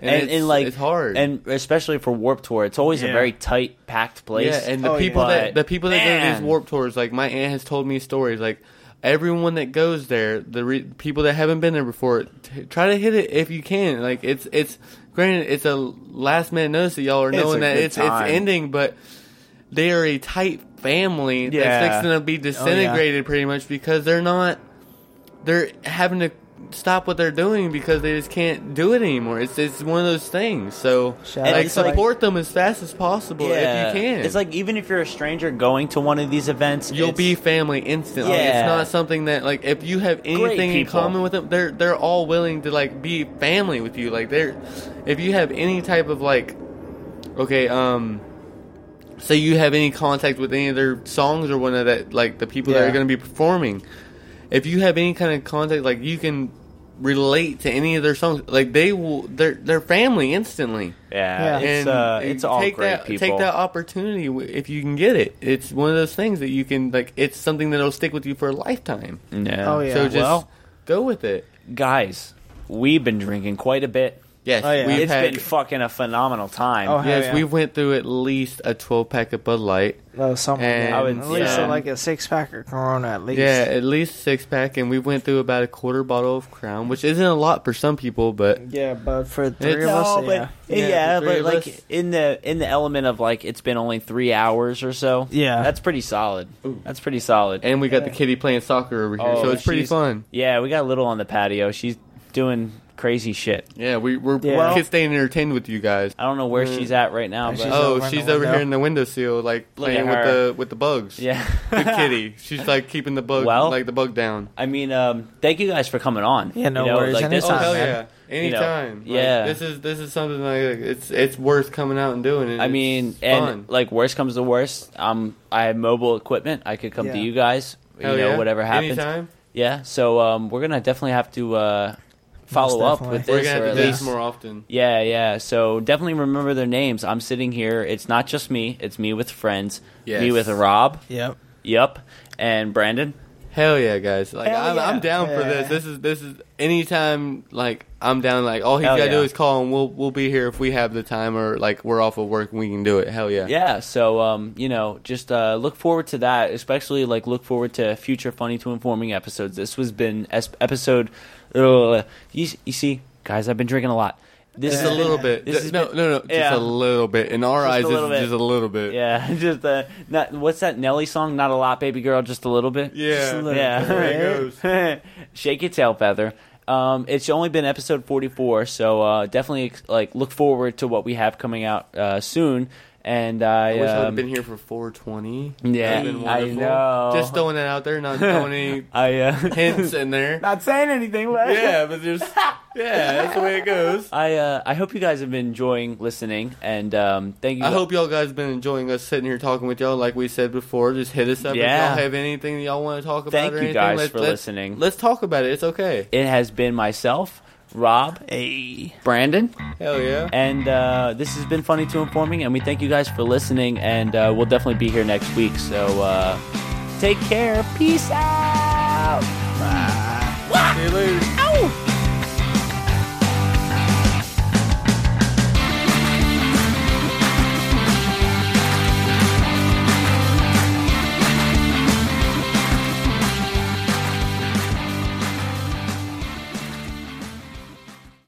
Speaker 2: and,
Speaker 3: and,
Speaker 2: it's,
Speaker 3: and, like
Speaker 2: it's hard.
Speaker 3: and especially for Warp Tour, it's always a
Speaker 4: Yeah.
Speaker 3: very tight, packed place.
Speaker 2: Yeah, and the
Speaker 4: Oh,
Speaker 2: people
Speaker 3: yeah.
Speaker 2: that the people that go to
Speaker 3: Man.
Speaker 2: these warp tours, like my aunt has told me stories like everyone that goes there, the re- people that haven't been there before, t- try to hit it if you can. Like it's it's granted, it's a last minute notice that y'all are
Speaker 3: It's a
Speaker 2: knowing that
Speaker 3: good
Speaker 2: it's
Speaker 3: time.
Speaker 2: it's ending, but they are a tight family
Speaker 3: Yeah.
Speaker 2: that's going to be disintegrated pretty much because they're not they're having to stop what they're doing because they just can't do it anymore. It's it's one of those things. So
Speaker 4: Shout
Speaker 2: like
Speaker 4: out to-
Speaker 2: support them as fast as possible if you can.
Speaker 3: It's like even if you're a stranger going to one of these events,
Speaker 2: You'll
Speaker 3: it's-
Speaker 2: be family instantly.
Speaker 3: Yeah.
Speaker 2: It's not something that like if you have anything in
Speaker 3: people.
Speaker 2: common with them, they're they're all willing to like be family with you. Like they're if you have any type of like okay, um say you have any contact with any of their songs or one of that like the people that
Speaker 4: Yeah.
Speaker 2: are gonna be performing. If you have any kind of contact like you can relate to any of their songs, like they will they're they're family instantly
Speaker 3: yeah,
Speaker 4: Yeah.
Speaker 3: it's
Speaker 2: and
Speaker 3: uh, it's all
Speaker 2: take
Speaker 3: great
Speaker 2: that,
Speaker 3: people.
Speaker 2: Take that opportunity w- if you can get it. It's one of those things that you can like. It's something that'll stick with you for a lifetime.
Speaker 3: Yeah.
Speaker 4: Oh, yeah.
Speaker 2: So just
Speaker 3: Well-
Speaker 2: go with it.
Speaker 3: guys, we've been drinking quite a bit.
Speaker 2: Yes,
Speaker 4: Oh, yeah.
Speaker 2: we've
Speaker 3: It's
Speaker 2: had.
Speaker 3: been fucking a phenomenal time.
Speaker 4: Oh, hell
Speaker 2: yes,
Speaker 4: yeah.
Speaker 2: we went through at least a twelve pack of Bud Light.
Speaker 4: Oh, something.
Speaker 2: And-
Speaker 4: yeah.
Speaker 2: I um,
Speaker 3: would
Speaker 4: at least
Speaker 3: say-
Speaker 4: like a six pack of Corona, at least.
Speaker 2: Yeah, at least six pack, and we went through about a quarter bottle of Crown, which isn't a lot for some people, but
Speaker 4: Yeah, but for the three
Speaker 2: It's-
Speaker 4: of us,
Speaker 3: No,
Speaker 4: Oh, yeah.
Speaker 3: Oh, but yeah,
Speaker 2: Yeah, the three
Speaker 3: but
Speaker 2: of
Speaker 3: like
Speaker 2: us.
Speaker 3: in the in the element of like it's been only three hours or so.
Speaker 4: Yeah.
Speaker 3: that's pretty solid. That's pretty solid.
Speaker 2: and we got the kitty playing soccer over here,
Speaker 3: Oh,
Speaker 2: so it's pretty
Speaker 3: she's-
Speaker 2: fun.
Speaker 3: yeah, we got little on the patio. She's doing crazy shit.
Speaker 2: Yeah, we, we're
Speaker 4: Yeah.
Speaker 2: we're kids staying entertained with you guys.
Speaker 3: I don't know
Speaker 2: Mm.
Speaker 3: where she's at right now, but
Speaker 4: And she's-
Speaker 2: oh,
Speaker 4: over in the
Speaker 2: she's over
Speaker 4: window.
Speaker 2: here in the windowsill, like playing
Speaker 3: at
Speaker 2: with
Speaker 3: her.
Speaker 2: the with the bugs. [LAUGHS]
Speaker 3: yeah.
Speaker 2: the
Speaker 3: [LAUGHS]
Speaker 2: kitty. She's like keeping the bug,
Speaker 3: Well-
Speaker 2: like the bug down.
Speaker 3: I mean, um, thank you guys for coming on.
Speaker 4: Yeah, no
Speaker 3: You know,
Speaker 4: worries.
Speaker 3: Like, this
Speaker 4: Anytime,
Speaker 3: is-
Speaker 4: hell
Speaker 2: Oh,
Speaker 4: man.
Speaker 2: yeah,
Speaker 3: You know,
Speaker 2: anytime. Like,
Speaker 3: yeah.
Speaker 2: this is this is something like it's it's worth coming out and doing. it.
Speaker 3: I
Speaker 2: It's
Speaker 3: mean, and
Speaker 2: fun.
Speaker 3: like worst comes to worst, um, I have mobile equipment. I could come to
Speaker 4: Yeah.
Speaker 3: you guys. You
Speaker 2: Hell
Speaker 3: know,
Speaker 2: yeah.
Speaker 3: whatever happens.
Speaker 2: Anytime.
Speaker 3: Yeah. So um, we're gonna definitely have to uh, follow up with
Speaker 4: definitely.
Speaker 2: We're
Speaker 3: this,
Speaker 2: gonna have
Speaker 3: or
Speaker 2: to
Speaker 3: at
Speaker 2: do this
Speaker 3: least.
Speaker 2: more often.
Speaker 3: Yeah, yeah. So definitely remember their names. I'm sitting here. It's not just me. It's me with friends. Me
Speaker 2: Yes.
Speaker 3: with Rob.
Speaker 4: Yep.
Speaker 3: Yep. And Brandon.
Speaker 2: Hell yeah, guys! Like
Speaker 4: Hell
Speaker 2: I'm,
Speaker 4: yeah.
Speaker 2: I'm down for
Speaker 4: Yeah.
Speaker 2: this. This is this is anytime. Like I'm down. Like all he's
Speaker 3: Hell
Speaker 2: gotta do
Speaker 3: yeah.
Speaker 2: is call, and we'll we'll be here if we have the time or like we're off of work and we can do it. Hell yeah!
Speaker 3: Yeah. So um, you know, just uh, look forward to that. Especially like look forward to future funny to informing episodes. This was been es- episode. Uh, you, you see, guys, I've been drinking a lot. This
Speaker 2: Just
Speaker 3: has
Speaker 2: a little
Speaker 3: been-
Speaker 2: bit.
Speaker 3: This
Speaker 2: Just-
Speaker 3: has
Speaker 2: no,
Speaker 3: been-
Speaker 2: no, no.
Speaker 3: yeah.
Speaker 2: Just a little bit. In our
Speaker 3: Just a
Speaker 2: eyes, this
Speaker 3: little
Speaker 2: is
Speaker 3: bit.
Speaker 2: just a little bit.
Speaker 3: Yeah, [LAUGHS] just uh, not what's that Nelly song? Not a lot, baby girl, just a little bit.
Speaker 4: Just a
Speaker 2: Yeah.
Speaker 4: little
Speaker 3: Yeah. [LAUGHS] Shake your tail feather. Um, it's only been episode 44, so uh, definitely ex- like look forward to what we have coming out uh, soon. And I,
Speaker 2: I wish I'd
Speaker 3: um,
Speaker 2: have been here for 420.
Speaker 3: Yeah,
Speaker 2: That'd been
Speaker 3: I
Speaker 2: wonderful.
Speaker 3: know.
Speaker 2: Just throwing it out there, not throwing
Speaker 3: [LAUGHS]
Speaker 2: any
Speaker 3: [LAUGHS] I uh,
Speaker 2: hints in there.
Speaker 3: not saying anything.
Speaker 2: [LAUGHS]
Speaker 3: But
Speaker 2: yeah, but there's yeah, that's the way it goes.
Speaker 3: I uh, I hope you guys have been enjoying listening, and um, thank you.
Speaker 2: I hope y'all guys been enjoying us sitting here talking with y'all. Like we said before, just hit us up
Speaker 3: Yeah.
Speaker 2: if y'all have anything that y'all want to talk about.
Speaker 3: Thank
Speaker 2: or
Speaker 3: you
Speaker 2: anything.
Speaker 3: guys
Speaker 2: Let's-
Speaker 3: for
Speaker 2: let's-
Speaker 3: listening.
Speaker 2: Let's talk about it. It's okay.
Speaker 3: it has been myself, Rob,
Speaker 4: Hey.
Speaker 3: Brandon,
Speaker 2: Hell yeah.
Speaker 3: and uh, this has been funny to informing, and we thank you guys for listening, and uh, we'll definitely be here next week. So uh, take care, peace out.
Speaker 2: See you later.